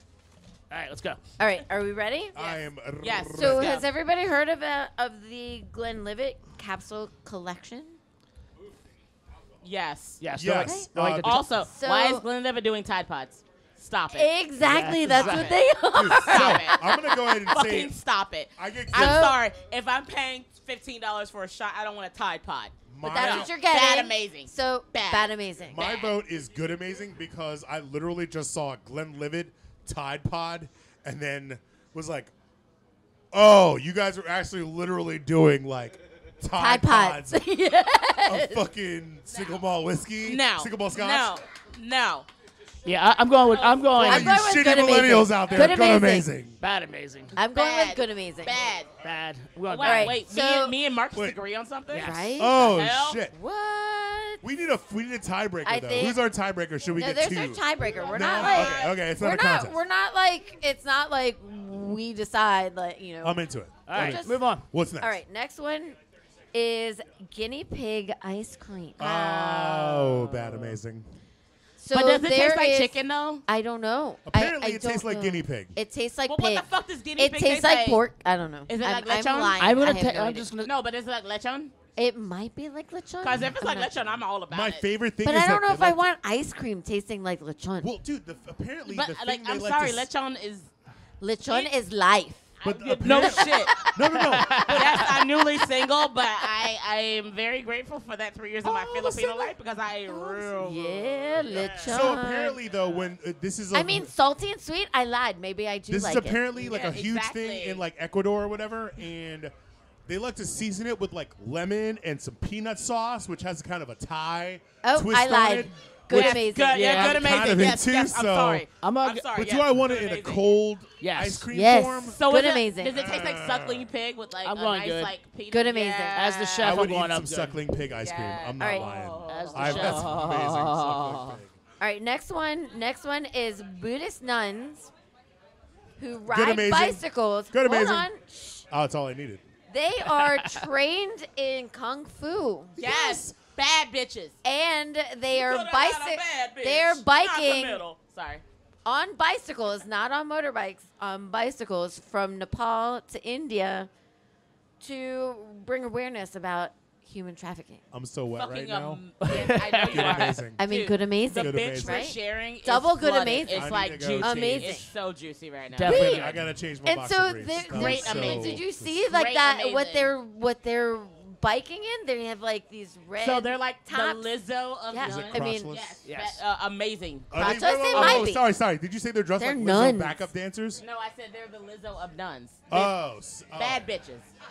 [SPEAKER 1] All right, let's go.
[SPEAKER 4] All right, are we ready?
[SPEAKER 2] I am.
[SPEAKER 5] Yes.
[SPEAKER 4] So
[SPEAKER 5] Yeah.
[SPEAKER 4] has everybody heard of uh, of the Glenlivet capsule collection?
[SPEAKER 5] Yes.
[SPEAKER 1] Yes,
[SPEAKER 2] Yes,
[SPEAKER 1] no,
[SPEAKER 2] uh,
[SPEAKER 1] like- no, like the-
[SPEAKER 5] Also,
[SPEAKER 4] So-
[SPEAKER 5] why is Glenlivet doing Tide Pods? Stop it.
[SPEAKER 4] Exactly,
[SPEAKER 1] Yes.
[SPEAKER 4] that's what they are.
[SPEAKER 2] Dude, so,
[SPEAKER 5] Stop it.
[SPEAKER 2] I'm gonna go ahead and say
[SPEAKER 5] Fucking stop it.
[SPEAKER 2] I get
[SPEAKER 5] I'm
[SPEAKER 4] So-
[SPEAKER 5] sorry. If I'm paying fifteen dollars for a shot, I don't want a Tide Pod.
[SPEAKER 2] my,
[SPEAKER 4] That's
[SPEAKER 5] No.
[SPEAKER 4] what you're getting.
[SPEAKER 5] Bad amazing.
[SPEAKER 4] So
[SPEAKER 5] Bad.
[SPEAKER 4] amazing.
[SPEAKER 2] my vote is good amazing because I literally just saw Glenn Livid Tide Pod and then was like, oh, you guys are actually literally doing like Tide,
[SPEAKER 4] Tide Pods.
[SPEAKER 2] Pods
[SPEAKER 4] Yeah.
[SPEAKER 2] of fucking single malt whiskey,
[SPEAKER 5] No.
[SPEAKER 2] single malt scotch.
[SPEAKER 5] No. No.
[SPEAKER 1] yeah, I, I'm going with. I'm going.
[SPEAKER 2] All
[SPEAKER 4] I'm
[SPEAKER 2] you
[SPEAKER 4] going with
[SPEAKER 2] shitty
[SPEAKER 4] good amazing.
[SPEAKER 2] millennials out there,
[SPEAKER 4] Good
[SPEAKER 2] good
[SPEAKER 4] amazing.
[SPEAKER 2] amazing.
[SPEAKER 1] bad, amazing,
[SPEAKER 4] I'm going with
[SPEAKER 5] Bad.
[SPEAKER 4] good amazing.
[SPEAKER 5] Bad.
[SPEAKER 1] bad. We're going
[SPEAKER 5] Wait,
[SPEAKER 1] bad.
[SPEAKER 4] Right.
[SPEAKER 5] wait. me,
[SPEAKER 4] So-
[SPEAKER 5] and, me and Marcus
[SPEAKER 2] Wait.
[SPEAKER 5] agree on something?
[SPEAKER 1] Yes.
[SPEAKER 4] Right?
[SPEAKER 2] Oh
[SPEAKER 5] hell?
[SPEAKER 2] shit.
[SPEAKER 4] What?
[SPEAKER 2] We need a we need a tiebreaker
[SPEAKER 4] I
[SPEAKER 2] though.
[SPEAKER 4] think-
[SPEAKER 2] Who's our tiebreaker? Should we
[SPEAKER 4] No,
[SPEAKER 2] get
[SPEAKER 4] there's
[SPEAKER 2] two?
[SPEAKER 4] no tiebreaker. We're
[SPEAKER 2] No,
[SPEAKER 4] not like
[SPEAKER 2] okay, okay, it's not
[SPEAKER 4] we're
[SPEAKER 2] a
[SPEAKER 4] not
[SPEAKER 2] contest.
[SPEAKER 4] we're not like it's not like we decide like you know.
[SPEAKER 2] I'm into it.
[SPEAKER 1] All right,
[SPEAKER 4] Just-
[SPEAKER 1] move on.
[SPEAKER 2] What's next?
[SPEAKER 4] All right, next one
[SPEAKER 2] Uh,
[SPEAKER 4] is guinea pig ice cream. Ah,
[SPEAKER 2] Oh, bad amazing.
[SPEAKER 4] So
[SPEAKER 5] but does it
[SPEAKER 4] there
[SPEAKER 5] taste like
[SPEAKER 4] is-
[SPEAKER 5] chicken though?
[SPEAKER 4] I don't know. I-
[SPEAKER 2] Apparently,
[SPEAKER 4] I
[SPEAKER 2] it tastes
[SPEAKER 4] don't
[SPEAKER 2] like
[SPEAKER 4] know.
[SPEAKER 2] guinea pig.
[SPEAKER 4] It tastes like
[SPEAKER 5] Well, what
[SPEAKER 4] pig.
[SPEAKER 5] the fuck does guinea
[SPEAKER 4] it
[SPEAKER 5] pig
[SPEAKER 4] tastes
[SPEAKER 5] taste
[SPEAKER 4] like
[SPEAKER 5] like?
[SPEAKER 4] pork. I don't know.
[SPEAKER 5] Is it
[SPEAKER 4] I'm,
[SPEAKER 5] like
[SPEAKER 4] I'm
[SPEAKER 5] lechon?
[SPEAKER 4] lying.
[SPEAKER 1] I'm
[SPEAKER 4] I
[SPEAKER 1] gonna.
[SPEAKER 4] have
[SPEAKER 1] ta-
[SPEAKER 4] no
[SPEAKER 1] I'm
[SPEAKER 4] idea.
[SPEAKER 1] just gonna.
[SPEAKER 5] No, but is it like lechon?
[SPEAKER 4] It might be like lechon.
[SPEAKER 5] Because if it's
[SPEAKER 4] I'm
[SPEAKER 5] like
[SPEAKER 4] not
[SPEAKER 5] lechon, I'm all about
[SPEAKER 2] My
[SPEAKER 5] it.
[SPEAKER 2] favorite thing
[SPEAKER 4] But
[SPEAKER 2] is
[SPEAKER 4] I don't
[SPEAKER 2] that
[SPEAKER 4] know
[SPEAKER 2] they
[SPEAKER 4] if I
[SPEAKER 2] like-
[SPEAKER 4] want ice cream tasting like lechon.
[SPEAKER 2] Well, dude, the, apparently
[SPEAKER 5] But
[SPEAKER 2] the thing
[SPEAKER 5] like,
[SPEAKER 2] they
[SPEAKER 5] I'm
[SPEAKER 2] like
[SPEAKER 5] sorry,
[SPEAKER 2] to s-
[SPEAKER 5] lechon is
[SPEAKER 4] lechon is life.
[SPEAKER 2] But uh,
[SPEAKER 5] no
[SPEAKER 2] apparently-
[SPEAKER 5] shit.
[SPEAKER 2] No, no, no.
[SPEAKER 5] Yes, I'm newly single, but I, I am very grateful for that three years of my
[SPEAKER 2] Oh, the
[SPEAKER 5] Filipino
[SPEAKER 2] single-
[SPEAKER 5] life because I real.
[SPEAKER 4] Yeah, lechon.
[SPEAKER 2] so apparently, though, when uh, this is, a
[SPEAKER 4] I mean, salty and sweet. I lied. Maybe I do
[SPEAKER 2] this is
[SPEAKER 4] like
[SPEAKER 2] apparently like
[SPEAKER 5] Yeah,
[SPEAKER 2] a huge thing
[SPEAKER 5] exactly.
[SPEAKER 2] in like Ecuador or whatever, and they like to season it with like lemon and some peanut sauce, which has kind of a Thai
[SPEAKER 4] Oh,
[SPEAKER 2] twist
[SPEAKER 4] I
[SPEAKER 2] on
[SPEAKER 4] lied.
[SPEAKER 2] it.
[SPEAKER 4] Good
[SPEAKER 5] Yes,
[SPEAKER 4] amazing.
[SPEAKER 5] Good, yeah,
[SPEAKER 1] Yeah.
[SPEAKER 5] good,
[SPEAKER 2] Kind
[SPEAKER 5] amazing.
[SPEAKER 2] of it
[SPEAKER 5] yes,
[SPEAKER 2] too,
[SPEAKER 5] yes, I'm
[SPEAKER 2] so-
[SPEAKER 5] sorry.
[SPEAKER 1] I'm a-
[SPEAKER 5] I'm sorry.
[SPEAKER 2] But
[SPEAKER 5] yes,
[SPEAKER 2] do I want
[SPEAKER 5] good
[SPEAKER 2] it in a
[SPEAKER 5] amazing.
[SPEAKER 2] cold
[SPEAKER 1] Yes.
[SPEAKER 2] ice cream
[SPEAKER 4] it. Yes.
[SPEAKER 2] form?
[SPEAKER 5] So
[SPEAKER 4] good
[SPEAKER 5] is it-
[SPEAKER 4] amazing.
[SPEAKER 5] does it taste like
[SPEAKER 2] Uh.
[SPEAKER 5] suckling pig with like
[SPEAKER 1] I'm
[SPEAKER 5] a
[SPEAKER 1] going
[SPEAKER 5] nice
[SPEAKER 1] good.
[SPEAKER 5] like peanut?
[SPEAKER 4] Good amazing.
[SPEAKER 5] Yeah.
[SPEAKER 1] As the chef,
[SPEAKER 2] I
[SPEAKER 1] I'm
[SPEAKER 2] would
[SPEAKER 1] going
[SPEAKER 2] eat
[SPEAKER 1] up
[SPEAKER 2] some
[SPEAKER 1] good.
[SPEAKER 2] suckling pig ice cream.
[SPEAKER 5] Yeah.
[SPEAKER 2] I'm not
[SPEAKER 4] Alright.
[SPEAKER 5] Oh.
[SPEAKER 2] lying.
[SPEAKER 1] As the
[SPEAKER 2] I've had
[SPEAKER 1] chef.
[SPEAKER 2] some amazing suckling pig.
[SPEAKER 4] All right, next one. Next one is Buddhist nuns who ride
[SPEAKER 2] amazing.
[SPEAKER 4] bicycles.
[SPEAKER 2] Good
[SPEAKER 4] Hold
[SPEAKER 2] amazing.
[SPEAKER 4] on. Shh.
[SPEAKER 2] Oh, that's all I needed.
[SPEAKER 4] They are trained in kung fu.
[SPEAKER 5] Yes. Bad bitches.
[SPEAKER 4] And they
[SPEAKER 5] You
[SPEAKER 4] are
[SPEAKER 5] told her about a
[SPEAKER 4] bicyc-
[SPEAKER 5] bad bitch,
[SPEAKER 4] they are
[SPEAKER 5] not the
[SPEAKER 4] biking
[SPEAKER 5] middle. Sorry.
[SPEAKER 4] on bicycles, not on motorbikes, on bicycles from Nepal to India to bring awareness about human trafficking.
[SPEAKER 2] I'm so wet
[SPEAKER 5] Fucking um,
[SPEAKER 2] right now.
[SPEAKER 5] am- yeah, I know you
[SPEAKER 2] Good
[SPEAKER 5] are.
[SPEAKER 2] amazing.
[SPEAKER 4] I mean,
[SPEAKER 5] Dude,
[SPEAKER 4] good
[SPEAKER 5] The
[SPEAKER 4] amazing.
[SPEAKER 2] Good
[SPEAKER 5] bitch
[SPEAKER 2] amazing.
[SPEAKER 5] for
[SPEAKER 4] Right?
[SPEAKER 5] sharing. is
[SPEAKER 4] Double good
[SPEAKER 5] flooded.
[SPEAKER 4] amazing.
[SPEAKER 5] It's
[SPEAKER 2] I
[SPEAKER 5] like
[SPEAKER 2] need to go
[SPEAKER 5] juicy.
[SPEAKER 4] Amazing.
[SPEAKER 5] It's so juicy right now.
[SPEAKER 1] Definitely.
[SPEAKER 2] I gotta change my
[SPEAKER 4] and
[SPEAKER 2] boxer
[SPEAKER 4] so
[SPEAKER 2] briefs.
[SPEAKER 4] they're,
[SPEAKER 2] I'm
[SPEAKER 4] they're-
[SPEAKER 5] Great amazing.
[SPEAKER 4] did you
[SPEAKER 2] so-
[SPEAKER 4] see like
[SPEAKER 5] Great
[SPEAKER 4] that what
[SPEAKER 5] amazing.
[SPEAKER 4] they're what they're biking in? They have like these red.
[SPEAKER 5] So they're like
[SPEAKER 4] tops.
[SPEAKER 5] the Lizzo of
[SPEAKER 4] Yeah.
[SPEAKER 5] nuns.
[SPEAKER 2] Is it
[SPEAKER 4] I mean-
[SPEAKER 2] crotchless?
[SPEAKER 5] Yes.
[SPEAKER 1] Yes.
[SPEAKER 5] that- uh, amazing.
[SPEAKER 2] Are
[SPEAKER 4] Crotchless?
[SPEAKER 2] they- wait, wait,
[SPEAKER 4] They
[SPEAKER 2] wait,
[SPEAKER 4] might
[SPEAKER 2] oh,
[SPEAKER 4] be.
[SPEAKER 2] sorry, sorry. Did you say they're dressed
[SPEAKER 4] They're
[SPEAKER 2] like Lizzo
[SPEAKER 4] nuns.
[SPEAKER 2] backup dancers?
[SPEAKER 5] No, I said they're the Lizzo of nuns.
[SPEAKER 2] Oh, s- oh.
[SPEAKER 5] Bad bitches.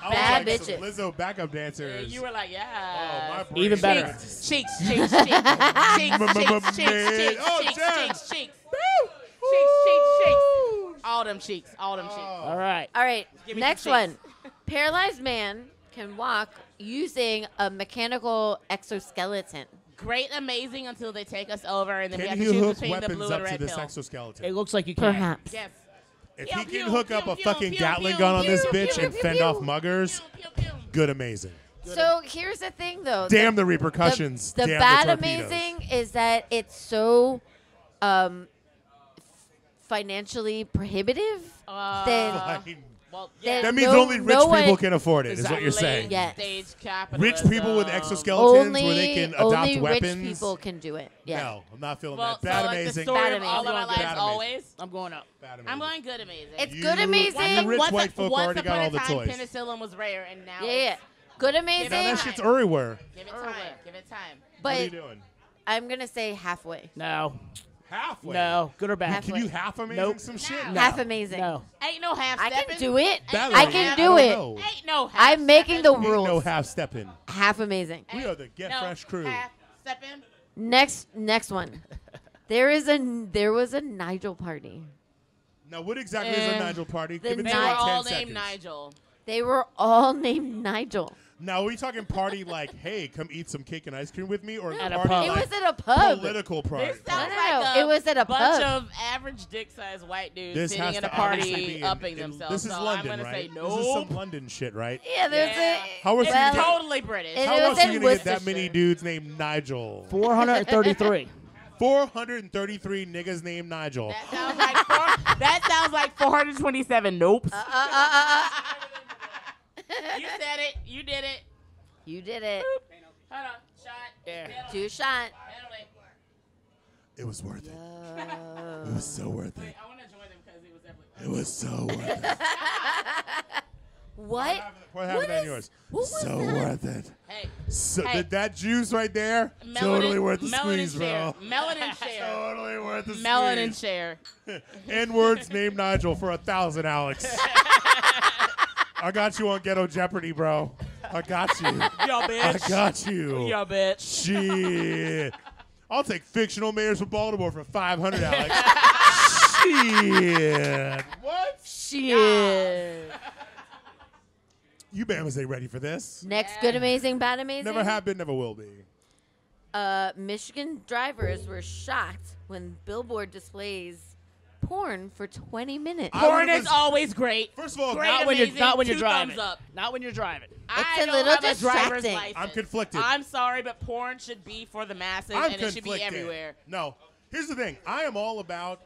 [SPEAKER 2] I was
[SPEAKER 4] Bad
[SPEAKER 2] like, some
[SPEAKER 4] bitches.
[SPEAKER 2] Lizzo backup
[SPEAKER 5] And
[SPEAKER 2] dancers.
[SPEAKER 5] you were like,
[SPEAKER 2] oh, my
[SPEAKER 5] yeah.
[SPEAKER 2] brain
[SPEAKER 1] Even better.
[SPEAKER 2] hurts.
[SPEAKER 5] cheeks, cheeks, cheeks, cheeks, cheeks, cheeks, cheeks, cheeks,
[SPEAKER 2] Oh,
[SPEAKER 5] cheeks,
[SPEAKER 2] Jen.
[SPEAKER 5] cheeks, cheeks, cheeks, cheeks, cheeks. All them cheeks, all
[SPEAKER 2] Oh,
[SPEAKER 5] them cheeks.
[SPEAKER 1] All right.
[SPEAKER 4] All right,
[SPEAKER 5] Give me some
[SPEAKER 4] next
[SPEAKER 5] shakes.
[SPEAKER 4] one. Paralyzed man can walk using a mechanical exoskeleton.
[SPEAKER 5] Great, amazing until they take us over, and then we
[SPEAKER 2] Can
[SPEAKER 5] have
[SPEAKER 2] he
[SPEAKER 5] to choose
[SPEAKER 2] hook
[SPEAKER 5] between the
[SPEAKER 2] weapons
[SPEAKER 5] blue and
[SPEAKER 2] up to
[SPEAKER 5] red
[SPEAKER 2] this
[SPEAKER 5] pill.
[SPEAKER 1] It
[SPEAKER 2] exoskeleton?
[SPEAKER 1] looks like you can.
[SPEAKER 4] Perhaps.
[SPEAKER 5] Yes.
[SPEAKER 2] If
[SPEAKER 5] Pew,
[SPEAKER 2] he can
[SPEAKER 5] pew,
[SPEAKER 2] hook up
[SPEAKER 5] pew,
[SPEAKER 2] a
[SPEAKER 5] pew,
[SPEAKER 2] fucking
[SPEAKER 5] pew,
[SPEAKER 2] Gatling
[SPEAKER 5] pew,
[SPEAKER 2] gun on
[SPEAKER 5] pew,
[SPEAKER 2] this
[SPEAKER 5] pew,
[SPEAKER 2] bitch
[SPEAKER 5] pew,
[SPEAKER 2] and
[SPEAKER 5] pew,
[SPEAKER 2] fend
[SPEAKER 4] pew.
[SPEAKER 2] off muggers,
[SPEAKER 5] Pew, pew, pew.
[SPEAKER 2] good amazing.
[SPEAKER 4] So here's the thing, though.
[SPEAKER 2] Damn the
[SPEAKER 4] The-
[SPEAKER 2] repercussions.
[SPEAKER 4] The,
[SPEAKER 2] damn
[SPEAKER 4] bad
[SPEAKER 2] torpedoes.
[SPEAKER 4] amazing is that it's so um, f- financially prohibitive.
[SPEAKER 5] Uh,
[SPEAKER 4] Then-
[SPEAKER 5] well,
[SPEAKER 4] Then-
[SPEAKER 5] yeah.
[SPEAKER 2] That means
[SPEAKER 4] No-
[SPEAKER 2] only rich
[SPEAKER 4] no one-
[SPEAKER 2] people can afford it, is what
[SPEAKER 1] Exactly.
[SPEAKER 2] you're saying.
[SPEAKER 4] Yeah. Yes.
[SPEAKER 5] Late stage um,
[SPEAKER 2] Rich
[SPEAKER 5] capitalism.
[SPEAKER 2] people with exoskeletons
[SPEAKER 4] Only,
[SPEAKER 2] where they can adopt
[SPEAKER 4] only
[SPEAKER 2] weapons.
[SPEAKER 4] rich people can do it. Yeah.
[SPEAKER 2] No, I'm not feeling
[SPEAKER 5] Well,
[SPEAKER 2] that.
[SPEAKER 5] so
[SPEAKER 2] Bad
[SPEAKER 5] like the
[SPEAKER 2] amazing.
[SPEAKER 5] story
[SPEAKER 4] Bad
[SPEAKER 5] of all of
[SPEAKER 4] amazing.
[SPEAKER 5] our
[SPEAKER 2] Bad
[SPEAKER 5] lives
[SPEAKER 2] amazing.
[SPEAKER 5] always.
[SPEAKER 1] I'm going up.
[SPEAKER 2] Bad amazing.
[SPEAKER 5] I'm going good amazing.
[SPEAKER 4] It's
[SPEAKER 2] You-
[SPEAKER 4] good amazing.
[SPEAKER 2] you rich
[SPEAKER 5] once
[SPEAKER 2] white
[SPEAKER 5] a,
[SPEAKER 2] folk
[SPEAKER 5] once
[SPEAKER 2] already
[SPEAKER 5] upon
[SPEAKER 2] got all
[SPEAKER 5] a
[SPEAKER 2] the
[SPEAKER 5] time,
[SPEAKER 2] toys.
[SPEAKER 5] penicillin was rare, and now
[SPEAKER 4] Yeah, yeah.
[SPEAKER 5] it's-
[SPEAKER 4] Good
[SPEAKER 5] it
[SPEAKER 4] amazing.
[SPEAKER 2] Now that
[SPEAKER 5] time.
[SPEAKER 2] shit's everywhere.
[SPEAKER 5] give it time.
[SPEAKER 4] Earlier.
[SPEAKER 5] Give it time.
[SPEAKER 2] What are
[SPEAKER 4] But
[SPEAKER 2] you doing?
[SPEAKER 4] I'm gonna say halfway.
[SPEAKER 1] No.
[SPEAKER 2] Halfway.
[SPEAKER 1] No. Good or bad.
[SPEAKER 2] Can you half amazing
[SPEAKER 1] Nope.
[SPEAKER 2] some shit?
[SPEAKER 1] No.
[SPEAKER 4] Half amazing.
[SPEAKER 1] No.
[SPEAKER 5] Ain't no half.
[SPEAKER 4] I can
[SPEAKER 5] stepping.
[SPEAKER 4] do it.
[SPEAKER 2] That
[SPEAKER 4] I
[SPEAKER 2] is-
[SPEAKER 4] can
[SPEAKER 5] I
[SPEAKER 4] do
[SPEAKER 5] don't
[SPEAKER 4] it.
[SPEAKER 2] know.
[SPEAKER 5] Ain't no half.
[SPEAKER 4] I'm making the
[SPEAKER 5] stepping.
[SPEAKER 2] Ain't no
[SPEAKER 4] rules.
[SPEAKER 2] half stepping.
[SPEAKER 4] Half amazing.
[SPEAKER 2] We are the Get
[SPEAKER 5] No
[SPEAKER 2] Fresh crew.
[SPEAKER 5] Half stepping.
[SPEAKER 4] Next, next one. There is a there was a Nigel party.
[SPEAKER 2] Now, what exactly is a
[SPEAKER 4] Uh,
[SPEAKER 2] Nigel party?
[SPEAKER 4] the
[SPEAKER 2] Give it to
[SPEAKER 5] They
[SPEAKER 4] Nigel-
[SPEAKER 5] were
[SPEAKER 2] me
[SPEAKER 5] all
[SPEAKER 2] 10
[SPEAKER 5] named
[SPEAKER 2] seconds.
[SPEAKER 5] Nigel.
[SPEAKER 4] They were all named Nigel.
[SPEAKER 2] Now, are we talking party like, hey, come eat some cake and ice cream with me? Or
[SPEAKER 1] At a
[SPEAKER 2] party
[SPEAKER 1] pub.
[SPEAKER 4] It
[SPEAKER 2] Uh, like
[SPEAKER 4] was at a pub.
[SPEAKER 2] political party?
[SPEAKER 5] This sounds
[SPEAKER 4] no,
[SPEAKER 5] like
[SPEAKER 4] no.
[SPEAKER 5] a
[SPEAKER 4] It was at a
[SPEAKER 5] bunch
[SPEAKER 4] pub.
[SPEAKER 5] of average dick-sized white dudes
[SPEAKER 2] this
[SPEAKER 5] sitting
[SPEAKER 2] has
[SPEAKER 5] in
[SPEAKER 2] to
[SPEAKER 5] a
[SPEAKER 2] obviously
[SPEAKER 5] party
[SPEAKER 2] be in-
[SPEAKER 5] upping
[SPEAKER 2] in-
[SPEAKER 5] themselves.
[SPEAKER 2] This is
[SPEAKER 5] so
[SPEAKER 2] London,
[SPEAKER 5] I'm gonna
[SPEAKER 2] right?
[SPEAKER 5] say no.
[SPEAKER 2] This is some London shit, right?
[SPEAKER 4] Yeah, there's
[SPEAKER 5] Yeah.
[SPEAKER 2] How
[SPEAKER 4] a.
[SPEAKER 2] else
[SPEAKER 5] It's
[SPEAKER 2] are you
[SPEAKER 4] Well,
[SPEAKER 2] gonna get-
[SPEAKER 5] totally British.
[SPEAKER 4] it
[SPEAKER 2] how
[SPEAKER 4] was
[SPEAKER 2] else are
[SPEAKER 4] in
[SPEAKER 2] you gonna get that
[SPEAKER 4] Worcestershire.
[SPEAKER 2] many dudes named Nigel?
[SPEAKER 1] 433.
[SPEAKER 2] 433 niggas named Nigel.
[SPEAKER 5] That sounds like four, that sounds like 427 nopes.
[SPEAKER 4] Uh-uh.
[SPEAKER 5] you said it. You did it.
[SPEAKER 4] you did it.
[SPEAKER 5] Hold on. Shot.
[SPEAKER 1] Yeah.
[SPEAKER 5] Pedal,
[SPEAKER 4] Two shot.
[SPEAKER 5] pedal it.
[SPEAKER 2] It was worth it. It was so worth it.
[SPEAKER 5] I want to join them because it was definitely.
[SPEAKER 2] It was so worth it.
[SPEAKER 4] What?
[SPEAKER 2] What happened
[SPEAKER 4] What
[SPEAKER 2] on
[SPEAKER 4] is-
[SPEAKER 2] yours?
[SPEAKER 4] what was
[SPEAKER 2] so
[SPEAKER 4] that?
[SPEAKER 2] worth it.
[SPEAKER 5] Hey.
[SPEAKER 2] So
[SPEAKER 5] Hey.
[SPEAKER 2] that, that juice right there,
[SPEAKER 5] Melanin,
[SPEAKER 2] totally worth the
[SPEAKER 5] melanin
[SPEAKER 2] squeeze,
[SPEAKER 5] share.
[SPEAKER 2] bro.
[SPEAKER 5] Melanin share.
[SPEAKER 2] Totally worth the
[SPEAKER 5] Melanin
[SPEAKER 2] squeeze.
[SPEAKER 5] share.
[SPEAKER 2] N words named Nigel for a thousand, Alex. I got you on Ghetto Jeopardy, bro. I got you.
[SPEAKER 5] Yo,
[SPEAKER 2] I
[SPEAKER 5] bitch.
[SPEAKER 2] got you.
[SPEAKER 5] Yo, bitch.
[SPEAKER 2] Shit. I'll take fictional mayors from Baltimore for 500, Alex. Shit.
[SPEAKER 4] Shit.
[SPEAKER 2] You Bama's ain't ready for this.
[SPEAKER 4] Next, good, amazing, bad, amazing.
[SPEAKER 2] Never have been, never will be.
[SPEAKER 4] Uh, Michigan drivers were shocked when Billboard displays porn for 20 minutes.
[SPEAKER 2] I
[SPEAKER 5] Porn
[SPEAKER 2] would've
[SPEAKER 5] is
[SPEAKER 2] been-
[SPEAKER 5] always great.
[SPEAKER 2] First of all,
[SPEAKER 5] Great
[SPEAKER 2] not
[SPEAKER 1] Not when you're
[SPEAKER 5] Amazing,
[SPEAKER 1] not when you're
[SPEAKER 5] two
[SPEAKER 1] driving.
[SPEAKER 5] thumbs up.
[SPEAKER 1] Not when you're driving.
[SPEAKER 5] I
[SPEAKER 4] It's a
[SPEAKER 5] don't
[SPEAKER 4] little
[SPEAKER 5] have a driver's
[SPEAKER 4] distracting.
[SPEAKER 5] license.
[SPEAKER 2] I'm conflicted.
[SPEAKER 5] I'm sorry, but porn should be for the masses
[SPEAKER 2] I'm
[SPEAKER 5] and
[SPEAKER 2] conflicted.
[SPEAKER 5] it should be everywhere.
[SPEAKER 2] No. Here's the thing. I am all about.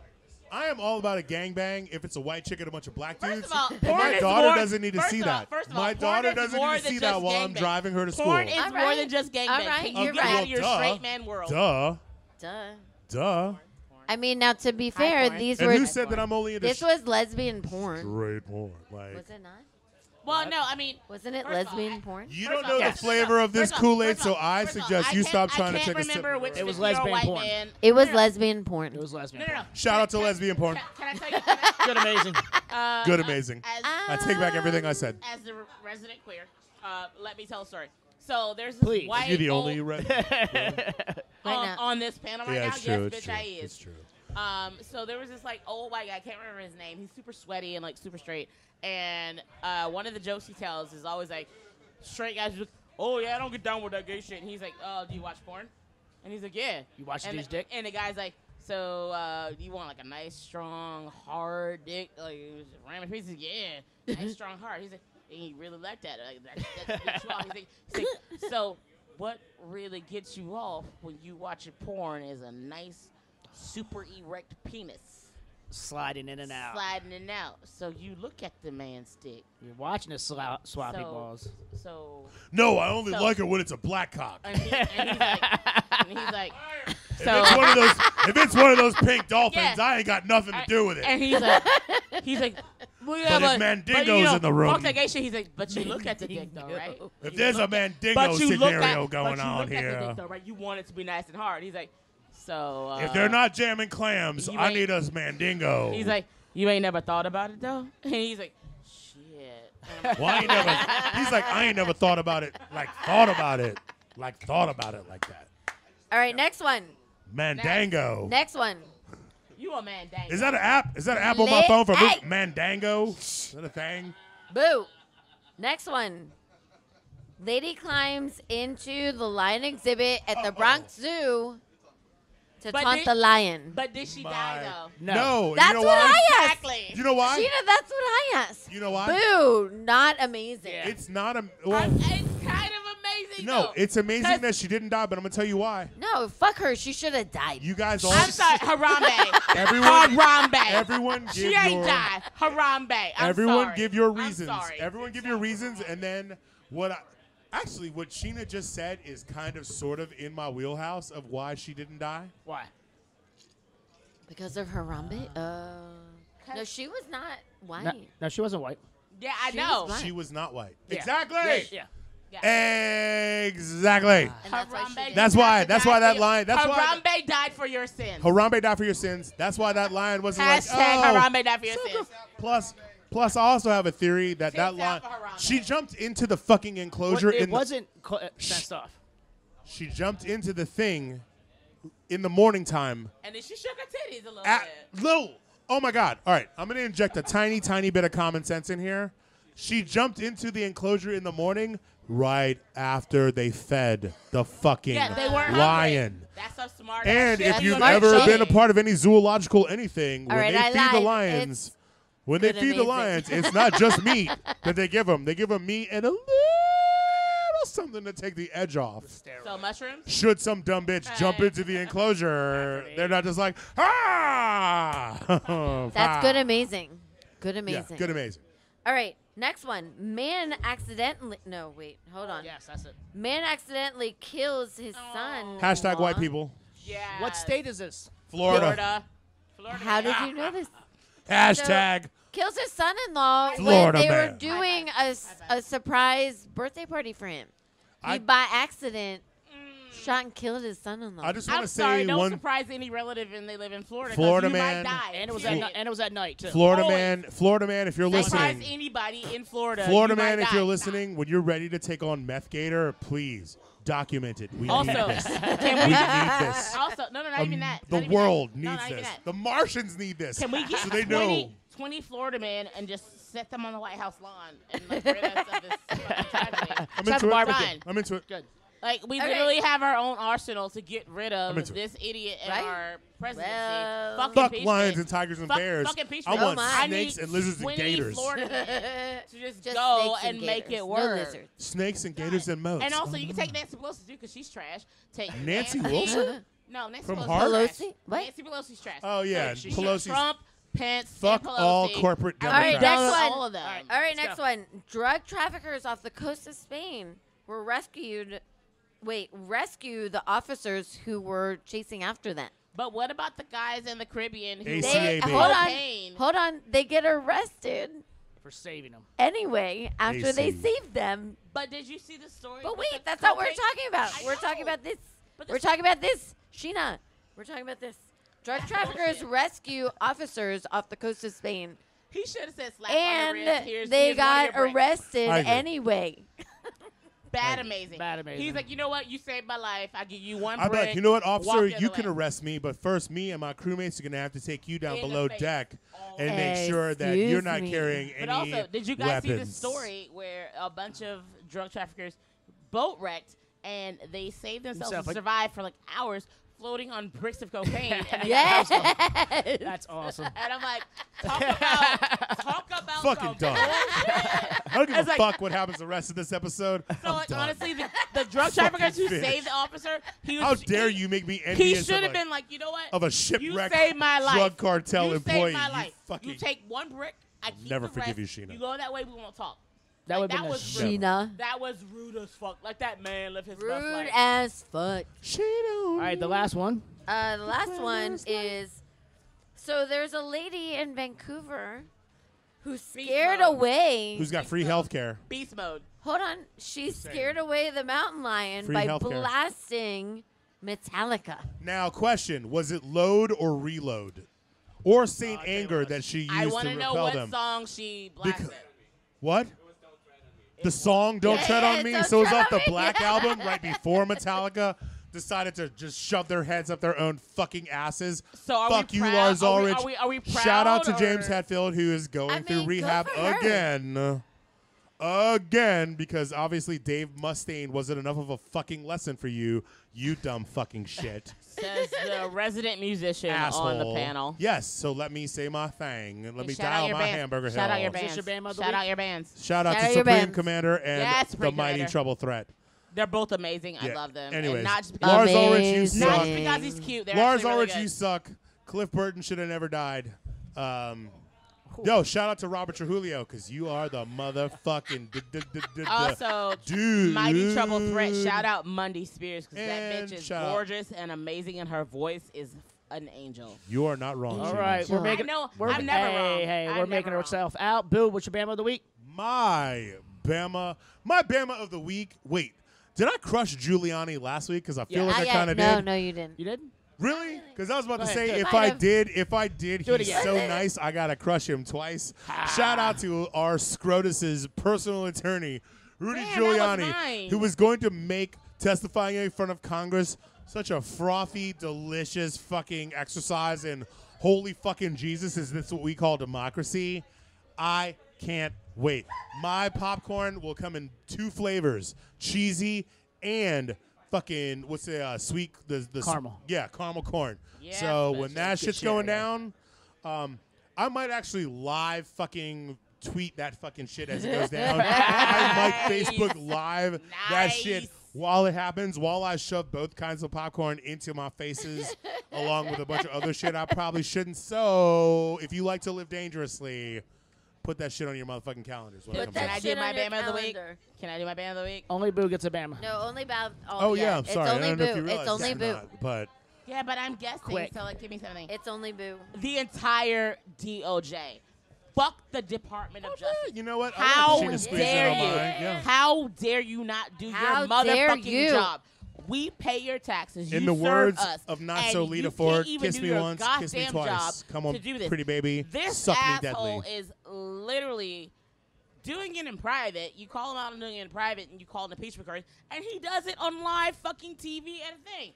[SPEAKER 2] I am all about a gangbang if it's a white chick and a bunch of black
[SPEAKER 5] First
[SPEAKER 2] dudes.
[SPEAKER 5] of all, porn
[SPEAKER 2] my
[SPEAKER 5] is
[SPEAKER 2] daughter
[SPEAKER 5] more-
[SPEAKER 2] doesn't need to
[SPEAKER 5] first
[SPEAKER 2] see
[SPEAKER 5] of all-
[SPEAKER 2] that.
[SPEAKER 5] first of all,
[SPEAKER 2] my
[SPEAKER 5] porn
[SPEAKER 2] daughter
[SPEAKER 5] is
[SPEAKER 2] doesn't
[SPEAKER 5] more
[SPEAKER 2] need to
[SPEAKER 5] than
[SPEAKER 2] see that
[SPEAKER 5] just
[SPEAKER 2] while I'm
[SPEAKER 5] gangbang.
[SPEAKER 2] driving her to school.
[SPEAKER 5] Porn is
[SPEAKER 4] All
[SPEAKER 5] more
[SPEAKER 4] right.
[SPEAKER 5] than just gangbang.
[SPEAKER 4] All right,
[SPEAKER 5] Can you
[SPEAKER 4] you're
[SPEAKER 5] get out
[SPEAKER 4] right.
[SPEAKER 5] of your
[SPEAKER 2] Duh.
[SPEAKER 5] straight man world?
[SPEAKER 2] Duh,
[SPEAKER 4] Duh.
[SPEAKER 2] duh.
[SPEAKER 4] I mean, now to be
[SPEAKER 5] High
[SPEAKER 4] fair,
[SPEAKER 5] porn.
[SPEAKER 4] these
[SPEAKER 2] And
[SPEAKER 4] were
[SPEAKER 2] who said that I'm only into
[SPEAKER 4] this was lesbian porn.
[SPEAKER 2] straight porn? Like
[SPEAKER 4] Was it not?
[SPEAKER 5] Well, no, I mean,
[SPEAKER 4] Wasn't it
[SPEAKER 5] First of all,
[SPEAKER 4] lesbian
[SPEAKER 5] I-
[SPEAKER 4] porn?
[SPEAKER 2] you
[SPEAKER 5] First
[SPEAKER 2] don't
[SPEAKER 5] off,
[SPEAKER 2] know
[SPEAKER 5] yeah.
[SPEAKER 2] the flavor of this
[SPEAKER 5] First off,
[SPEAKER 2] Kool-Aid,
[SPEAKER 5] first
[SPEAKER 2] so
[SPEAKER 5] off,
[SPEAKER 2] I
[SPEAKER 5] first off,
[SPEAKER 2] suggest
[SPEAKER 5] I
[SPEAKER 2] you
[SPEAKER 5] can't-
[SPEAKER 2] stop
[SPEAKER 5] I
[SPEAKER 2] trying to
[SPEAKER 5] can't
[SPEAKER 2] take a sip.
[SPEAKER 5] remember which
[SPEAKER 1] It was
[SPEAKER 5] 50-year-old
[SPEAKER 1] lesbian
[SPEAKER 5] white
[SPEAKER 1] porn.
[SPEAKER 5] man-
[SPEAKER 4] It was
[SPEAKER 5] No, no,
[SPEAKER 4] lesbian porn.
[SPEAKER 1] It was lesbian.
[SPEAKER 5] No, no, no.
[SPEAKER 2] Shout out to lesbian porn.
[SPEAKER 5] Can I tell you? Can I,
[SPEAKER 1] Good, amazing.
[SPEAKER 5] uh,
[SPEAKER 2] Good, amazing.
[SPEAKER 5] As,
[SPEAKER 4] Ah.
[SPEAKER 2] I take back everything I said.
[SPEAKER 5] as the re- resident queer, uh, let me tell a story. So there's this
[SPEAKER 1] Please.
[SPEAKER 5] white
[SPEAKER 2] You're the
[SPEAKER 5] old-
[SPEAKER 2] only. Re-
[SPEAKER 4] Why
[SPEAKER 5] on,
[SPEAKER 4] not?
[SPEAKER 5] on this panel right
[SPEAKER 2] yeah,
[SPEAKER 5] now.
[SPEAKER 2] it's true.
[SPEAKER 5] yes,
[SPEAKER 2] it's
[SPEAKER 5] bitch,
[SPEAKER 2] true.
[SPEAKER 5] I is.
[SPEAKER 2] It's true.
[SPEAKER 5] Um, so there was this like old white guy. I can't remember his name. He's super sweaty and like super straight. And uh, one of the jokes he tells is always like, straight guys just, oh yeah, I don't get down with that gay shit. And he's like, oh, do you watch porn? And he's like, yeah.
[SPEAKER 1] You watch
[SPEAKER 5] and
[SPEAKER 1] dude's
[SPEAKER 5] the,
[SPEAKER 1] dick?
[SPEAKER 5] And the guy's like, so uh, you want like a nice strong hard dick, like it was just ramming pieces? Yeah, nice strong hard. He's like, and he really liked that. Like, that, that gets you off. He's like, he's like, so what really gets you off when you watch porn is a nice super erect penis
[SPEAKER 1] Sliding in and out.
[SPEAKER 5] sliding in and out. So you look at the man's dick.
[SPEAKER 1] You're watching the sla- swappy
[SPEAKER 5] so,
[SPEAKER 1] balls.
[SPEAKER 5] So
[SPEAKER 2] No, I only
[SPEAKER 5] So-
[SPEAKER 2] like it when it's a black cock.
[SPEAKER 5] and, he, and he's like, and he's like, so
[SPEAKER 2] If it's one of those, if it's one of those pink dolphins,
[SPEAKER 5] Yeah.
[SPEAKER 2] I ain't got nothing to do with it.
[SPEAKER 5] and he's like, he's like, well, yeah,
[SPEAKER 2] But if
[SPEAKER 5] but
[SPEAKER 2] Mandingo's
[SPEAKER 5] but, you know,
[SPEAKER 2] in the room-
[SPEAKER 5] fuck that gay shit. He's like, but you look at the dick though, right?
[SPEAKER 2] if
[SPEAKER 5] You
[SPEAKER 2] there's a
[SPEAKER 5] look at-
[SPEAKER 2] Mandingo
[SPEAKER 5] but you look at-
[SPEAKER 2] scenario
[SPEAKER 5] but
[SPEAKER 2] going
[SPEAKER 5] you
[SPEAKER 2] on
[SPEAKER 5] look at the
[SPEAKER 2] here,
[SPEAKER 5] dick though, right? You want it to be nice and hard. He's like, so uh,
[SPEAKER 2] if they're not jamming clams,
[SPEAKER 5] you
[SPEAKER 2] I
[SPEAKER 5] ain't-
[SPEAKER 2] need us Mandingo.
[SPEAKER 5] he's like, you ain't never thought about it though. And he's like, shit. Um, And I'm like,
[SPEAKER 2] well, I ain't never. He's like, I ain't never thought about it. Like thought about it. Like thought about it like that.
[SPEAKER 4] All right, next one.
[SPEAKER 2] Mandango.
[SPEAKER 4] Next one.
[SPEAKER 5] you a man, dang.
[SPEAKER 2] Is that an app? Is that an app on my
[SPEAKER 4] Lit-
[SPEAKER 2] phone for
[SPEAKER 4] Hey.
[SPEAKER 2] Mandango? Is that a thing?
[SPEAKER 4] Boo. Next one. Lady climbs into the lion exhibit at the Bronx Zoo to
[SPEAKER 5] But
[SPEAKER 4] taunt
[SPEAKER 5] they-
[SPEAKER 4] the lion.
[SPEAKER 5] But did she
[SPEAKER 2] My-
[SPEAKER 5] die though?
[SPEAKER 1] No.
[SPEAKER 2] No.
[SPEAKER 4] that's
[SPEAKER 2] you know
[SPEAKER 4] what
[SPEAKER 2] why?
[SPEAKER 4] I asked.
[SPEAKER 5] Exactly.
[SPEAKER 2] You know why?
[SPEAKER 4] Sheena, that's what I asked.
[SPEAKER 2] You know why?
[SPEAKER 4] Boo. Not amazing.
[SPEAKER 2] It's not a.
[SPEAKER 5] I-
[SPEAKER 2] Well,
[SPEAKER 5] it's kind of amazing.
[SPEAKER 2] no,
[SPEAKER 5] though.
[SPEAKER 2] it's
[SPEAKER 5] Cause-
[SPEAKER 2] amazing that she didn't die, but I'm gonna tell you why.
[SPEAKER 4] No, fuck her. She should have died.
[SPEAKER 2] You guys all.
[SPEAKER 5] I'm sorry, Harambe.
[SPEAKER 2] Everyone.
[SPEAKER 5] Harambe.
[SPEAKER 2] Everyone.
[SPEAKER 5] she
[SPEAKER 2] give
[SPEAKER 5] ain't
[SPEAKER 2] your-
[SPEAKER 5] died. Harambe. I'm
[SPEAKER 2] everyone
[SPEAKER 5] sorry.
[SPEAKER 2] give your
[SPEAKER 5] I'm
[SPEAKER 2] reasons.
[SPEAKER 5] sorry.
[SPEAKER 2] Everyone give your reasons, and then what? I, actually, what Sheena just said is kind of, sort of, in my wheelhouse of why she didn't die.
[SPEAKER 1] Why?
[SPEAKER 4] because of Harambe? Uh, no, she was not white.
[SPEAKER 1] No, no, she wasn't white.
[SPEAKER 5] Yeah, I
[SPEAKER 4] She
[SPEAKER 5] know.
[SPEAKER 4] was black.
[SPEAKER 2] She was not white.
[SPEAKER 1] Yeah.
[SPEAKER 2] Exactly.
[SPEAKER 1] Yeah.
[SPEAKER 2] Exactly.
[SPEAKER 4] And that's why she
[SPEAKER 5] Harambe.
[SPEAKER 4] did.
[SPEAKER 2] That's why-
[SPEAKER 5] did
[SPEAKER 2] that's
[SPEAKER 5] die
[SPEAKER 2] why
[SPEAKER 5] for
[SPEAKER 2] that
[SPEAKER 5] you.
[SPEAKER 2] line- that's why
[SPEAKER 5] Harambe
[SPEAKER 2] that-
[SPEAKER 5] died for your sins.
[SPEAKER 2] Harambe died for your sins. That's why that lion wasn't
[SPEAKER 5] Hashtag
[SPEAKER 2] like oh.
[SPEAKER 5] Harambe died for your sins.
[SPEAKER 2] Plus, plus, I also have a theory that that
[SPEAKER 5] Tits
[SPEAKER 2] lion.
[SPEAKER 5] out for Harambe.
[SPEAKER 2] She jumped into the fucking enclosure.
[SPEAKER 1] Well, it
[SPEAKER 2] in the-
[SPEAKER 1] wasn't cl- uh, fenced off.
[SPEAKER 2] she jumped into the thing in the morning time
[SPEAKER 5] And then she shook her titties a little
[SPEAKER 2] at
[SPEAKER 5] bit.
[SPEAKER 2] Lil. Oh my God! All right, I'm gonna inject a tiny, tiny bit of common sense in here. She jumped into the enclosure in the morning, right after they fed the fucking
[SPEAKER 5] Yeah, they weren't hungry.
[SPEAKER 2] lion.
[SPEAKER 5] That's a smart.
[SPEAKER 2] And
[SPEAKER 5] ass
[SPEAKER 2] if
[SPEAKER 5] shit.
[SPEAKER 2] you've
[SPEAKER 4] smart
[SPEAKER 2] ever
[SPEAKER 4] shit.
[SPEAKER 2] been a part of any zoological anything,
[SPEAKER 4] All
[SPEAKER 2] when
[SPEAKER 4] right,
[SPEAKER 2] they
[SPEAKER 4] I
[SPEAKER 2] feed the
[SPEAKER 4] lied.
[SPEAKER 2] lions,
[SPEAKER 4] It's
[SPEAKER 2] when they
[SPEAKER 4] good
[SPEAKER 2] feed
[SPEAKER 4] and
[SPEAKER 2] the
[SPEAKER 4] amazing.
[SPEAKER 2] lions, it's not just meat that they give them. They give them meat and a little something to take the edge off.
[SPEAKER 5] so mushrooms.
[SPEAKER 2] Should some dumb bitch jump into the enclosure, they're not just like, ah!
[SPEAKER 4] That's
[SPEAKER 2] Ah.
[SPEAKER 4] good, amazing. Good,
[SPEAKER 2] Yeah,
[SPEAKER 4] amazing.
[SPEAKER 2] good, amazing.
[SPEAKER 4] All right, next one. Man accidentally. No, wait, hold on.
[SPEAKER 1] Yes, that's it.
[SPEAKER 4] Man accidentally kills his son.
[SPEAKER 2] Hashtag
[SPEAKER 4] Aw.
[SPEAKER 2] white people.
[SPEAKER 5] Yeah.
[SPEAKER 1] What state is this?
[SPEAKER 2] Florida.
[SPEAKER 5] Florida. Florida.
[SPEAKER 4] How did you know this?
[SPEAKER 2] Hashtag.
[SPEAKER 4] Kills his son-in-law
[SPEAKER 2] Florida
[SPEAKER 4] when they were
[SPEAKER 2] man.
[SPEAKER 4] doing a, s- a surprise birthday party for him. He
[SPEAKER 2] I-
[SPEAKER 4] by accident shot and killed his son-in-law.
[SPEAKER 2] I just want
[SPEAKER 5] I'm
[SPEAKER 2] to say
[SPEAKER 5] sorry. Don't
[SPEAKER 2] one
[SPEAKER 5] surprise any relative and they live in Florida. 'cause
[SPEAKER 2] Florida
[SPEAKER 5] you
[SPEAKER 2] man.
[SPEAKER 5] Might die.
[SPEAKER 1] And it was at
[SPEAKER 5] Period.
[SPEAKER 1] ni- and it was at night too.
[SPEAKER 2] Florida
[SPEAKER 5] always.
[SPEAKER 2] man, Florida man, if you're
[SPEAKER 5] Surprise
[SPEAKER 2] listening.
[SPEAKER 5] anybody in Florida.
[SPEAKER 2] Florida
[SPEAKER 5] you might
[SPEAKER 2] man, if
[SPEAKER 5] die.
[SPEAKER 2] you're listening, when you're ready to take on Meth Gator, please document it. We
[SPEAKER 5] Also,
[SPEAKER 2] need this.
[SPEAKER 5] can
[SPEAKER 2] We
[SPEAKER 5] we?
[SPEAKER 2] need this.
[SPEAKER 5] Also, no, no, not even
[SPEAKER 2] Um,
[SPEAKER 5] that.
[SPEAKER 2] The
[SPEAKER 5] Not even
[SPEAKER 2] world
[SPEAKER 5] that. No,
[SPEAKER 2] needs
[SPEAKER 5] not even
[SPEAKER 2] this.
[SPEAKER 5] that.
[SPEAKER 2] The Martians need this.
[SPEAKER 5] Can we get
[SPEAKER 2] so they
[SPEAKER 5] 20,
[SPEAKER 2] know.
[SPEAKER 5] 20 Florida men and just set them on the White House lawn and like rid us of this fucking tragedy?
[SPEAKER 2] I'm
[SPEAKER 1] Chuck
[SPEAKER 2] into it.
[SPEAKER 1] Barbecue.
[SPEAKER 2] I'm into it.
[SPEAKER 1] Good.
[SPEAKER 5] Like we
[SPEAKER 4] Okay.
[SPEAKER 5] literally have our own arsenal to get rid of
[SPEAKER 2] I'm into it.
[SPEAKER 5] this idiot and
[SPEAKER 4] Right?
[SPEAKER 5] our presidency.
[SPEAKER 4] Well-
[SPEAKER 5] fucking
[SPEAKER 2] Fuck
[SPEAKER 5] impeachment.
[SPEAKER 2] lions and tigers and
[SPEAKER 5] Fuck-
[SPEAKER 2] bears.
[SPEAKER 5] fuck impeachment.
[SPEAKER 2] I want
[SPEAKER 4] Oh my.
[SPEAKER 2] snakes
[SPEAKER 5] I need
[SPEAKER 2] and lizards and
[SPEAKER 5] 20
[SPEAKER 2] gators.
[SPEAKER 5] Florida men to just,
[SPEAKER 4] Just
[SPEAKER 5] go
[SPEAKER 4] snakes
[SPEAKER 5] and, make
[SPEAKER 4] gators,
[SPEAKER 5] it
[SPEAKER 4] no
[SPEAKER 5] work.
[SPEAKER 4] lizards.
[SPEAKER 2] Snakes and gators and moats.
[SPEAKER 5] And also,
[SPEAKER 2] Oh
[SPEAKER 5] you can
[SPEAKER 2] my.
[SPEAKER 5] take Nancy Pelosi too, because she's trash. Take
[SPEAKER 2] Nancy Wilson?
[SPEAKER 5] No, Nancy
[SPEAKER 2] From
[SPEAKER 5] Pelosi's
[SPEAKER 2] Harvard?
[SPEAKER 5] trash.
[SPEAKER 4] Pelosi? What?
[SPEAKER 5] Nancy Pelosi's trash.
[SPEAKER 2] Oh, yeah,
[SPEAKER 5] She-
[SPEAKER 2] Pelosi's-
[SPEAKER 5] Trump, Pence,
[SPEAKER 2] Fuck
[SPEAKER 5] and Pelosi.
[SPEAKER 2] all corporate
[SPEAKER 5] I already
[SPEAKER 2] Democrats.
[SPEAKER 5] done
[SPEAKER 4] Next one.
[SPEAKER 5] All of them.
[SPEAKER 4] All right, next one. Drug traffickers off the coast of Spain were rescued. Wait, rescue the officers who were chasing after them.
[SPEAKER 5] But what about the guys in the Caribbean who
[SPEAKER 4] They
[SPEAKER 2] ACAB.
[SPEAKER 5] were
[SPEAKER 4] hold on,
[SPEAKER 5] cocaine?
[SPEAKER 4] hold on. They get arrested
[SPEAKER 1] for saving them.
[SPEAKER 4] anyway after they
[SPEAKER 2] AC.
[SPEAKER 4] saved them.
[SPEAKER 5] But did you see the story?
[SPEAKER 4] But
[SPEAKER 5] with
[SPEAKER 4] wait,
[SPEAKER 5] the
[SPEAKER 4] that's not what we're
[SPEAKER 5] cocaine?
[SPEAKER 4] talking about.
[SPEAKER 5] I
[SPEAKER 4] We're
[SPEAKER 5] know.
[SPEAKER 4] talking about this.
[SPEAKER 5] But
[SPEAKER 4] We're
[SPEAKER 5] this-
[SPEAKER 4] talking about this, Sheena. We're talking about this. Drug traffickers
[SPEAKER 5] bullshit.
[SPEAKER 4] rescue officers off the coast of Spain,
[SPEAKER 5] He should have said slap on the wrist.
[SPEAKER 4] and
[SPEAKER 5] Here's,
[SPEAKER 4] they
[SPEAKER 5] here's one of
[SPEAKER 4] got
[SPEAKER 5] your bricks.
[SPEAKER 4] arrested
[SPEAKER 2] I agree.
[SPEAKER 4] anyway.
[SPEAKER 5] Bad amazing.
[SPEAKER 1] Bad amazing.
[SPEAKER 5] He's like, you know what? You saved my life. I give you one
[SPEAKER 2] I'm
[SPEAKER 5] brick.
[SPEAKER 2] like, you know what,
[SPEAKER 5] Walk
[SPEAKER 2] officer,
[SPEAKER 5] the other
[SPEAKER 2] you can
[SPEAKER 5] way."
[SPEAKER 2] arrest me, but first, me and my crewmates are gonna have to take you down
[SPEAKER 5] In the
[SPEAKER 2] below
[SPEAKER 5] face.
[SPEAKER 2] deck
[SPEAKER 5] All
[SPEAKER 2] and
[SPEAKER 4] Excuse
[SPEAKER 2] make sure that you're not
[SPEAKER 4] me.
[SPEAKER 2] carrying any
[SPEAKER 5] But also, did you guys see
[SPEAKER 2] weapons.
[SPEAKER 5] the story where a bunch of drug traffickers boat wrecked and they saved themselves
[SPEAKER 1] Themselves,
[SPEAKER 5] and
[SPEAKER 1] like-
[SPEAKER 5] survived for like hours floating on bricks of cocaine? and they got
[SPEAKER 4] Yes.
[SPEAKER 5] arrested.
[SPEAKER 1] That's awesome.
[SPEAKER 5] And I'm like, talk about, talk about
[SPEAKER 2] Fucking
[SPEAKER 5] some
[SPEAKER 2] dumb.
[SPEAKER 5] Oh, bullshit.
[SPEAKER 2] I don't give a
[SPEAKER 5] like-
[SPEAKER 2] fuck what happens the rest of this episode.
[SPEAKER 5] So
[SPEAKER 2] I'm
[SPEAKER 5] like,
[SPEAKER 2] done.
[SPEAKER 5] honestly, the, the drug traffickers who
[SPEAKER 2] bitch.
[SPEAKER 5] saved the officer, he was,
[SPEAKER 2] how dare
[SPEAKER 5] he-
[SPEAKER 2] you make me
[SPEAKER 5] He
[SPEAKER 2] envious?
[SPEAKER 5] should
[SPEAKER 2] of
[SPEAKER 5] have
[SPEAKER 2] a-
[SPEAKER 5] been like, you know what?
[SPEAKER 2] of a
[SPEAKER 5] You
[SPEAKER 2] shipwrecked
[SPEAKER 5] saved my life.
[SPEAKER 2] drug cartel
[SPEAKER 5] you
[SPEAKER 2] employee.
[SPEAKER 5] Saved my
[SPEAKER 2] you
[SPEAKER 5] life.
[SPEAKER 2] fucking
[SPEAKER 5] You take one brick. I keep
[SPEAKER 2] Never
[SPEAKER 5] the
[SPEAKER 2] forgive
[SPEAKER 5] rest.
[SPEAKER 2] you, Sheena.
[SPEAKER 5] You go that way, we won't talk.
[SPEAKER 1] That
[SPEAKER 5] Like,
[SPEAKER 1] would have
[SPEAKER 5] that
[SPEAKER 1] been a
[SPEAKER 5] was
[SPEAKER 1] sh-
[SPEAKER 2] Never.
[SPEAKER 4] Sheena,
[SPEAKER 5] That was rude as fuck. Like that man lived his best
[SPEAKER 4] rude
[SPEAKER 5] life.
[SPEAKER 4] as fuck.
[SPEAKER 1] All right, the last one.
[SPEAKER 4] Uh, the last one is so there's a lady in Vancouver who's
[SPEAKER 5] Beast
[SPEAKER 4] scared
[SPEAKER 5] mode.
[SPEAKER 4] away.
[SPEAKER 2] Who's got free health care?
[SPEAKER 5] Beast mode.
[SPEAKER 4] Hold on, she scared away the mountain lion
[SPEAKER 2] Free
[SPEAKER 4] by
[SPEAKER 2] healthcare.
[SPEAKER 4] blasting Metallica.
[SPEAKER 2] Now, question: Was it load or reload, or Saint
[SPEAKER 1] I tell you
[SPEAKER 2] Anger
[SPEAKER 1] what.
[SPEAKER 2] that she used
[SPEAKER 5] I
[SPEAKER 2] to
[SPEAKER 5] want to know
[SPEAKER 2] repel
[SPEAKER 5] what
[SPEAKER 2] them?
[SPEAKER 5] song she blasted.
[SPEAKER 2] Because- What? The song "Don't
[SPEAKER 4] Yeah,
[SPEAKER 2] Tread on
[SPEAKER 4] yeah,
[SPEAKER 2] Me"
[SPEAKER 4] Don't
[SPEAKER 2] so it was
[SPEAKER 4] Tread
[SPEAKER 2] off
[SPEAKER 4] on
[SPEAKER 2] the
[SPEAKER 4] Me.
[SPEAKER 2] Black album right before Metallica decided to just shove their heads up their own fucking asses.
[SPEAKER 5] So are we
[SPEAKER 2] Fuck you,
[SPEAKER 5] proud-
[SPEAKER 2] Lars
[SPEAKER 5] are we-
[SPEAKER 2] Ulrich.
[SPEAKER 5] are we- are we
[SPEAKER 2] Shout out to
[SPEAKER 5] proud
[SPEAKER 2] James
[SPEAKER 5] or-
[SPEAKER 2] Hetfield who is going
[SPEAKER 4] I
[SPEAKER 2] through
[SPEAKER 4] mean, good
[SPEAKER 2] rehab
[SPEAKER 4] for her.
[SPEAKER 2] again. Again, because obviously Dave Mustaine wasn't enough of a fucking lesson for you, you dumb fucking shit.
[SPEAKER 5] Says the resident musician
[SPEAKER 2] asshole.
[SPEAKER 5] on the panel.
[SPEAKER 2] Yes, so let me say my thing and let
[SPEAKER 5] And
[SPEAKER 2] me
[SPEAKER 5] shout out
[SPEAKER 2] dial
[SPEAKER 5] your
[SPEAKER 2] my
[SPEAKER 5] bands.
[SPEAKER 2] hamburger
[SPEAKER 5] Shout out
[SPEAKER 2] hill.
[SPEAKER 5] your
[SPEAKER 1] this
[SPEAKER 5] bands.
[SPEAKER 1] your band of the
[SPEAKER 5] Shout out
[SPEAKER 1] week?
[SPEAKER 5] your bands.
[SPEAKER 2] Shout out
[SPEAKER 4] Shout
[SPEAKER 2] to
[SPEAKER 4] out your
[SPEAKER 2] Supreme
[SPEAKER 4] bands.
[SPEAKER 2] Commander and
[SPEAKER 5] Yes,
[SPEAKER 2] the
[SPEAKER 5] Supreme
[SPEAKER 2] Mighty
[SPEAKER 5] Commander.
[SPEAKER 2] Trouble Threat.
[SPEAKER 5] They're both amazing. I love them. And
[SPEAKER 2] Anyways,
[SPEAKER 5] not just because,
[SPEAKER 2] Lars Ulrich, you
[SPEAKER 4] Amazing.
[SPEAKER 5] not
[SPEAKER 2] suck.
[SPEAKER 5] just because he's cute. They're
[SPEAKER 2] Lars
[SPEAKER 5] actually really
[SPEAKER 2] Ulrich,
[SPEAKER 5] good.
[SPEAKER 2] you suck. Cliff Burton should have never died. Um, yo, shout out to Robert Trujillo because you are the motherfucking d- d- d- d- d-
[SPEAKER 5] Also,
[SPEAKER 2] dude.
[SPEAKER 5] Mighty Trouble Threat. Shout out Mundy Spears because that
[SPEAKER 2] And
[SPEAKER 5] bitch is
[SPEAKER 2] shout out-
[SPEAKER 5] gorgeous and amazing, and her voice is an angel.
[SPEAKER 2] You are not wrong.
[SPEAKER 1] All
[SPEAKER 2] Sheena.
[SPEAKER 1] right, we're
[SPEAKER 4] I
[SPEAKER 1] making.
[SPEAKER 5] know-
[SPEAKER 1] we're,
[SPEAKER 5] I'm never
[SPEAKER 1] hey,
[SPEAKER 5] wrong.
[SPEAKER 1] Hey,
[SPEAKER 5] I'm
[SPEAKER 1] we're
[SPEAKER 5] never
[SPEAKER 1] making
[SPEAKER 5] wrong.
[SPEAKER 1] ourselves out. Boo, what's your band of the week?
[SPEAKER 2] My Bama, my Bama of the week. Wait, did I crush Giuliani last week? Because I feel
[SPEAKER 1] Yeah.
[SPEAKER 2] like
[SPEAKER 4] Not
[SPEAKER 2] I
[SPEAKER 4] yet.
[SPEAKER 2] kind of
[SPEAKER 4] no,
[SPEAKER 2] did.
[SPEAKER 4] no, you didn't.
[SPEAKER 1] You did?
[SPEAKER 2] Really? Because I was about to
[SPEAKER 1] Go
[SPEAKER 2] say,
[SPEAKER 1] ahead, do it.
[SPEAKER 2] if
[SPEAKER 4] Might
[SPEAKER 2] I
[SPEAKER 4] have.
[SPEAKER 2] did, if I did,
[SPEAKER 1] it
[SPEAKER 2] he's
[SPEAKER 1] again. Ah.
[SPEAKER 2] so nice, I gotta crush him twice. Shout out to our Scrotus's personal attorney, Rudy
[SPEAKER 5] Man, that was
[SPEAKER 2] Giuliani,
[SPEAKER 5] mine.
[SPEAKER 2] who was going to make testifying in front of Congress such a frothy, delicious fucking exercise. And holy fucking Jesus, is this what we call democracy? I can't wait. My popcorn will come in two flavors: cheesy and fucking what's the uh, sweet the the
[SPEAKER 1] Caramel.
[SPEAKER 2] yeah, caramel corn.
[SPEAKER 5] Yes,
[SPEAKER 2] so
[SPEAKER 5] bitch.
[SPEAKER 2] when that
[SPEAKER 1] Let's get
[SPEAKER 2] shit's
[SPEAKER 1] shit
[SPEAKER 2] going
[SPEAKER 1] out
[SPEAKER 2] down, um, I might actually live fucking tweet that fucking shit as it goes down. I might Facebook live that shit
[SPEAKER 5] Nice.
[SPEAKER 2] while it happens, while I shove both kinds of popcorn into my faces, along with a bunch of other shit I probably shouldn't. So if you like to live dangerously, put that shit on your motherfucking calendars. when I
[SPEAKER 4] Put
[SPEAKER 2] come
[SPEAKER 4] that
[SPEAKER 5] Can I
[SPEAKER 2] back.
[SPEAKER 5] do
[SPEAKER 4] shit
[SPEAKER 5] my
[SPEAKER 4] on your
[SPEAKER 5] band of the week?
[SPEAKER 4] calendar. Oh.
[SPEAKER 5] Can I do my band of the week?
[SPEAKER 1] Only Boo gets a Bama.
[SPEAKER 4] No, only about.
[SPEAKER 2] Oh yeah, I'm sorry.
[SPEAKER 4] It's
[SPEAKER 2] I
[SPEAKER 4] only
[SPEAKER 2] don't know if you
[SPEAKER 4] boo.
[SPEAKER 2] realize
[SPEAKER 4] It's only
[SPEAKER 2] it's
[SPEAKER 4] boo.
[SPEAKER 2] not, but
[SPEAKER 5] Yeah, but I'm guessing.
[SPEAKER 1] Quick.
[SPEAKER 5] So like, give me something.
[SPEAKER 4] It's only boo.
[SPEAKER 5] the entire DOJ. Fuck the Department
[SPEAKER 4] Oh,
[SPEAKER 5] of Justice.
[SPEAKER 2] you know what? I
[SPEAKER 5] How
[SPEAKER 2] wanted to squeeze in
[SPEAKER 5] dare
[SPEAKER 2] on
[SPEAKER 5] you?
[SPEAKER 2] mine. Yeah.
[SPEAKER 5] How dare you not do
[SPEAKER 4] How
[SPEAKER 5] your
[SPEAKER 4] dare
[SPEAKER 5] motherfucking
[SPEAKER 4] you?
[SPEAKER 5] job? We pay your taxes.
[SPEAKER 2] In
[SPEAKER 5] you
[SPEAKER 2] the
[SPEAKER 5] serve
[SPEAKER 2] words
[SPEAKER 5] us,
[SPEAKER 2] of not
[SPEAKER 5] and
[SPEAKER 2] so
[SPEAKER 5] you
[SPEAKER 2] Lita
[SPEAKER 5] can't
[SPEAKER 2] Ford,
[SPEAKER 5] even
[SPEAKER 2] kiss
[SPEAKER 5] do
[SPEAKER 2] me
[SPEAKER 5] your
[SPEAKER 2] once, kiss me
[SPEAKER 5] goddamn
[SPEAKER 2] twice.
[SPEAKER 5] job
[SPEAKER 2] Come on,
[SPEAKER 5] to do this.
[SPEAKER 2] pretty baby.
[SPEAKER 5] This
[SPEAKER 2] Suck me
[SPEAKER 5] asshole
[SPEAKER 2] deadly.
[SPEAKER 5] is literally doing it in private. You call him out on doing it in private, and you call an impeachment court, and he does it on live fucking TV and a thing.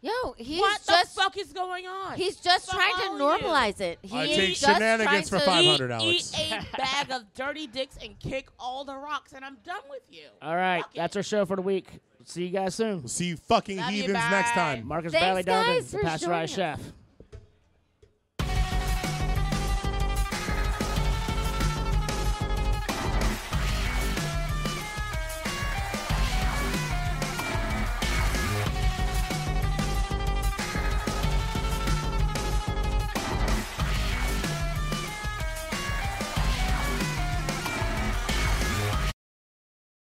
[SPEAKER 4] Yo, he's
[SPEAKER 5] what
[SPEAKER 4] just
[SPEAKER 5] the fuck is going on?
[SPEAKER 4] he's just
[SPEAKER 5] Fuck
[SPEAKER 4] trying to
[SPEAKER 5] all of you.
[SPEAKER 4] normalize it. He
[SPEAKER 2] I
[SPEAKER 4] is
[SPEAKER 2] take
[SPEAKER 4] just trying
[SPEAKER 2] shenanigans for
[SPEAKER 4] to-
[SPEAKER 2] five.
[SPEAKER 5] Eat-
[SPEAKER 2] $500, Alex.
[SPEAKER 5] Eat a bag of dirty dicks and kick all the rocks, and I'm done with you.
[SPEAKER 1] All right,
[SPEAKER 5] Fuck it.
[SPEAKER 1] that's our show for the week. See you guys soon.
[SPEAKER 2] See you fucking
[SPEAKER 5] Love you,
[SPEAKER 2] heathens next
[SPEAKER 5] bye.
[SPEAKER 2] time.
[SPEAKER 1] Marcus
[SPEAKER 4] Thanks,
[SPEAKER 1] Bailey Donovan,
[SPEAKER 4] guys,
[SPEAKER 1] the
[SPEAKER 4] for
[SPEAKER 1] Pasteurized
[SPEAKER 4] joining us.
[SPEAKER 1] Chef.